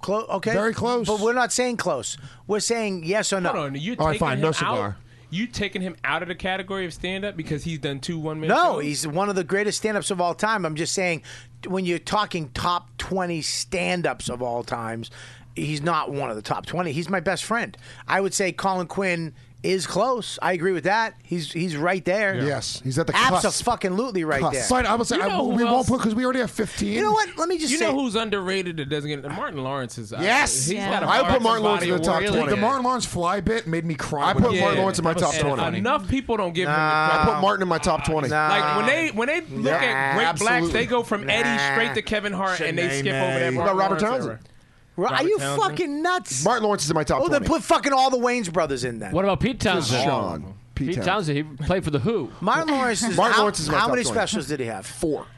Close. Okay, Very close. But we're not saying close. We're saying yes or no. Hold on, you taking him out? You taking him out of the category of stand up because he's done two one minute. No, he's one of the greatest stand-ups of all time. I'm just saying, when you're talking top 20 stand-ups of all times, he's not one of the top 20. He's my best friend. I would say Colin Quinn is close. I agree with that. He's he's right there. Yeah. Yes, he's at the cusp. absolutely right there. Fine, I would say I- we won't put because we already have 15. You know what? Let me just You say. know who's underrated that doesn't get Martin Lawrence is. uh, Yes, he's got a I would Martin put Martin Lawrence in the top Lawrence twenty. award. The Martin Lawrence fly bit made me cry. I when put he- Martin Lawrence in my top And 20. Enough people don't give him. I the put credit. Martin in my top twenty. Like when they when they look at Nah, great blacks, absolutely. they go from Eddie Nah. straight to Kevin Hart, and they skip over that. What Martin about Lawrence Robert Townsend? era. Ro- are Robert you Townsend? fucking nuts? Martin Lawrence is in my top oh, then 20. put fucking all the Wayne's brothers in then. What about Pete Townsend? Sean. Pete, Pete Townsend. He played for the Who. Martin Lawrence is Martin how, Lawrence is my how top many 20. specials did he have? Four.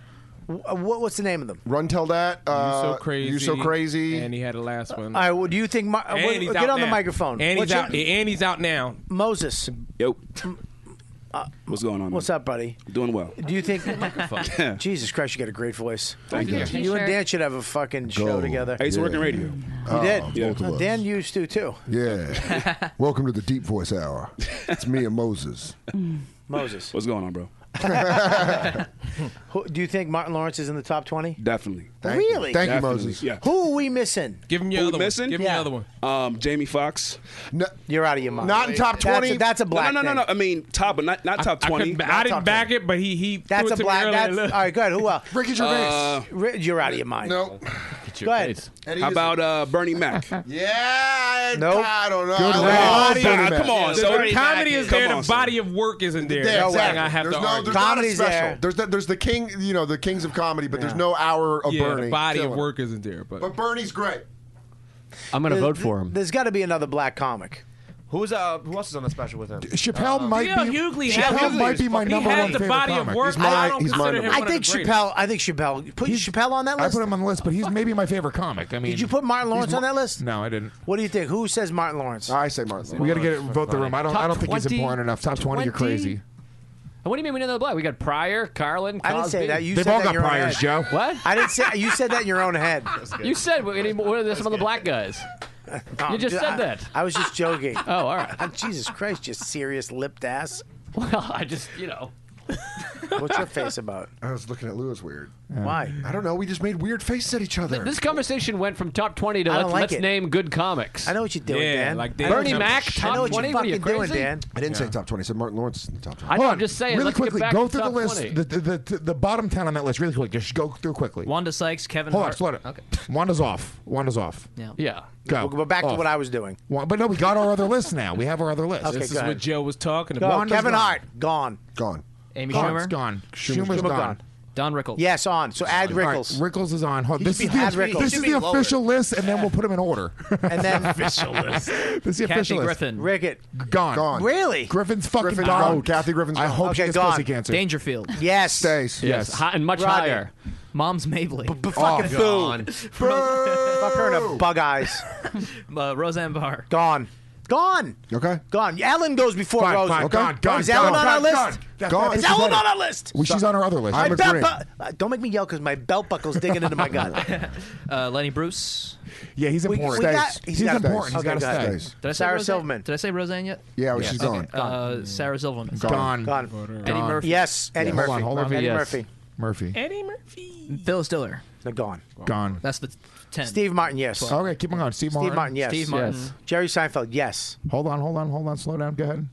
What, what's the name of them? Run tell that. Uh, you so crazy. You so crazy. And he had a last one. All right. Well, do you think? Mar- And wait, he's get out on the now. microphone. And What's he's your- out. And he's out now. Moses. Yo. What's going on? man? Uh, What's up, buddy? Doing well. Do you think? Microphone. Jesus Christ, you got a great voice. Thank you. You and Dan should have a fucking show Gold. together. I used to work in radio. You Oh, did. Yeah. both of Well, us. Dan used to too. Yeah. Welcome to the Deep Voice Hour. It's me and Moses. Moses. What's going on, bro? Who, do you think Martin Lawrence is in the top twenty? Definitely. really? Definitely. Yeah. Who are we missing? Give him your Who other missing? one. Give him your other one. Um, Jamie Foxx. You're out of your mind. Not in top That's a- twenty. That's a, black. No, no, no, no. I mean, top, but not not I- top I twenty. couldn't ba- I didn't back it, but he he. That's threw a it to me black. earlier. That's all Look. right. Good. Who else? Ricky Uh, Ri- you're out of your mind. No. Go ahead. How about uh, Bernie Mac? Yeah. Nope. I don't know. Good I don't know. one. Body- Ah, come on. The, so the comedy is there. Come The on, body of work isn't there. Yeah, That's exactly. something I have there's to no, argue. there's not a Comedy's special. there. There's the, there's the king, you know, the kings of comedy, but there's no hour of yeah, Bernie. the body Killing of it. work isn't there. But But Bernie's great. I'm going to vote for him. There's got to be another black comic. Who's uh? Who else is on the special with him? Chappelle might D.L. be Hughley Chappelle Uh, has- might be my he number has one the favorite body of comic. work. He's I my- don't he's my consider number him I one of think the greatest. Chappelle. I think Chappelle. Put Chappelle on that I list. put him on the list, but he's maybe my favorite comic. I mean, Did you put Martin Lawrence he's on Mar- that list? No, I didn't. What do you think? Who says Martin Lawrence? I say Martin. We got to get it, vote the room. I don't. Top I don't think he's 20? important enough. Top twenty, you're 20? crazy. And what do you mean we know the black? We got Pryor, Carlin, Cosby. I didn't say that. You They've said all that got in your own priors, head. Joe. What? I didn't say. You said that in your own head. You said we need more of some of the black guys. No, You just I- said that. I was just joking. Oh, all right. Jesus Christ, you serious lipped ass. Well, I just you know. What's your face about? I was looking at Lou. It's weird. Why? I don't know. We just made weird faces at each other. This conversation went from top twenty to I don't let's, like let's it. name good comics. I know what you're doing, Yeah, Dan. like I know Bernie what you- Mac, I top know what 20? you're What are you, fucking doing, crazy? Dan. I didn't say top twenty. I said Martin Lawrence is in the top twenty. I know, I'm just saying. Really let's quickly, get back go to through the top list. 20. The, the, the, the bottom ten on that list, really quickly. Just go through quickly. Wanda Sykes, Kevin Hold on, Hart. slow down. Wanda's off. Wanda's off. Yeah. Yeah. Go. We'll go back to Off. what I was doing. Wa- But no, we got our other list now. We have our other list. Okay, this is go ahead. what Joe was talking Go. about. Wanda's Kevin gone. Hart gone. Gone. Amy Gone. It's Schumer. gone. Schumer's, Schumer gone. gone. Don Rickles. Yes, on. So add All right, Rickles, Rickles is on. Hold- He This should is be Ad the, Rickles. this He is should the be official list, and then we'll put them in order. and then this is the Kathy official list. Griffin. Rickett. Gone. Gone. Really? Griffin's fucking Griffin's gone. gone. Kathy Griffin's I gone. hope Okay, she gets gone. pussy cancer. Dangerfield. Yes. Stays. Yes, hi- and much Rodney. higher. Mom's Mabley. Oh, Fucking food. Fuck her in a bug eyes. uh, Roseanne Barr. Gone. Gone. Okay. Gone. Ellen goes before Fine, Rose. fine, Okay. gone, gone, Is Ellen gone, on our gone, list? Gone. Gone. Is She's on Ellen on it. our list? Well, she's on our other list. My I'm belt agreeing. bu- uh, don't make me yell because my belt buckle's digging into my gut. Uh, Lenny Bruce. Yeah, he's We- important. we got- he's he's gotta important. stay. He's got Okay, to go stay. Did I say Sarah Roseanne? Silverman. Did I say Roseanne yet? Yeah, she's gone. Uh, Sarah Silverman. Gone. Gone. Eddie Gone. Murphy. Yes, Eddie Hold Murphy. on, hold on. Eddie Yes. Murphy. Murphy. Eddie Murphy. Phyllis Diller. They're gone. Gone. That's the t- 10. Steve Martin, yes. Okay, keep on going. Steve Martin. Steve Martin, yes. Steve Martin. Yes. Jerry Seinfeld, yes. Hold on, hold on, hold on. Slow down. Go ahead.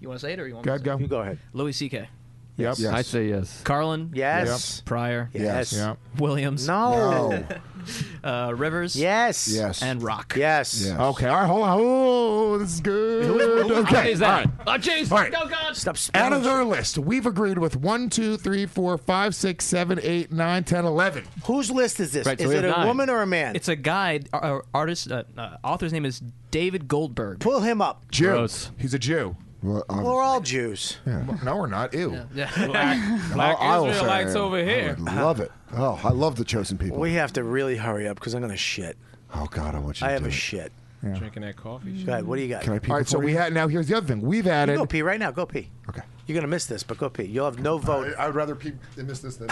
You want to say it or you want Go me ahead, to say go. You go ahead. it? Louis C.K. Yes. I say yes. Carlin. Yes. Pryor. Yes. Yep. Williams. No. uh, Rivers. Yes. Yes. And Rock. Yes. Okay, all right, hold on. Oh, this is good. Okay, is that? all right. Oh, jeez. All right. Go, God. Stop Out of their list, we've agreed with 1, 2, 3, 4, 5, 6, 7, 8, 9, 10, 11. Whose list is this? Right, so is we it a have nine. woman or a man? It's a guy, uh, uh, artist, uh, uh, author's name is David Goldberg. Pull him up. Jew. He's a Jew. We're all Jews. No, we're not. Ew. Black I- I will say Israelites I am. over here. I would love it. Oh, I love the chosen people. We have to really hurry up because I'm going to shit. Oh God, I want you. I have a shit. Drinking that coffee. Go ahead. What do you got? All right, so we had now. Here's the other thing we've You added. go pee right now. Go pee. Okay. uh, You're gonna miss this, but go pee. You'll have no vote. I, would rather pee than miss this. Then.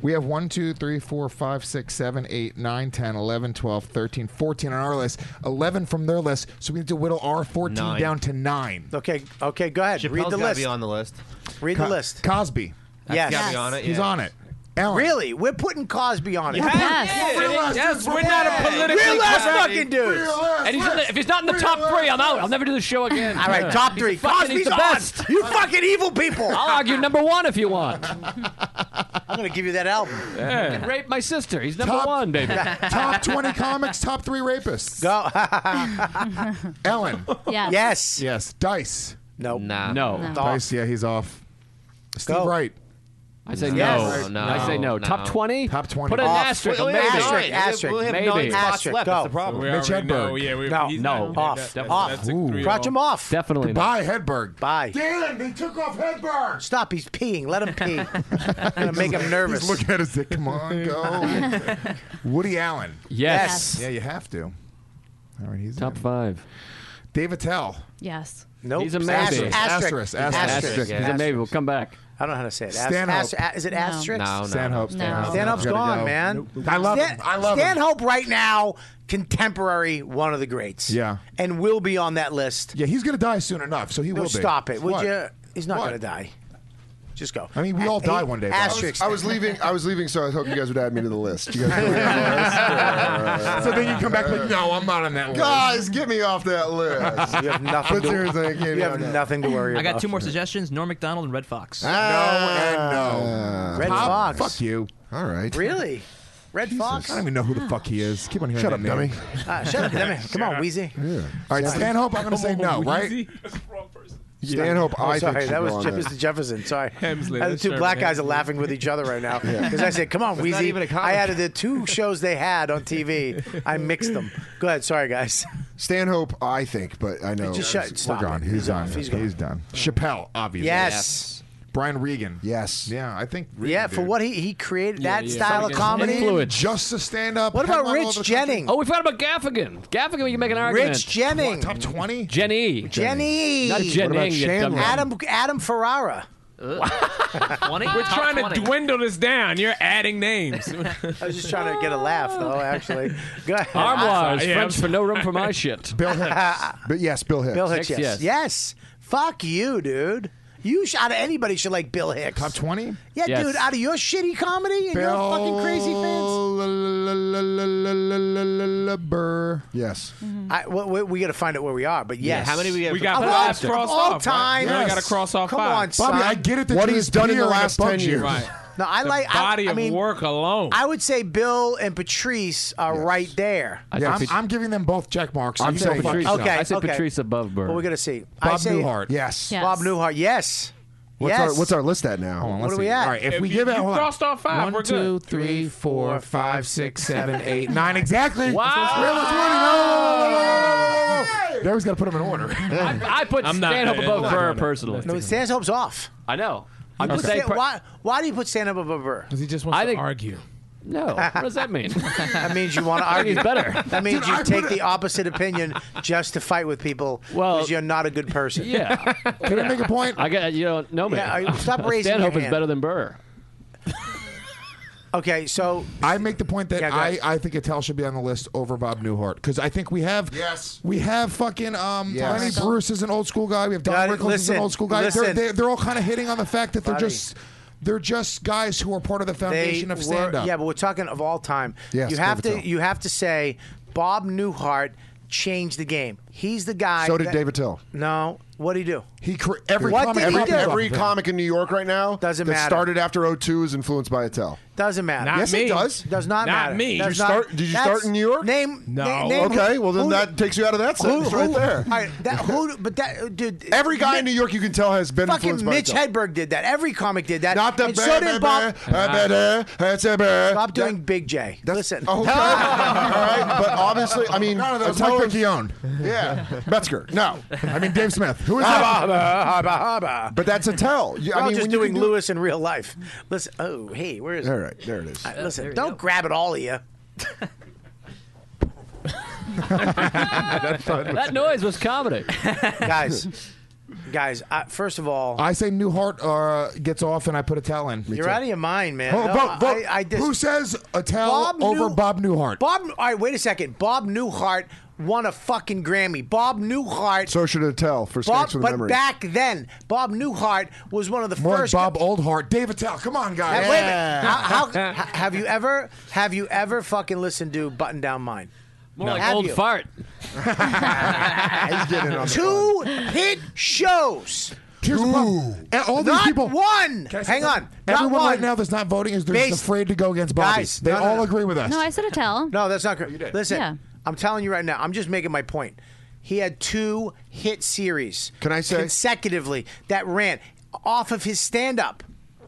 We have 1, 2, 3, 4, 5, 6, 7, 8, 9, 10, 11, 12, 13, 14 on our list, 11 from their list. So we need to whittle our 14 Nine. down to 9. Okay. Okay. Go ahead. Read the list. the list. Read the list. Cosby. That's Yes. gotta be on it, He's yeah. on it. Ellen. Really? We're putting Cosby on it. Yes. Yes. Real ass Yes, dude. we're not a politically Real ass correct- fucking dudes. Real ass And he's in the, if he's not in the top three, I'm out. I'll never do the show again. All right, top He's three. the fucking- Cosby's he's the on. best. You fucking evil people. I'll argue number one if you want. I'm gonna give you that album. Yeah. Rape my sister. He's number Top- one, baby. top 20 comics, top three rapists. Go. Ellen. Yes. Yes. Yes. Dice. No. Nah. No. No. Dice, yeah, he's off. Steve Go. Wright. I say Yes. no. no. I say no. Top 20? Top 20. Put an Off. asterisk. Wait, wait, maybe. asterisk, We'll have- asterisk, we'll have nine Maybe. spots Asterisk, left, go. that's the problem. We Mitch already know, Hedberg. yeah, we- No, he's no. Oh, not- Off, that's- that's- off. that's a three Crotch off. him off. Definitely Goodbye, Hedberg. Bye. Damn, they took off Hedberg. Stop. He's peeing. Let him pee. I'm gonna make him nervous. He's looking at his dick. Come on, go. Woody Allen. Yes. Yes. Yeah, you have to. All right, he's Top five. Dave Attell. Yes. Nope. He's a maybe. Asterisk. Asterisk, Asterisk. asterisk. Asterisk. He's a maybe. We'll come back. I don't know how to say it. Ast- Stanhope. ast- a- is it No. asterisk? No, no, Stanhope, no. Stanhope. Stanhope's Gotta gone, go. man. Nope. I love him. I love him. Stanhope right now, contemporary, one of the greats. Yeah. And will be on that list. Yeah, he's gonna die soon enough, so he no, will be. stop it. Would What? you? He's not What? going to die. Just go. I mean, we all He- die one day. Bob. Asterisk. I was leaving. I was leaving, so I hope you guys would add me to the list. You guys, so then you come back like, no, I'm not on that guys, get me off that list. You have nothing But to- seriously, I can't you have even- nothing to worry I about. got two more suggestions Norm MacDonald and Red Fox. Ah. and no. Red Bob, Fox. Fuck you. All right. Really? Red Fox? I don't even know who the fuck he is. Keep on hearing Shut that up, name. dummy. Ah, shut up, damn it. Come on, Wheezy. All right, Stanhope, I'm going to say no, right? Stanhope, Oh, I sorry, think should that go was on Jef- there. Mr. Jefferson. Sorry, Hemsley, Uh, the that's two Sherman black guys are Hemsley. laughing with each other right now Yeah. because I said, "Come on, It's not even a Wheezy." comic. I added the two shows they had on TV. I mixed them. Go ahead. Sorry, guys. Stanhope, I think, but I know. Just shut- We're stop gone. it. He's, He's on. off. He's, He's gone. done. Chappelle, obviously. Yes. Brian Regan. Yes. Yeah, I think. Regan, yeah, for dude. what he he created Yeah, that yeah. style of comedy. Just to stand up. What about Rich Jennings? Oh, we forgot about Gaffigan. Gaffigan, we can make an argument. Rich Jennings. Top 20? Jenny. Jenny. Not Jenning, you dumb- Adam Adam Ferrara. We're trying to dwindle this down. You're adding names. I was just trying to get a laugh, Oh, though. Actually, go ahead. Armoire is French for no room for my shit. Bill Hicks. But yes, Bill Hicks. Bill Hicks. Yes. yes. Fuck you, dude. You sh- out of anybody should like Bill Hicks. Top twenty. Yeah, Yes. dude. Out of your shitty comedy and your fucking crazy fans. Burr. Yes. I, well, we, we got to find out where we are, but Yeah, yes. how many we have We got Of all- five of crossed all off, right? time. We only gotta cross off Come five. on, Bobby, son. I get it that What he's Drew's done in the peer last above 10 you. years. Right. No, I The like I- body I, of mean, work alone. I would say Bill and Patrice are right there. Yeah, I'm, I'm giving them both check marks. I'm You saying go fuck Patrice. yourself. Okay, I said okay. Patrice above Burr. Well, we're gonna see. I Bob say Newhart. Yes. Bob Newhart. Yes. What's, yes. our, what's our list at now? What let's are we see. at? All right, if, If we you- give it, you hold on. crossed off five, One, we're good. two, three, four, five, six, seven, eight, nine. Exactly. There was got to put them in order. I put I'm not- Stanhope I'm above not Burr doing it. personally. No, Stanhope's off. I know. You I'm put just saying. Stan- why, why do you put Stanhope above Burr? Because he just I think argue. No. What does that mean? that means you want to I argue think he's better. That means Dude, you I take put the opposite opinion just to fight with people because you're not a good person. Yeah. Can I make a point? I got you don't know me. Yeah, I- stop raising your Stanhope is hand. better than Burr. Okay, so I make the point that Yeah, go I, ahead. I think Attell should be on the list over Bob Newhart because I think we have yes we have fucking um Yes. Lenny Bruce is an old school guy we have Don Got it. Rickles is an Listen, old school guy they're, listen. they're, they're all kind of hitting on the fact that they're Buddy. just they're just guys who are part of the They foundation of were- stand up Yeah, but we're talking of all time. Yes, you have David to Tell. you have to say Bob Newhart changed the game. He's the guy. So did that- David Tell. No. What would he do? He Every what comic, did he every, do? every comic in New York right now Doesn't that matter. started after 02 is influenced by Attell. Doesn't matter. Not Yes, it me. does. Does not, Not matter. me. Does Did you not- start- did you start that's- in New York? Name. No. na- name Okay, well, then that takes you out of that who, sentence right who- there. All right, that, who? But that dude. Every guy in New Mi- York you can tell has been Fucking influenced by Mitch Attell. Hedberg did that. Every comic did that. Not the and so did Bob. Stop Stop doing Big J. Listen. oh, Okay. All right, but obviously, I mean, No, no, that was Attell Mike is- Piccione. Yeah, Metzger. No, I mean Dave Smith. Who is Habba, that? habba, habba. But that's Attell. You- You, I mean, just when you doing can do- Lewis in real life. Listen. Oh, hey, where is it? All right, there it is. All right, listen, don't grab it all of you. that noise was comedy. guys, guys. I, first of all, I say Newhart uh, gets off, and I put a towel in. you're out of your mind, man. Oh, No, vote, vote. I, I dis- Who says Attell over Neu- Bob Newhart? Bob. All right, wait a second. Bob Newhart won a fucking Grammy. Bob Newhart. So should Attell for Bob, Snakes with but Memory. back then, Bob Newhart was one of the More like first. Bob Oldhart, Dave Attell. Come on, guys. Hey, wait a minute. How, how- ha- have you ever have you ever fucking listened to Button Down Mine? More like Have old you? fart. Two hit shows. Here's the problem. And All these Not people. one. Can I say Hang something? on. Not Everyone one. right now that's not voting is they're just Based- afraid to go against Bobby. Guys, they no, no, all no. agree with us. No, I said Attell. No, that's not correct. Listen, Yeah. I'm telling you right now. I'm just making my point. He had two hit series. Can I say consecutively that ran off of his stand up?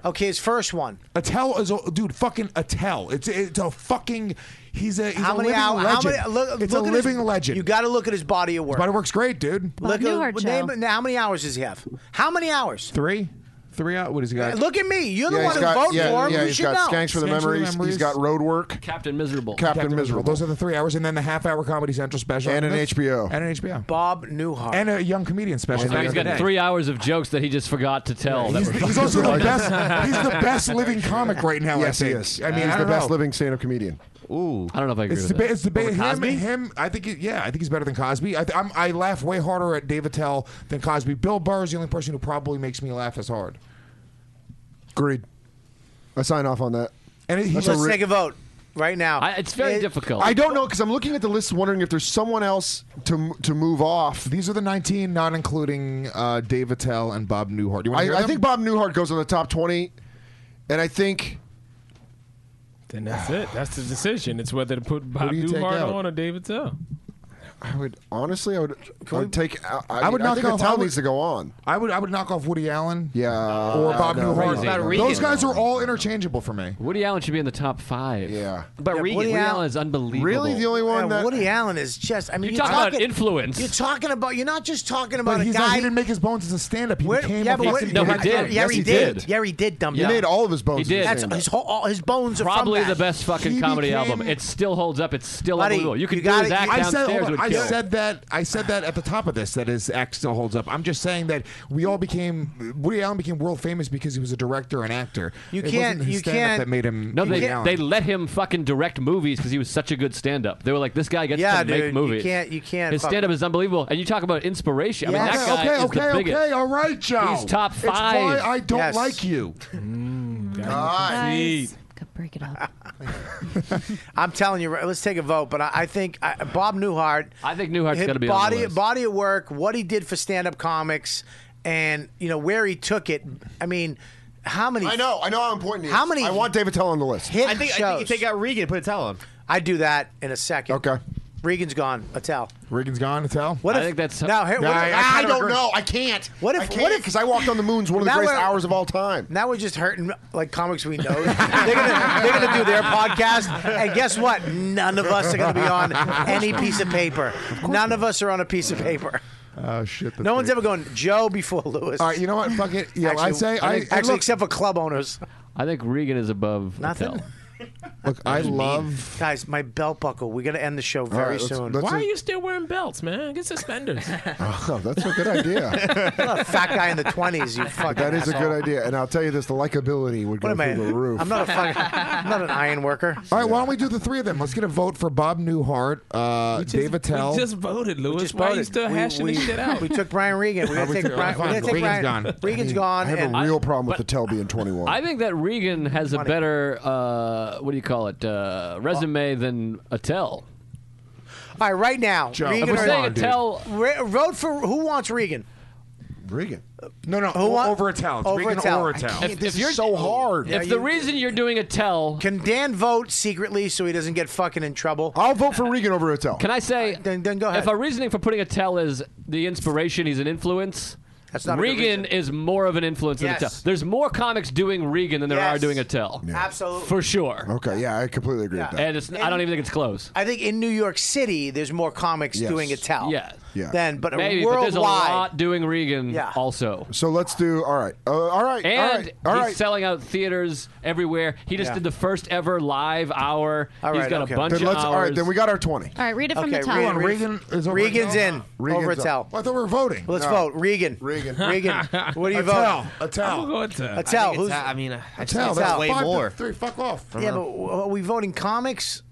Okay, his first one. Attell is a dude. Fucking Attell. It's it's a fucking. He's a he's how a many living hours? legend. How many, look, it's look a at his- living legend. You got to look at his body of work. Body works great, dude. Oh, Look at- name- now, how many hours does he have? How many hours? Three, three. Out. What does he got? Look at me. You're the Yeah, one he's who got- voted yeah, for him. yeah, you he's should got know. Skanks for the Skanks for the memories. Memories. He's got Road Work. Captain Miserable. Captain, Miserable. Those are the three hours, and then the half-hour Comedy Central special, And an That's- HBO. and an HBO, Bob Newhart, and a young comedian special. he's the other got day. three hours of jokes that he just forgot to tell. He's, That were- he's also the best. He's the best living comic right now. Yes, I he think. is. I mean, he's I the don't best know. living stand-up comedian. Ooh, I don't know if I agree It's with debate. It's that. debate. Him, Cosby? him. I think. He, yeah, I think he's better than Cosby. I, th- I'm, I laugh way harder at Dave Attell than Cosby. Bill Burr is the only person who probably makes me laugh as hard. Agreed. I sign off on that. And That's Let's ri- take a vote right now. It- I don't know because I'm looking at the list, wondering if there's someone else to m- to move off. These are the 19, not including uh, Dave Attell and Bob Newhart. You want to hear I, I them? think Bob Newhart goes on the top 20, and I think Then that's it. That's the decision. It's whether to put Bob do you take Newhart out? on or David Tell. I would honestly, I would, I would take. I, I, I would would not knock think off- I Attell would- needs to go on. I would. I would knock off Woody Allen. uh, Yeah, Uh, Or Bob no, Newhart. Reagan. About Reagan. Those guys are all interchangeable for me. Woody Allen should be in the top five. Yeah, but Yeah, Woody Regan, Woody Allen- Allen is unbelievable. Yeah, Woody Allen is just. I mean, You you're talk about talking- influence. You're talking about. You're not just talking about But a he's not, guy. he didn't make his bones as a stand-up. He Where- became yeah, a but where- fucking- No, he did. Yeah, Yes, he he did. did. Yeah, he did. Dumb. He made all of his bones He did. That's his whole. all- His bones are Probably from the that. best fucking He comedy became- album. It still holds up. It's still Buddy, unbelievable. You could you do gotta- his act I said, downstairs hold on, would I kill. said that. I said that at the top of this that his act still holds up. I'm just saying that we all became Woody Allen became world famous because he was a director and actor. You It can't- wasn't his you stand-up can't- That made him. No, they, Woody Allen. they let him fucking direct movies because he was such a good stand-up. They were like, this guy gets Yeah, to dude, make you movies. can't- you can't His fuck- stand-up is unbelievable. And you talk about inspiration. I mean, Yeah, that guy okay, is okay, the biggest. okay, all right, Joe. He's top It's why five. Mm, I don't Yes. like you. Guys, break it up. I'm telling you, right, let's take a vote. But I, I think I, Bob Newhart. I think Newhart's his gotta be on the body list. body of work, what he did for stand up comics, and you know where he took it. I mean, how many? I know. I know how important. He How is. many I want David Attell on the list. hit I think- I shows? think you take out Regan, put Attell on. I do that in a second. Okay. Regan's gone. Attell. Reagan's gone. Attell. What if, now? Here, what if- I, don't know. I can't. What if? I can't, what if? Because I walked on the moon's one of the Now greatest we're- hours of all time. Now we're just hurting like comics we know. they're gonna they're gonna do their podcast, and guess what? None of us are gonna be on any piece of paper. None of us are on a piece of paper. Oh shit! No one's ever going Joe before Lewis. All right, you know what? Fuck it. Yeah, I Actually- say I I, think- actually, except for club owners. I think Regan is above Nothing? Attell. Look, I love guys. My belt buckle. We're gonna end the show right, very let's- soon. let's- Why are you still wearing belts, man? Get suspenders. Oh, that's a good idea. I'm not a fat guy in the twenties. You fucking. that is a asshole. good idea. And I'll tell you this: the likability would What go am I? through the roof. I'm not a fucking. I'm not an iron worker. All right, why don't we do the three of them? Let's get a vote for Bob Newhart, uh, Dave Attell. We just voted, Lewis. just Why are you voted. still We- hashing we- this shit out? We took Brian Regan. We're Oh, gonna we take took- Brian. We're fine. gonna take Regan's Brian. gone. Regan's I gone. have and a real problem with Attell being 21. I think that Regan has a Money. better, uh, what do you call it, uh, resume than Attell. All right, right now, Joe, Regan we're or saying a tell- Re- Road for who wants Regan? Regan. No, no, o- over a towel. It's Regan or a towel. I can't, If- this if is you're- so hard. if the reason you're doing a tell, can Dan vote secretly so he doesn't get fucking in trouble? I'll vote for Regan over a tell. Can I say? Then, then go ahead. If our reasoning for putting a tell is the inspiration, he's an influence. That's not a good Regan is more of an influence Yes. than a tell. There's more comics doing Regan than there Yes. are doing a tell. Absolutely. For sure. Okay, yeah, I completely agree with that. And it's, I don't even think it's close. I think in New York City, there's more comics Yes. doing a tell. Yeah. Yeah. Then, but Maybe, but worldwide, there's a lot doing Regan also. So let's do. All right. Uh, all right. And all right. All he's right. selling out theaters everywhere. He just Yeah. did the first ever live hour. he's got a bunch then of let's, All right, hours. then we got our 20. All right, read it from the top. Regan- Regan is over Regan's in. Over a tell. I thought we were voting. Let's vote. Regan. Regan. Regan. What do you a vote? Tell. A tell. A tell. Who's? I mean, I tell. tell, that's That's way five to more. Three. Fuck off. yeah, but w- are we voting comics?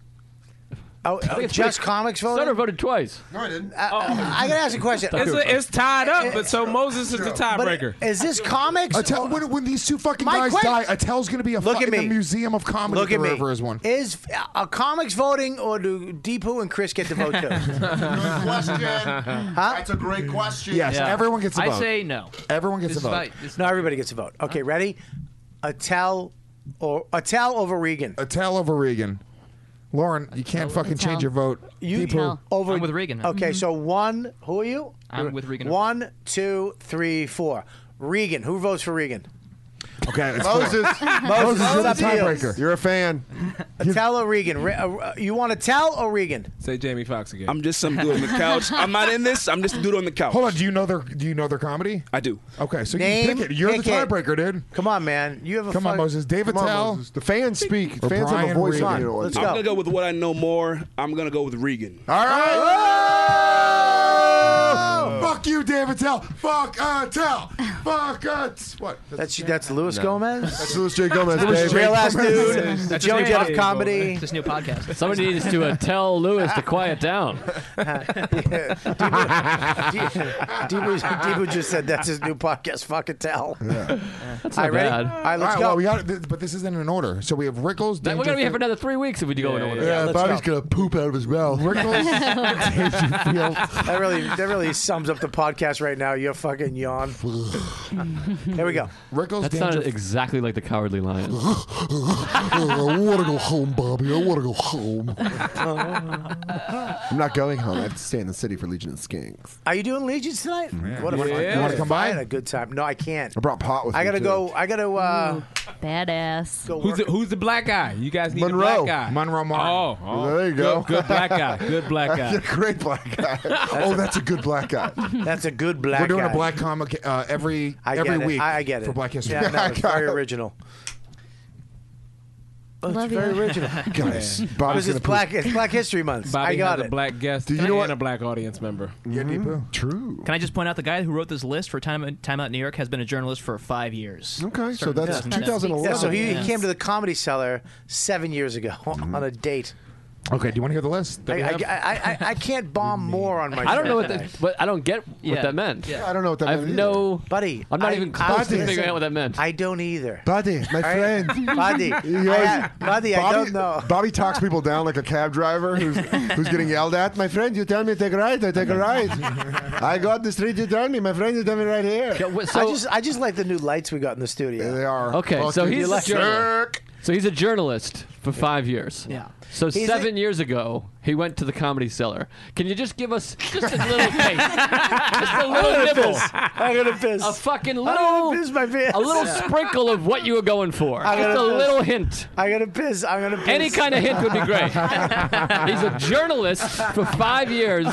Oh, think it's just pretty- comics voting? Sutter voted twice. No, I didn't. I gotta ask a question. Uh, It's, a, it's tied up, but so Moses is the tiebreaker. Is this comics? Attell, when, when these two fucking My guys que- die, Attell's going to be a Look at fucking me. museum of comedy. Look at me. Forever is one. Is a comics voting, or do Deepu and Chris get to vote too? That's a great question. Yes, Yeah. everyone gets a I vote. say no. Everyone gets a vote. no, everybody gets a vote. Okay, ready? Attell or Attell over Regan. Attell over Regan. Lauren, you can't fucking Attell. change your vote. You Deepu. over. I'm with Regan. Okay, Mhm. so one. Who are you? I'm with Regan. One, two, three, four. Regan. Who votes for Regan? Okay, it's Moses. four. Moses Moses is the up to you. tiebreaker. You're a fan. Attell or Regan? Re- uh, uh, you want Attell or Regan? Say Jamie Foxx again. I'm just some dude on the couch. I'm not in this. I'm just a dude on the couch. Hold on. Do you know their Do you know their comedy? I do. Okay, so you Name, pick it. You're the pick it. tiebreaker, dude. Come on, man. You have a Come on, fuck- Moses. David Come on, Tell. Moses. The fans speak. Or fans have a Brian voice. Regan. in it. Let's I'm go. gonna go with what I know more. I'm gonna go with Regan. All Oh! right. Fuck you, David Tell. Fuck uh, Tell. Fuck uh, t- what? That's that's Luis No. Gomez. That's Louis J. Gomez, Louis baby. J. Real ass Gomez. dude. The Joe Jeff comedy. This new podcast. Somebody needs to uh, tell Lewis to quiet down. Deepu, Deepu just said that's his new podcast. Fuck Attell. That's All right, ready? All right, let's go. well, we got, th- but this isn't in order. So we have Rickles. That- we're gonna be here for Dangerfield- another three weeks if we do go in order. Yeah, let's Bobby's gonna poop out of his mouth. that really that really sums up the podcast right now. You're fucking yawn. Here we go. Rickles. That sounded exactly like the Cowardly Lion. I want to go home, Bobby. I want to go home. I'm not going home. I have to stay in the city for Legion of Skanks. Are you doing Legions tonight? What a Mm, You wanna- fun- you wanna come by? I had a good time. No, I can't. I brought pot with I me, gotta too. go. I gotta. uh Badass. Go Who's the, who's the black guy? You guys need Monroe. a black guy. Monroe Martin. Oh, oh. There you go. Good, good black guy. Good black guy. Great black guy. oh, that's a good black guy. That's a good black. We're doing guy. a black comic uh, every I get every it. week. I, I get it for Black History. Yeah, no, it's very original. Oh, it's Love you. very original. Guys, Yeah. Bobby's Because gonna it's poop. black. It's Black History Month. Bobby I has got it. Mm-hmm. a black guest Do you know and what- a black audience member. Yeah, Deepu. True. Can I just point out the guy who wrote this list for Time, Time Out New York has been a journalist for five years. Okay, so Started that's in Yeah, so he, Yeah. he came to the Comedy Cellar seven years ago Mm-hmm. on a date. Okay, do you want to hear the list? that I, we I, have? I, I, I can't bomb more on my. I don't know what show. that, but I don't get Yeah. what that meant. Yeah. I don't know what that I have meant either. no, buddy. I'm not I- even I close was to gonna figuring say- out what that meant. I don't either. Buddy, my friend. Buddy. You I always- ha- buddy, I don't know. Bobby talks people down like a cab driver who's, who's getting yelled at. My friend, you tell me to take a ride, I take a ride. I go up the street, you tell me. My friend, you tell me right here. I just I just like the new lights we got in the studio. They are Okay, so fucking he's a electric. journalist. So he's a journalist for five years. Yeah. So He's a- seven years ago, he went to the Comedy Cellar. Can you just give us just a little taste, just a little nibble, I'm gonna piss. a fucking I'm gonna little, piss my pants. a little sprinkle of what you were going for, I'm just gonna piss. a little hint. I'm gonna piss. I'm gonna piss. Any kind of hint would be great. He's a journalist for five years.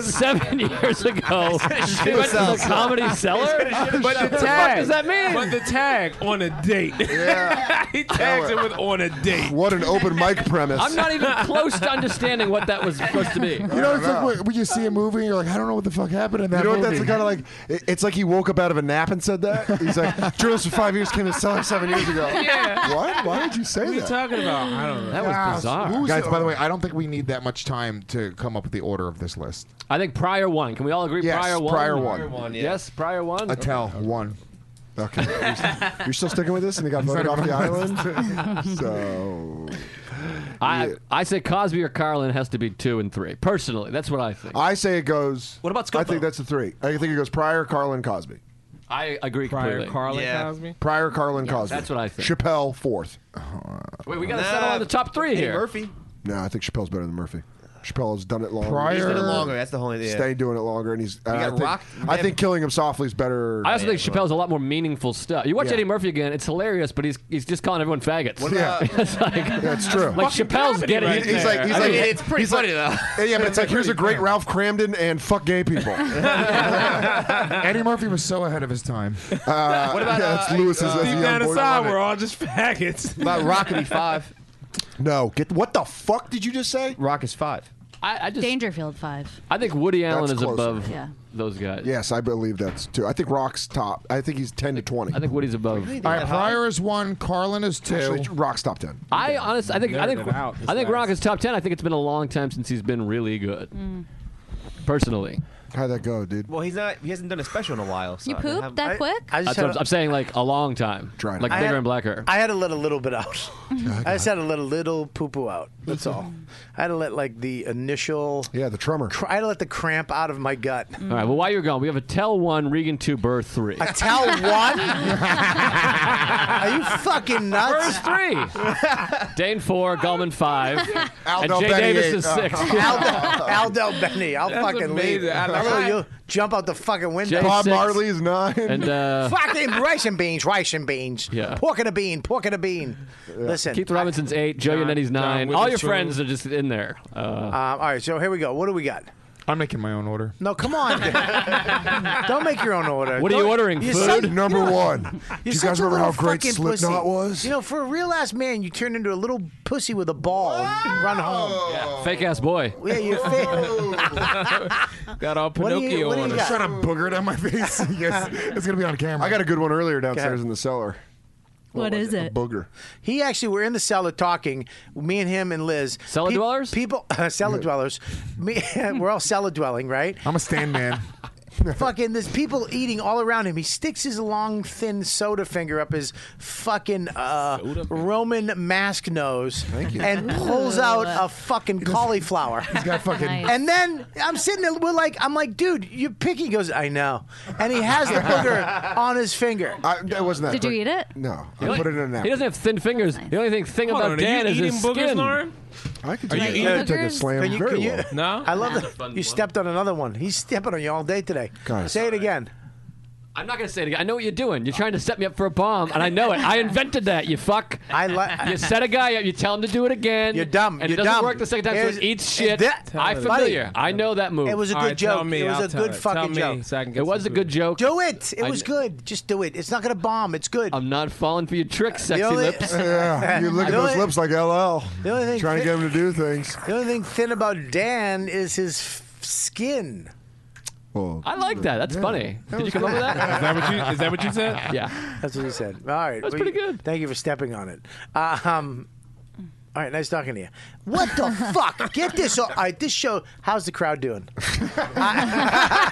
Seven years ago, he went to the Shit. comedy cellar. But the What the tag. fuck does that mean? But the tag on a date. Yeah. he tags it with on a date. What an open mic premise. I'm not even close to understanding what that was supposed to be. You know, it's like when- when you see a movie, you're like, I don't know what the fuck happened in that You know what? movie. That's kind of like it- it's like he woke up out of a nap and said that. He's like, journalist for five years came to cellar seven years ago. Yeah. What? Why did you say What are you that? talking about? I don't know. That was bizarre. Guys, by the way, I don't think we need that much time to come up with the order of this list. I think prior one. Can we all agree? Yes, prior one. prior one. Prior Yes, prior one. Attell one. Okay, you're still sticking with this, and he got He's voted not off the even on island. so I I say Cosby or Carlin has to be two and three. Personally, that's what I think. I say it goes. What about Scopo? I think that's the three. I think it goes Pryor, Carlin, Cosby. I agree Pryor, completely. Carlin, Yeah. Cosby. Pryor, Carlin, Yeah, Cosby. that's what I think. Chappelle fourth. Wait, we got to settle on the top three Eddie here. Murphy. No, I think Chappelle's better than Murphy. Chappelle's done it longer. Pryor- He's done it longer, that's the whole idea. Stayed doing it longer, and he's. I got think, Rock- I think killing him softly is better. I also think Chappelle's a lot more meaningful stuff. You watch Yeah. Eddie Murphy again; it's hilarious, but he's he's just calling everyone faggots. What about- it's like, That's true. Like Chappelle's getting it. He's like, there. he's I like, mean, he's like, though. Yeah, but it's like here's a great Ralph Cramden and fuck gay people. Eddie Murphy was so ahead of his time. Uh, What about, yeah, that's uh, Lewis's uh, as a Deep young Down boy. Inside, Love it. we're all just faggots. About Rocky Five. No, get what the fuck did you just say? Rock is five. I, I just Dangerfield five. I think Woody Allen That's is closer. above Yeah. those guys. Yes, I believe that's two. I think Rock's top. I think he's ten to twenty. I think Woody's above. All right, Pryor is one, Carlin is two. Actually, Rock's top ten. I honestly, I think, I think, Narrative out I think Rock is top ten. I think it's been a long time since he's been really good, Mm. personally. How'd that go, dude? Well, he's not. He hasn't done a special in a while. So You I don't pooped have- that quick? I just That's what had I'm, a- I'm saying, like a long time, like I bigger had- and blacker. I had to let a little bit out. I just had to let a little poo poo out. That's all. I had to let like the initial. Yeah, the tremor. I had to let the cramp out of my gut. All right. Well, while you're gone, we have a tell one, Regan two, Burr three. A tell one? Are you fucking nuts? First three. Dane four, Gallman five, Aldo and Jay Benny Davis eight. is six. Aldo, Aldo Benny, I'll That's fucking amazing. leave. I know. Although you jump out the fucking window. Jay Bob six. Marley is nine. And, uh, fucking rice and beans, rice and beans. Yeah. Pork and a bean, pork and a bean. Listen, Keith Robinson's eight, Joe John- Yannetti's John nine. Witherspoon. All your friends are just in there. Uh, Um, all right, so here we go. What do we got? I'm making my own order. No, come on. Don't make your own order. What are you Don't- ordering, you're food? such- Number you're- one. you're Do you such guys a remember how little great fucking Slipknot pussy. was? You know, for a real ass man, you turn into a little pussy with a ball and run home. Fake ass boy. Yeah, you're Got all What do you- Pinocchio what do on you us. got? Trying to booger it on my face. yes, it's gonna be on camera. I got a good one earlier Go downstairs ahead. in the cellar. What is A it? booger. He actually, we're in the cellar talking. Me and him and Liz. Cellar dwellers. People, cellar dwellers. Me, we're all cellar dwelling, right? I'm a stand man. fucking there's people eating all around him. He sticks his long thin soda finger up his fucking uh, Roman mask nose you. and pulls Ooh. out a fucking cauliflower. He's got fucking- Nice. And then I'm sitting there we're like I'm like, dude, you're picking. He goes, I know. And he has the booger on his finger. I, that wasn't Did you eat it? No, He only- I put it in an He apple. doesn't have thin fingers. The only thing thing Hold about on, are Dan you is eating his boogers, skin. Lauren? I could Are take, you I eating could take a boogers? slam Can you- very can you- well. No, I love Nah, that. fun You one. stepped on another one. He's stepping on you all day today. Say it again. I'm not gonna say it again. I know what you're doing. You're trying to set me up for a bomb, and I know it. I invented that. You fuck. I li- You set a guy up. You tell him to do it again. You're dumb. And You're it doesn't dumb. work the second time. Here's- so he eats it- shit. that- I familiar. I know that move. It was a good joke. it was a good fucking joke. it was a good joke. Do it. It I- was good. Just do it. It's not going to bomb. It's good. I'm not falling for your tricks, sexy only- lips. Yeah, you look at The those only- lips like LL. The only thing Trying to thi- get him to do things. The only thing thin about Dan is his f- skin. Well, I like that. That's Yeah. funny. That Did you was come up good. with that? Is that what you- is that what you said? Yeah. That's what he said. All right. That's well, pretty you- Thank you for stepping on it. Uh, um, all right, nice talking to you. What the fuck? Get this. o- All right, this show. How's the crowd doing?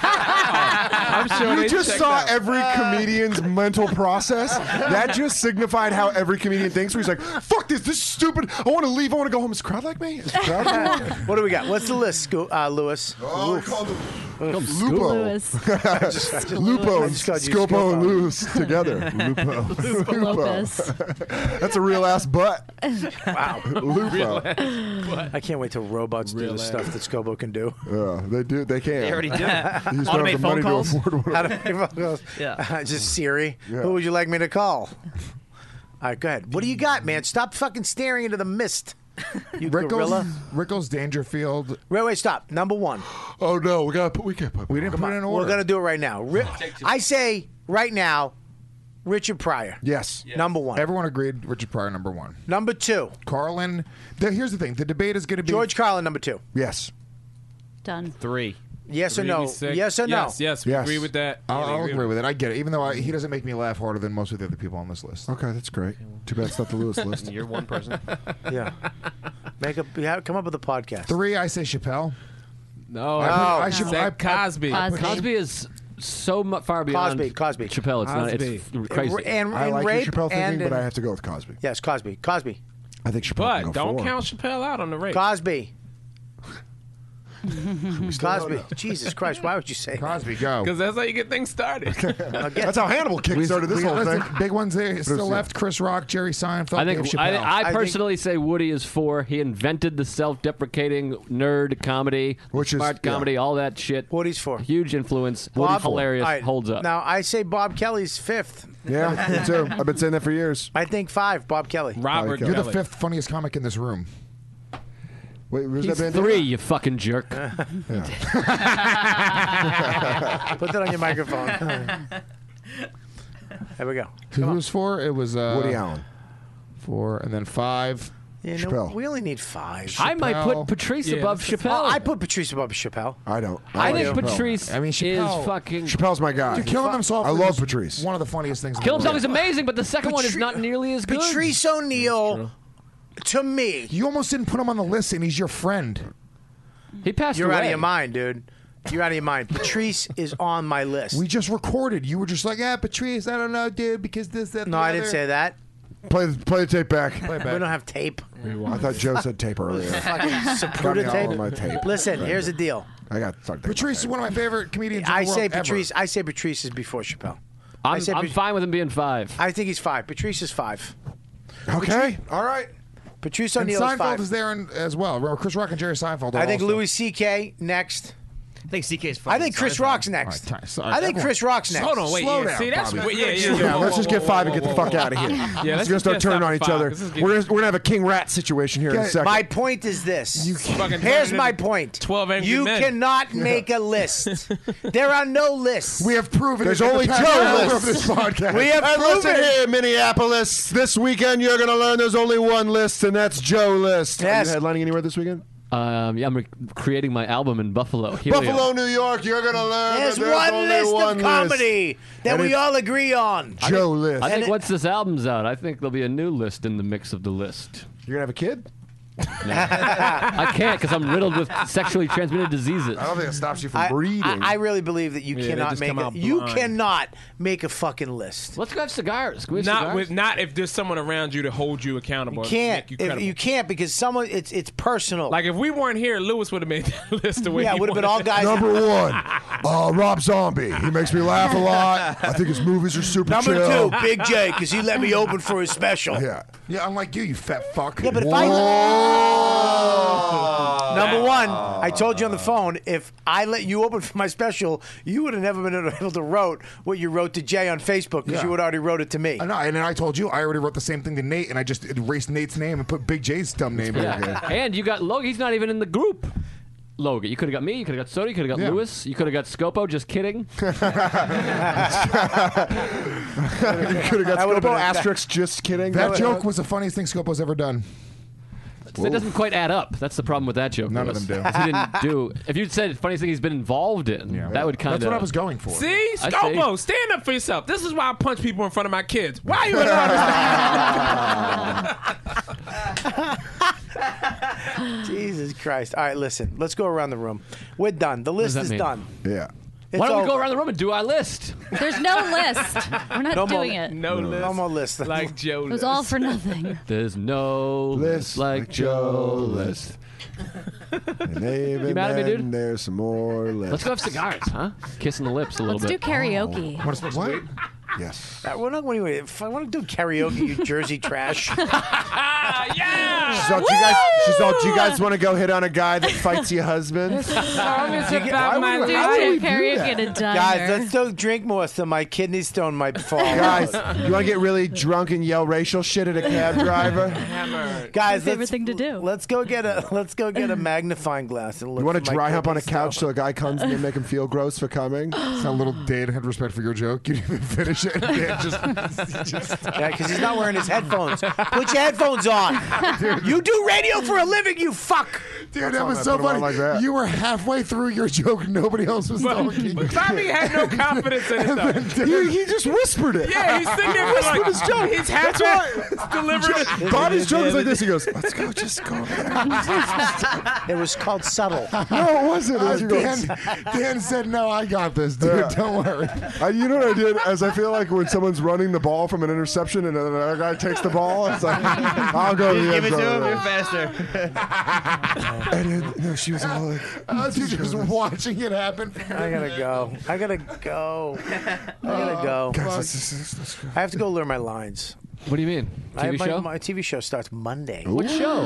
I'm sure you they just checked saw out. every Uh. comedian's mental process. That just signified how every comedian thinks. Where he's like, "Fuck this! This is stupid. I want to leave. I want to go home." Is the crowd like me? Is the crowd like me? what do we got? What's the list, Sco- uh, Lewis? Oh, we Oof. called him Oof. Lupo. I just- I just- Lupo I and just called you Scopo and Scopo. Luz together. Lupo. Lupo. Lopez. That's a real ass butt. Wow. Lupo. I can't wait till robots do the Real ass. stuff that Scobo can do. Yeah, they do. They can. They already do. You just don't have Automate the phone money to calls? afford one. How do I roll those? Yeah. Just Siri. Yeah. Who would you like me to call? All right, go ahead. What do you got, man? Stop fucking staring into the mist. You gorilla. Rickles, Rickles Dangerfield. Wait, wait, stop. Number one. Oh no, we gotta put. We can't put. We didn't put it in order. We're gonna do it right now. Ri- I say right now, Richard Pryor. Yes. Number one. Everyone agreed. Richard Pryor number one. Number two. Carlin. The, here's the thing. The debate is going to be George Carlin number two. Yes. Done. Three. Yes or Three, no? we said- Yes or no? yes, yes, we agree with that. I'll, Yeah, we I'll agree agree, with it. I get it. Even though I, he doesn't make me laugh harder than most of the other people on this list. Okay, that's great. Too bad it's not the Lewis list. You're one person. Yeah. Make up. yeah, Come up with a podcast. Oh, Three, I say Chappelle. No, I put- I should- I- I- Cosby. I Cosby. put- is so mu- far beyond Cosby, Cosby. Chappelle. It's not. Cosby. It's f- crazy. And- and I like rape your Chappelle and thinking, but in- I have to go with Cosby. Yes, Cosby. Cosby. I think Chappelle But can go don't four. count Chappelle out on the race. Cosby. still Cosby. don't know. Jesus Christ, why would you say Cosby, go. Because that's how you get things started. That's how Hannibal kickstarted this whole listen, thing. Big ones there. But Still it's- left Chris Rock, Jerry Seinfeld, I think Dave I, Chappelle. I personally say Woody is four. He invented the self-deprecating nerd comedy, Which smart comedy, all that shit. Woody's four. Huge influence. Woody's hilarious. All right, Holds up. Now I say Bob Kelly's fifth. Yeah, me too. I've been saying that for years. I think five. Bob Kelly. You're the fifth funniest comic in this room. Wait, where's He's three, you fucking jerk. Put that on your microphone. there we go. Who was four? It was uh, Woody Allen. Four, and then five. You know, we only need five. I might put Patrice Yeah, above that's- Chappelle. Oh, I put Patrice above Chappelle. I don't. I like think Chappelle. Patrice I mean, Chappelle- is fucking- Chappelle's my guy. Dude, killing himself. I is love Patrice. One of the funniest things. in the Kill Himself world. is amazing, but the second one is not nearly as good. Patrice O'Neill, to me, you almost didn't put him on the list, and he's your friend. He passed You're out of your mind, dude. You're out of your mind. Patrice is on my list. We just recorded. You were just like, "Yeah, Patrice, I don't know, dude, because this, that." No, the I didn't other." say that. Play the, play the tape back. Play it back. We don't have tape. I thought Joe said tape earlier. Fucking Got me Zapruder all on my tape. tape. Listen, Right. here's the deal. I got something. Patrice is one of my favorite comedians. in I the world say ever. Patrice. I say Patrice is before Chappelle. I'm- I say I'm fine with him being five. I think he's five. Patrice is five. Okay, all right. Patrice and O'Neill is Seinfeld five. is there in, as well. Remember, Chris Rock and Jerry Seinfeld. Are I think also. Louis C.K. next. I think CK is I think Chris Rock's next. I think Chris Rock's next. Hold on, wait. yeah, see, that's wait, yeah, yeah, Slow yeah, down. whoa, let's whoa, just get whoa, five whoa, and get whoa, the whoa. fuck out of here. Yeah, we're let's gonna just start turning stop on each five. other. This is We're getting- gonna, we're gonna have a king rat situation here in a second. My point is this. fucking Here's turning my into point. 12 angry You men. cannot make a list. there are no lists. We have proven There's only two lists. We have and proven listen here, Minneapolis. This weekend you're going to learn there's only one list, and that's Joe List. Yes. Are you headlining anywhere this weekend? Um, yeah, I'm re- creating my album in Buffalo. Helio. Buffalo, New York. You're going to learn. There's that there's one only list one of comedy that And we it's- all agree on. I think- I And think it- once this album's out, I think there'll be a new list in the mix of the list. You're gonna have a kid? I can't because I'm riddled with sexually transmitted diseases. I don't think it stops you I, I, I really believe that you Yeah, they cannot just make come a, out you blind. cannot make a fucking list. Let's go have cigars. Can we have Not cigars? with not if there's someone around you to hold you accountable. You and can't. make You, If- credible. you can't because someone it's it's personal. like if we weren't here, Lewis would have made that list the way. Yeah, he it would've been wanted all it. guys- Number one, uh, Rob Zombie. He makes me laugh a lot. I think his movies are super Number chill. two, Big J, because he let me open for his special. Yeah. Yeah, unlike you, you fat fuck. Yeah, but if I number one, I Oh. told you on the phone, if I let you open for my special, you would have never been able to wrote what you wrote to Jay on Facebook because Yeah. you had already wrote it to me. I know, and then I told you I already wrote the same thing to Nate, and I just erased Nate's name and put Big J's dumb name in Yeah. again. and you got Logan. He's not even in the group. Logan, you could have got me. You could have got Soda. You could have got Yeah. Lewis. You could have got Scopo. Just kidding. you could have That got would've Scopo been- asterisk. Just kidding. That joke was the funniest thing Scopo's ever done. So it doesn't quite add up. That's the problem with that joke. None of Lewis. them do. 'Cause He didn't do. If you'd said funniest thing he's been involved in, that would kind of. That's what I was going for. See, I see. Scopo, stand up for yourself. This is why I punch people in front of my kids. Why are you in understand? Jesus Christ! All right, listen, let's go around the room. We're done. The list that is mean? done. Yeah. Why don't we It's go over. around the room and do our list? There's no list. We're not No more- doing it. No, list. No more list. Like Joe. It was all for nothing. There's no list like Joe list. And even You mad at me, then, dude? There's some more left. Let's go have cigars, huh? Kissing the lips a little Let's do bit. Oh. karaoke. Oh. What? Yes. Uh, We're not going to. I want to do karaoke, you Jersey trash. She's all, do you guys, she's all, do you guys want to go hit on a guy that fights your husband? You get- why would we- Dude, why would do we do karaoke that? at a diner. Guys, let's don't drink more, so my kidney stone might fall. guys, you want to get really drunk and yell racial shit at a cab driver? guys, let's, thing to do. Let's go get a let's go get a magnifying glass and look. You want for to my dry hump on a kidney couch so a guy comes and they make him feel gross for coming? That little date had respect for your joke. You didn't even finish it. Yeah, just- Yeah, because he's not wearing his headphones. Put your headphones on. you do radio for a living, you fuck. Dude, that was so funny. you were halfway through your joke. Nobody else was talking. Tommy had no confidence in it though. He, he just whispered it. Yeah, he's sitting there whispered like, his joke. He's That's half delivering why it. Bobby's joke is like this. He goes, "Let's go, just go." it was called subtle. No, it wasn't. It Uh, was you Dan, Dan said, "No, I got this, dude. Yeah. Don't worry." I, you know what I did? As I feel like when someone's running the ball from an interception and another guy takes the ball? It's like, I'll go Uh, to the Give end it to him. zone. You're faster. And then, no, she was all like, I was just watching it happen. I gotta go. I gotta go. I Uh, gotta go. I have to go learn my lines. What do you mean? I have TV my, show? my TV show starts Monday. What show?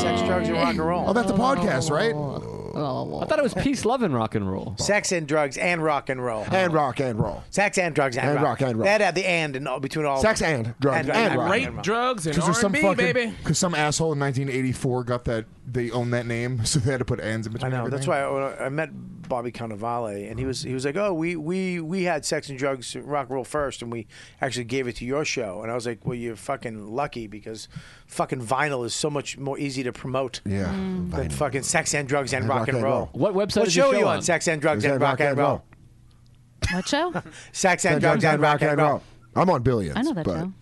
Sex, drugs, and rock and roll. Oh, that's a podcast, right? Oh, I thought it was peace, love, and rock and roll. Sex and drugs and rock and roll. And rock and roll. Sex and drugs and, And rock and roll. That had the and in all, between all. Sex and drugs and rock. Rape, drugs, and there's some R&B, fucking- baby. 'cause some asshole in 1984 got that they owned that name, so they had to put ands in between. I know. That's everything. why I, I met Bobby Cannavale, and he was he was like, "Oh, we we we had sex and drugs, rock and roll first, and we actually gave it to your show." And I was like, "Well, you're fucking lucky because fucking vinyl is so much more easy to promote, yeah, than fucking sex and drugs and, And rock, and roll. What website What is your show are show you on? on? Sex and Is drugs and that rock and roll. What show? Sex and drugs and rock and roll. I'm on billions. I know that but show.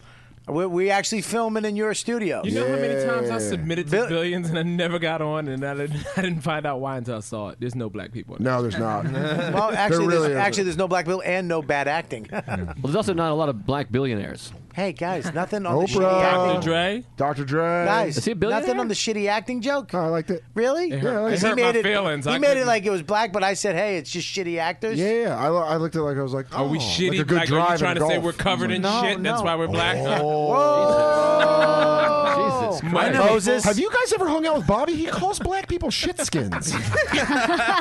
We're, we actually filming in your studio. You know how many times I submitted to Bill- billions and I never got on, and I didn't, I didn't find out why until I saw it. There's no black people. No, there's not. well, actually, there's, actually, there's no black bill and no bad acting. Well, there's also not a lot of black billionaires. hey guys, nothing on the shitty Oprah. acting. Dre. Dr. Dre. Guys, Is he a nothing billionaire? on the shitty acting joke. I liked it. Really? It hurt- Yeah, I liked it. he hurt made my it. feelings. He I made it couldn't- like it was black, but I said, "Hey, it's just shitty actors." Yeah, yeah. I, lo- I looked at it like I was like, Are we oh, shitty? Like Like a good are drive you and trying to say golf. we're covered in No, shit? That's no. why we're black. Oh. Oh, Whoa. Jesus Christ. Moses. Have you guys ever hung out with Bobby? He calls black people shitskins.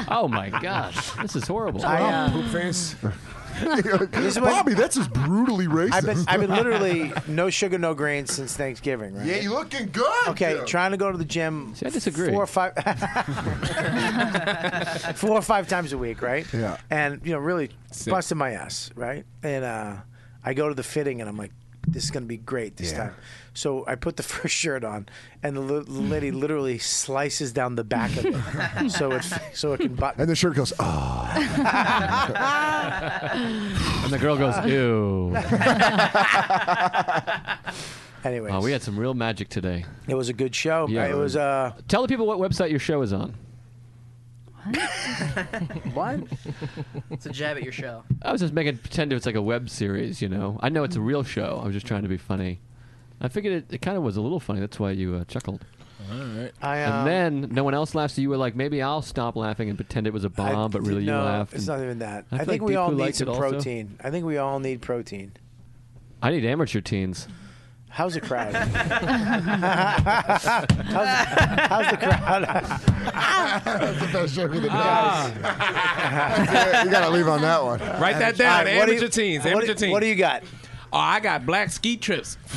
oh my gosh, this is horrible. I, uh, This is what- Bobby, that's just brutally racist. I've been, I've been literally no sugar, no grains since Thanksgiving. Right? Yeah, you looking good. Okay, dude. trying to go to the gym. See, I disagree. Four or five, four or five times a week, right? Yeah. And you know, really busting my ass, right? And uh, I go to the fitting, and I'm like, "This is gonna be great this Yeah. time." So I put the first shirt on, and the li- lady literally slices down the back of it, so it so it can button. And the shirt goes, oh. And the girl goes, ew. Anyways, Wow, we had some real magic today. it was a good show. Yeah. it was uh, Tell the people what website your show is on. what? It's a jab at your show. I was just making pretend it's like a web series, you know. I know it's a real show. I was just trying to be funny. I figured it, it kind of was a little funny. That's why you uh, chuckled. All right. I, um, And then no one else laughed, so you were like, maybe I'll stop laughing and pretend it was a bomb, but really no, you laughed. It's and- not even that. I I, feel think like we all Deepu need liked some it also. protein. I think we all need protein. I need amateur teens. How's the crowd? how's, how's the crowd? That's the best joke of the day. you gotta leave on that one. Write that All down. right, what do amateur you- teens. what do- Amateur teens. what do you got? Oh, I got black ski trips.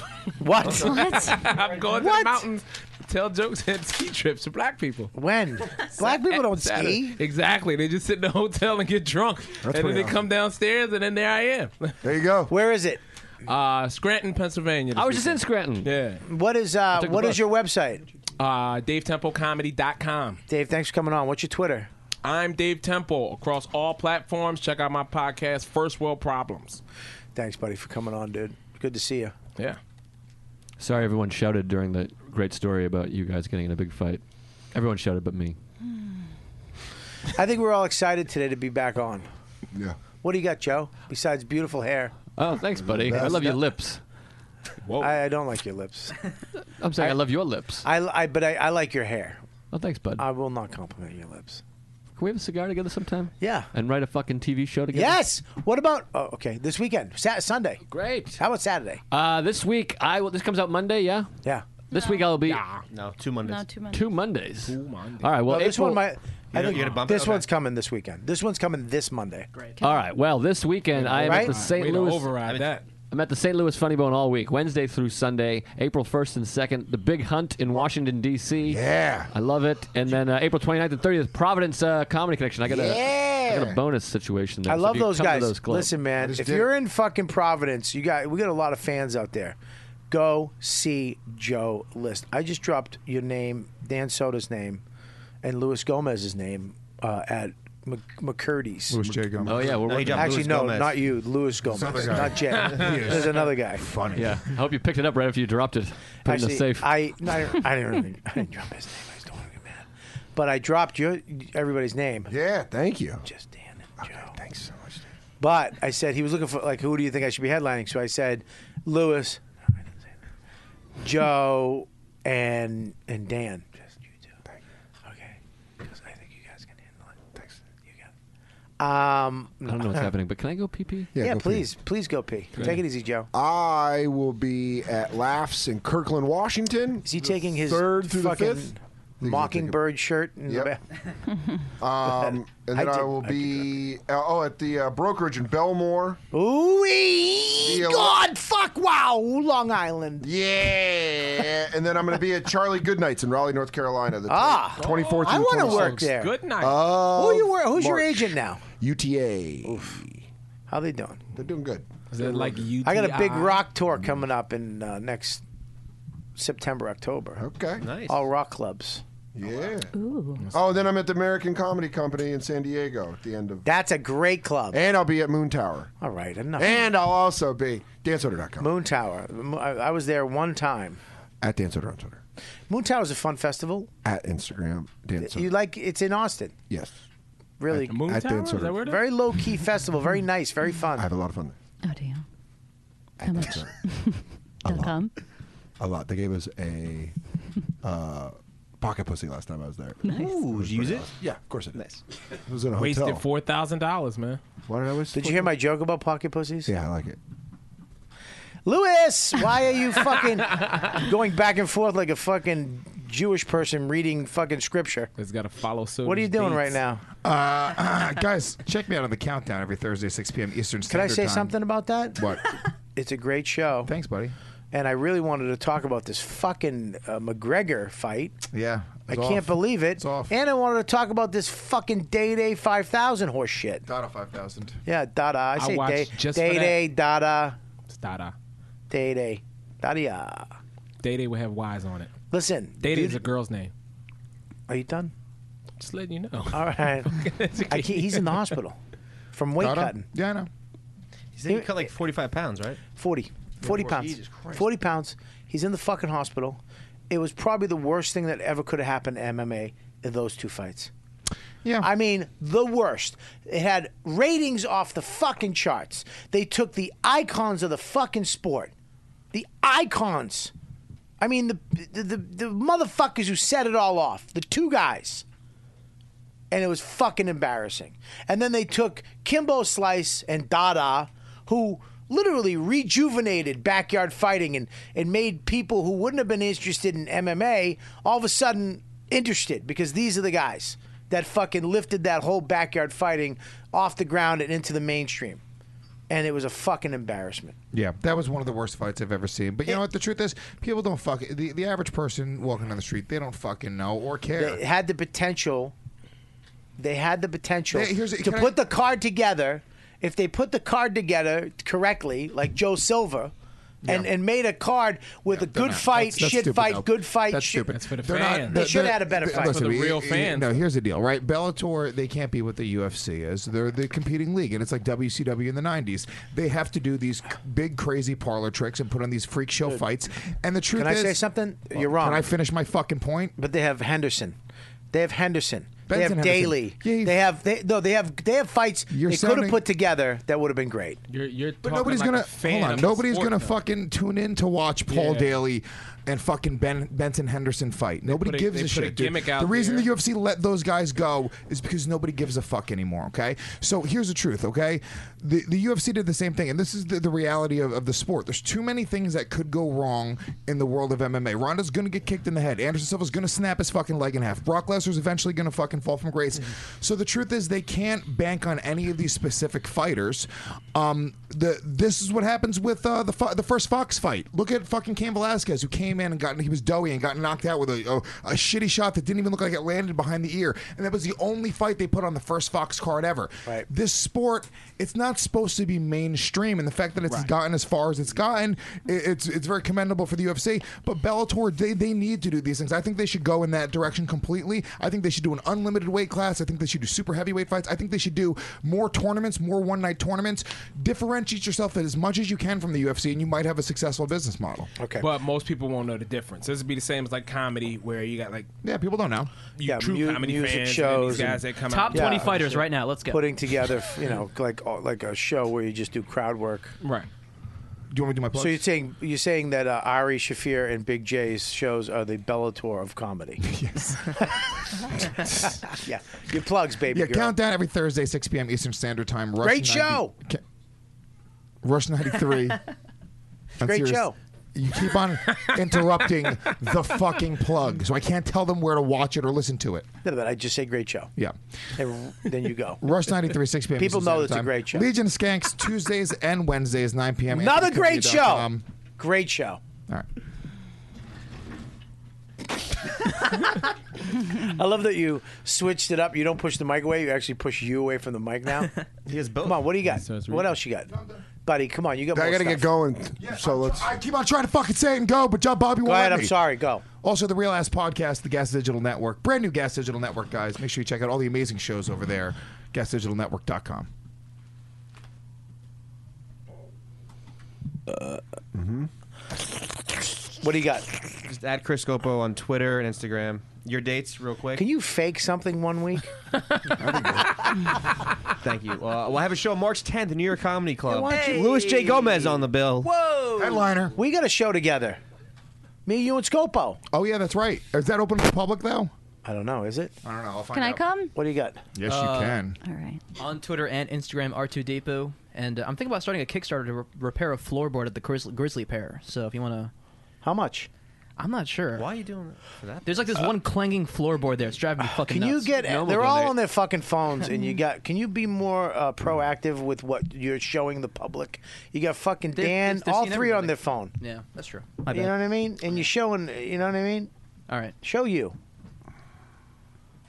What? I'm going to the mountains. Tell jokes at ski trips to black people. When? Black people don't Saturday. ski. Exactly. They just sit in the hotel and get drunk. and then pretty they awesome. come downstairs, and then there I am. There you go. Where is it? Uh, Scranton, Pennsylvania. I was just in Scranton. Yeah. What is uh, took the what bus. is your website? Uh, DaveTempleComedy.com. Dave, thanks for coming on. What's your Twitter? I'm Dave Temple across all platforms. Check out my podcast, First World Problems. Thanks, buddy, for coming on, dude. Good to see you. Yeah. Sorry, everyone shouted during the great story about you guys getting in a big fight. Everyone shouted but me. I think we're all excited today to be back on. Yeah. What do you got, Joe? Besides beautiful hair. Oh, thanks, buddy. I That's- love your lips. I, I don't like your lips. I'm saying I, love your lips. I, I but I, I like your hair. Oh, thanks, bud. I will not compliment your lips. Can we have a cigar together sometime? Yeah. And write a fucking TV show together? Yes. What about? Oh, okay. This weekend, Sat Sunday. Great. How about Saturday? Uh, this week, I will. This comes out Monday, yeah? Yeah. This week I'll be. No, two Mondays. No, two Mondays. Two Mondays. Two Mondays. All right, well, No, this April- one might. I don't- think you gotta bump it? this Okay. one's coming this weekend. This one's coming this Monday. Great. All right. Well, this weekend I am Right? at the St. Way to Louis. override that. I'm at the St. Louis Funny Bone all week, Wednesday through Sunday, April 1st and 2nd. The Big Hunt in Washington D.C. Yeah, I love it. And then uh, April 29th and 30th, Providence uh, Comedy Connection. I got a, I got a bonus situation there. I so love if you those come to guys. those clubs- Listen, man, if did you're in fucking Providence, you got we got a lot of fans out there. Go see Joe List. I just dropped your name, Dan Soda's name, and Luis Gomez's name uh, at Mc- McCurdy's. Louis J. Gomez. Oh, yeah, we're No, he working- dropped Actually, Luis no, Gomez. not you, Luis Gomez, Another guy. not Jay. Yes. There's another guy. Funny. Yeah. I hope you picked it up right after you dropped it. Put it in the Actually, safe. I, no, I, didn't- I didn't really, I didn't drop his name. I just don't want to get mad. But I dropped your everybody's name. Yeah, thank you. Just Dan and Joe. Thanks so much. But I said he was looking for like who do you think I should be headlining? So I said Lewis, Joe, and and Dan. Just you two. Okay. Because I think you guys can handle it. Thanks. You got. It. Um. I don't know what's happening, but can I go pee pee? Yeah, please, please go pee. Go Take ahead. it easy, Joe. I will be at Laughs in Kirkland, Washington. Is he taking his third through the fucking fifth? Mockingbird shirt. In the Yep. back? Um, and I then I, did- will I be uh, oh at the uh, brokerage in Belmore. Ooh, God, fuck, wow, Long Island. Yeah, Eh, and then I'm going to be at Charlie Goodnight's in Raleigh, North Carolina. The Ah. 24th. I wanna work there. Goodnight. Who you wor- who's your agent now? UTA. How they doing? They're doing good. Mm. Is it like you? I got a big rock tour coming up in uh, next September, October. Okay, nice. All rock clubs. Yeah. Oh, then I'm at the American Comedy Company in San Diego at the end of. That's a great club. And I'll be at Moon Tower. All right, enough. And I'll also be danceorder.com. Moon Tower. Mo- I I was there one time. At danceorder on Twitter. Moon Tower is a fun festival. At Instagram. Danceorder. You like? It's in Austin. yes. Really. At- Moon at Tower? Dan Is that Soder. where it is? Very low key festival. Very nice. Very fun. I have a lot of fun. Oh, How much? They'll come. A lot. They gave us a uh, pocket pussy last time I was there. Nice. Ooh, did you use it? Yeah, of course it is. Nice. It was in a hotel. Wasted four thousand dollars, man. Why did I waste? Did you hear my joke about pocket pussies? Yeah, I like it. Lewis, why are you fucking going back and forth like a fucking Jewish person reading fucking scripture? It's got to follow suit. What are you doing right now? Uh, guys, check me out on the countdown every Thursday, 6 p.m. Eastern Can I Standard say Time. something about that? What? It's a great show. Thanks, buddy. And I really wanted to talk about this fucking uh, McGregor fight. Yeah. I can't believe it. And I wanted to talk about this fucking Day Day 5000 horse shit. Dada 5000. Yeah, Dada. I I say watched Day just for Day that. Day, Dada. It's Dada. Day Day. Dada. Day Day would have Y's on it. Listen. Day Day dude- is a girl's name. Are you done? Just letting you know. All right. I can't, he's in the hospital from weight Dada? cutting. Yeah, I know. You said he cut like 45 pounds, right? 40. 40 40. pounds. Jesus Christ. 40 pounds. He's in the fucking hospital. It was probably the worst thing that ever could have happened to MMA in those two fights. Yeah. I mean, the worst. It had ratings off the fucking charts. They took the icons of the fucking sport. The icons. I mean, the the, the, the motherfuckers who set it all off. The two guys and it was fucking embarrassing. And then they took Kimbo Slice and Dada, who literally rejuvenated backyard fighting and, and made people who wouldn't have been interested in MMA all of a sudden interested because these are the guys that fucking lifted that whole backyard fighting off the ground and into the mainstream. And it was a fucking embarrassment. Yeah, that was one of the worst fights I've ever seen. But you know what? The truth is, people don't fuck the the average person walking down the street. They don't fucking know or care. They had the potential. They had the potential Yeah, here's- to can I- put the card together. If they put the card together correctly, like Joe Silva, and, and made a card with a good not. fight, That's- that's shit stupid, fight, though. good fight, That's shit. stupid. That's for the They're fans. they They're- should have they're- had a better they're- fight. listen, you- you- No, here's the deal, right? Bellator, they can't be what the UFC is. They're the competing league, and it's like WCW in the '90s. They have to do these c- big, crazy parlor tricks and put on these freak show fights. And the truth Can I is, say something? You're Can wrong. I finish my fucking point? But they have Henderson. They have Henderson. they have Benson Henderson. Daly. they have they no. They have they have fights You're they could have sounding- put together that would have been great. You're, you're But nobody's gonna hold on. Nobody's gonna fucking tune in to watch Paul Yeah. Daly and fucking Ben Benson Henderson fight. Nobody put a- gives they a put shit. a dude. gimmick out the reason there. the UFC let those guys go is because nobody gives a fuck anymore. Okay, so here's the truth. Okay, the the UFC did the same thing, and this is the, the reality of, of the sport. There's too many things that could go wrong in the world of MMA. Ronda's gonna get kicked in the head. Anderson Silva's gonna snap his fucking leg in half. Brock Lesnar's eventually gonna fucking fall from grace. So the truth is, they can't bank on any of these specific fighters. Um, the this is what happens with uh, the fo- the first Fox fight. Look at fucking Cain Velasquez, who came in and got he was doughy and got knocked out with a, a, a shitty shot that didn't even look like it landed behind the ear, and that was the only fight they put on the first Fox card ever. Right. This sport, it's not supposed to be mainstream, and the fact that it's gotten as far as it's gotten, i it's it's very commendable for the UFC. But Bellator, they they need to do these things. I think they should go in that direction completely. I think they should do an unlimited unlimited weight class. I think they should do super heavyweight fights. I think they should do more tournaments, more one night tournaments. Differentiate yourself as much as you can from the UFC, and you might have a successful business model. Okay. But most people won't know the difference. This would be the same as like comedy, where you got like yeah, people don't know. You true mu- comedy fans, and these guys that come out. Yeah, fighters right now. Let's go. Putting together, you know, like uh, like a show where you just do crowd work. Right. Do you want me to do my plugs? So you're saying you're saying that uh, Ari Shafir and Big J's shows are the Bellator of comedy. yes. yeah. Your plugs, baby. yeah, girl. countdown every Thursday, 6 p.m. Eastern Standard Time. Rush Great show. Ca- Rush 93. I'm Great show. You keep on interrupting the fucking plug, so I can't tell them where to watch it or listen to it. No, but I just say great show. Yeah. And then you go. Rush 93, 6 p.m. People Eastern Standard know it's a Time. great show. Legion of Skanks, Tuesdays and Wednesdays, 9 p.m. Another great show. AnthonyComedia.com. Great show. All right. I love that you switched it up. You don't push the mic away. You actually push you away from the mic now. he has both. Come on, what do you got? what else you got, buddy? Come on, you got. I more gotta get stuff. going. So let's. I keep on trying to fucking say it and go, but John Bobby won't Go ahead. let me. I'm sorry. Go. Also, the Real Ass Podcast, the Gas Digital Network, brand new Gas Digital Network, guys. Make sure you check out all the amazing shows over there. GasDigitalNetwork.com. Mm-hmm. What do you got? Just add Chris Scopo on Twitter and Instagram. Your dates, real quick. Can you fake something one week? Thank you. Uh, we'll have a show March 10th, New York Comedy Club. why don't you- Louis J. Gomez on the bill. Whoa. Headliner. We got a show together. Me, you, and Scopo. Oh yeah, that's right. Is that open to the public though? I don't know. Is it? I don't know. I'll Can I come? What do you got? Yes, Uh, you can. All right. On Twitter and Instagram, R2 Depot, and uh, I'm thinking about starting a Kickstarter to re- repair a floorboard at the Grizzly, Grizzly Pair. So if you want to, how much? I'm not sure. Why are you doing that for that? There's like this one clanging floorboard there. It's driving me fucking Ah, Can you nuts. get? they're all on their fucking phones, and you got. Can you be more uh, proactive with what you're showing the public? You got fucking They're- Dan. they're all seeing three on everybody. their phone. Yeah, that's true. You know what I mean? And you're showing. You know what I mean? All right. Show you.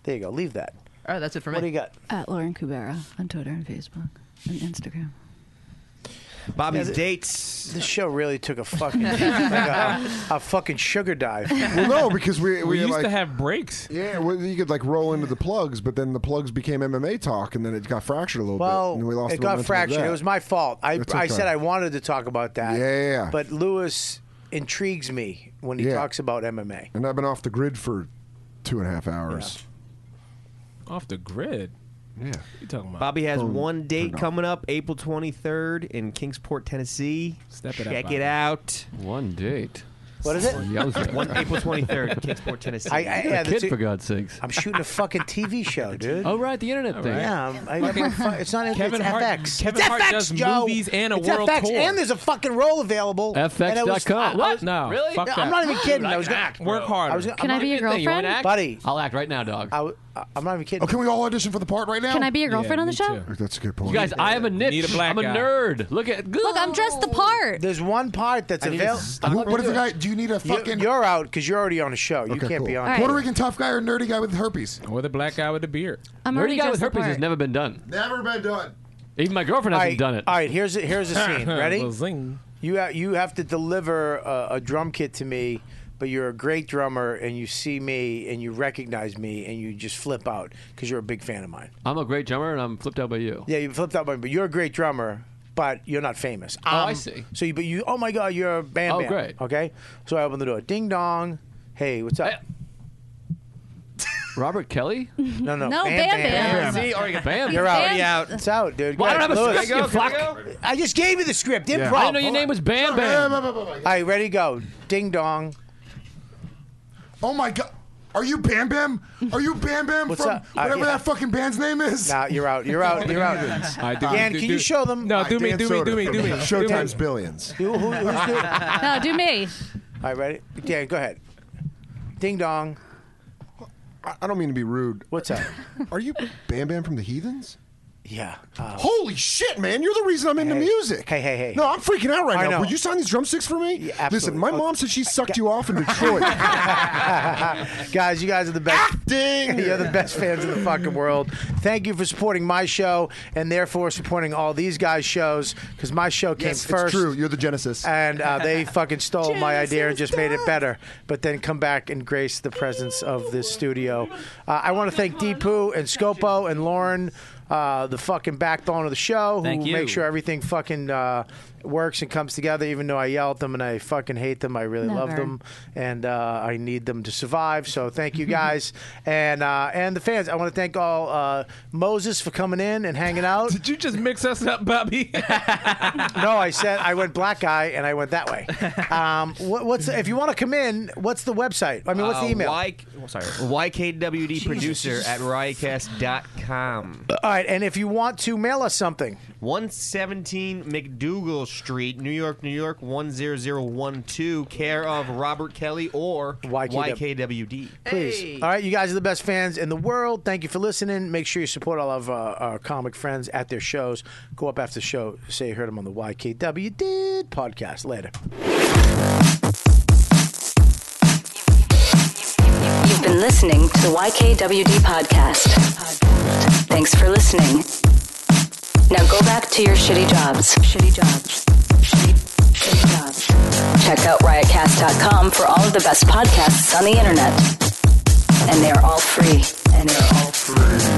There you go. Leave that. All right, that's it for me. What do you got? At Lauren Kubera on Twitter and Facebook and Instagram. Bobby's Yeah, th- dates. This show really took a fucking like a, a fucking sugar dive. Well, no, because we, we, like, have breaks. Yeah, well, you could like roll into the plugs, but then the plugs became MMA talk, and then it got fractured a little Well, bit. and we lost it the momentum got of fractured. that. It was my fault. I, That's I okay. said I wanted to talk about Yeah, that. yeah, yeah. But Lewis intrigues me when he Yeah. talks about MMA. and I've been off the grid for two and a half hours. Off the grid. Yeah. You talking about? Bobby has Boom. one date Turned off. coming up, April 23rd in Kingsport, Tennessee. Step it up, Check Bobby. it out. One date. What is it? Yowza. One, April 23rd, Kingsport, Tennessee. I- I- You got yeah, a the kid two- for God's sakes. I'm shooting a fucking TV show, dude. Oh right, the internet thing. Yeah, I'm- I, Fucking- I'm fu- it's not Kevin it's Hart- FX. Kevin it's Hart FX, does Joe. movies and a it's world FX, tour. And there's a fucking role available. And I was- FX.com. I- I What? was- No, Really? fuck No, that. I'm not even Dude, kidding. I I was can gonna- act, bro. Work harder. I was gonna- Can I'm I be not your even- You wanna girlfriend? act? buddy? I'll act right now, dog. I, am not even kidding. Oh, can we all audition for the part right now? Can I be your girlfriend on the show? That's a good You guys, I have a niche. Need a black I'm a guy. nerd. Look at Look, I'm dressed the part. There's one part that's I need to available. stop Who- what is the guy? Do you need a fucking? You're out because you're already on a show. You can't be on. Puerto Rican tough guy or nerdy guy with herpes? Or the black guy with the beard. I'm Nerdy already guy with dressed the herpes has part. never been done. Never been done. Even my girlfriend hasn't Alright, done it. All right, here's a, here's a scene. Ready? Little You ha- you have to deliver a, a drum kit to me, but you're a great drummer, and you see me, and you recognize me, and you just flip out because you're a big fan of mine. I'm a great drummer, and I'm flipped out by you. Yeah, you flipped out by me, but you're a great drummer, but you're not famous. Oh, I Um, see. So, you, but you, oh my God, you're a band. Oh, band. great. Okay, so I open the door. Ding dong. Hey, what's up? Robert Kelly? No, no. No, Bam Bam Bam. Bam. See, already got Bam. You're out. Bam's- out. It's out, dude. Well, I Go don't have a ahead, script, Lewis. you fuck. I just gave you the script. Improv. Yeah. I didn't know your name was Bam Bam. All right, ready to go. Ding dong. Oh my god. Are you Bam Bam? Are you Bam Bam What's from up? Uh, whatever yeah. that fucking band's name is? Nah, you're out. Oh, You're out. You're out. Dan, can you show them? No, do me, do me, do me, do me. Showtime's billions. Who, who, who's doing? All No, do me. right, ready? Dan, go ahead. Ding dong. I I don't mean to be rude. What's up? Are you Bam Bam from the Heathens? Yeah. Uh, Holy shit, man! You're the reason I'm into music. Hey, hey, hey. No, I'm freaking out right I now. know. Will you sign these drumsticks for me? Listen, absolutely. my Oh. mom said she sucked you off in Detroit. guys, you guys are the best. You're the best fans in the fucking world. Thank you for supporting my show and therefore supporting all these guys' shows because my show came Yes, it's first. true. You're the Genesis. And uh, they fucking stole my idea and just made it better, but then come back and grace the presence of this studio. Uh, I want to thank Deepu and Scopo and Lauren. Uh, the fucking backbone of the show, who Thank you. make sure everything fucking uh, works and comes together. Even though I yell at them and I fucking hate them, I really love Never. them and uh, I need them to survive. So thank you guys and uh, and the fans. I want to thank all uh, Moses for coming in and hanging out. Did you just mix us up, Bobby? no, I said I went black guy and I went that way. Um, what, what's if you want to come in? What's the website? I mean, what's the Uh, email? Y- oh, sorry, YKWD producer at riotcast.com. all right, and if you want to mail us something, 117 McDougal Street, New York, New York 10012, care of Robert Kelly or YKWD. Please. All right, you guys are the best fans in the world. Thank you for listening. Make sure you support all of uh, our comic friends at their shows. Go up after the show, say you heard them on the YKW Did podcast. Later. You've been listening to the YKWD podcast. Thanks for listening. Now go back to your shitty jobs. Shitty jobs. Shitty, shitty jobs. Check out riotcast.com for all of the best podcasts on the internet. And they are all free. And they're all free.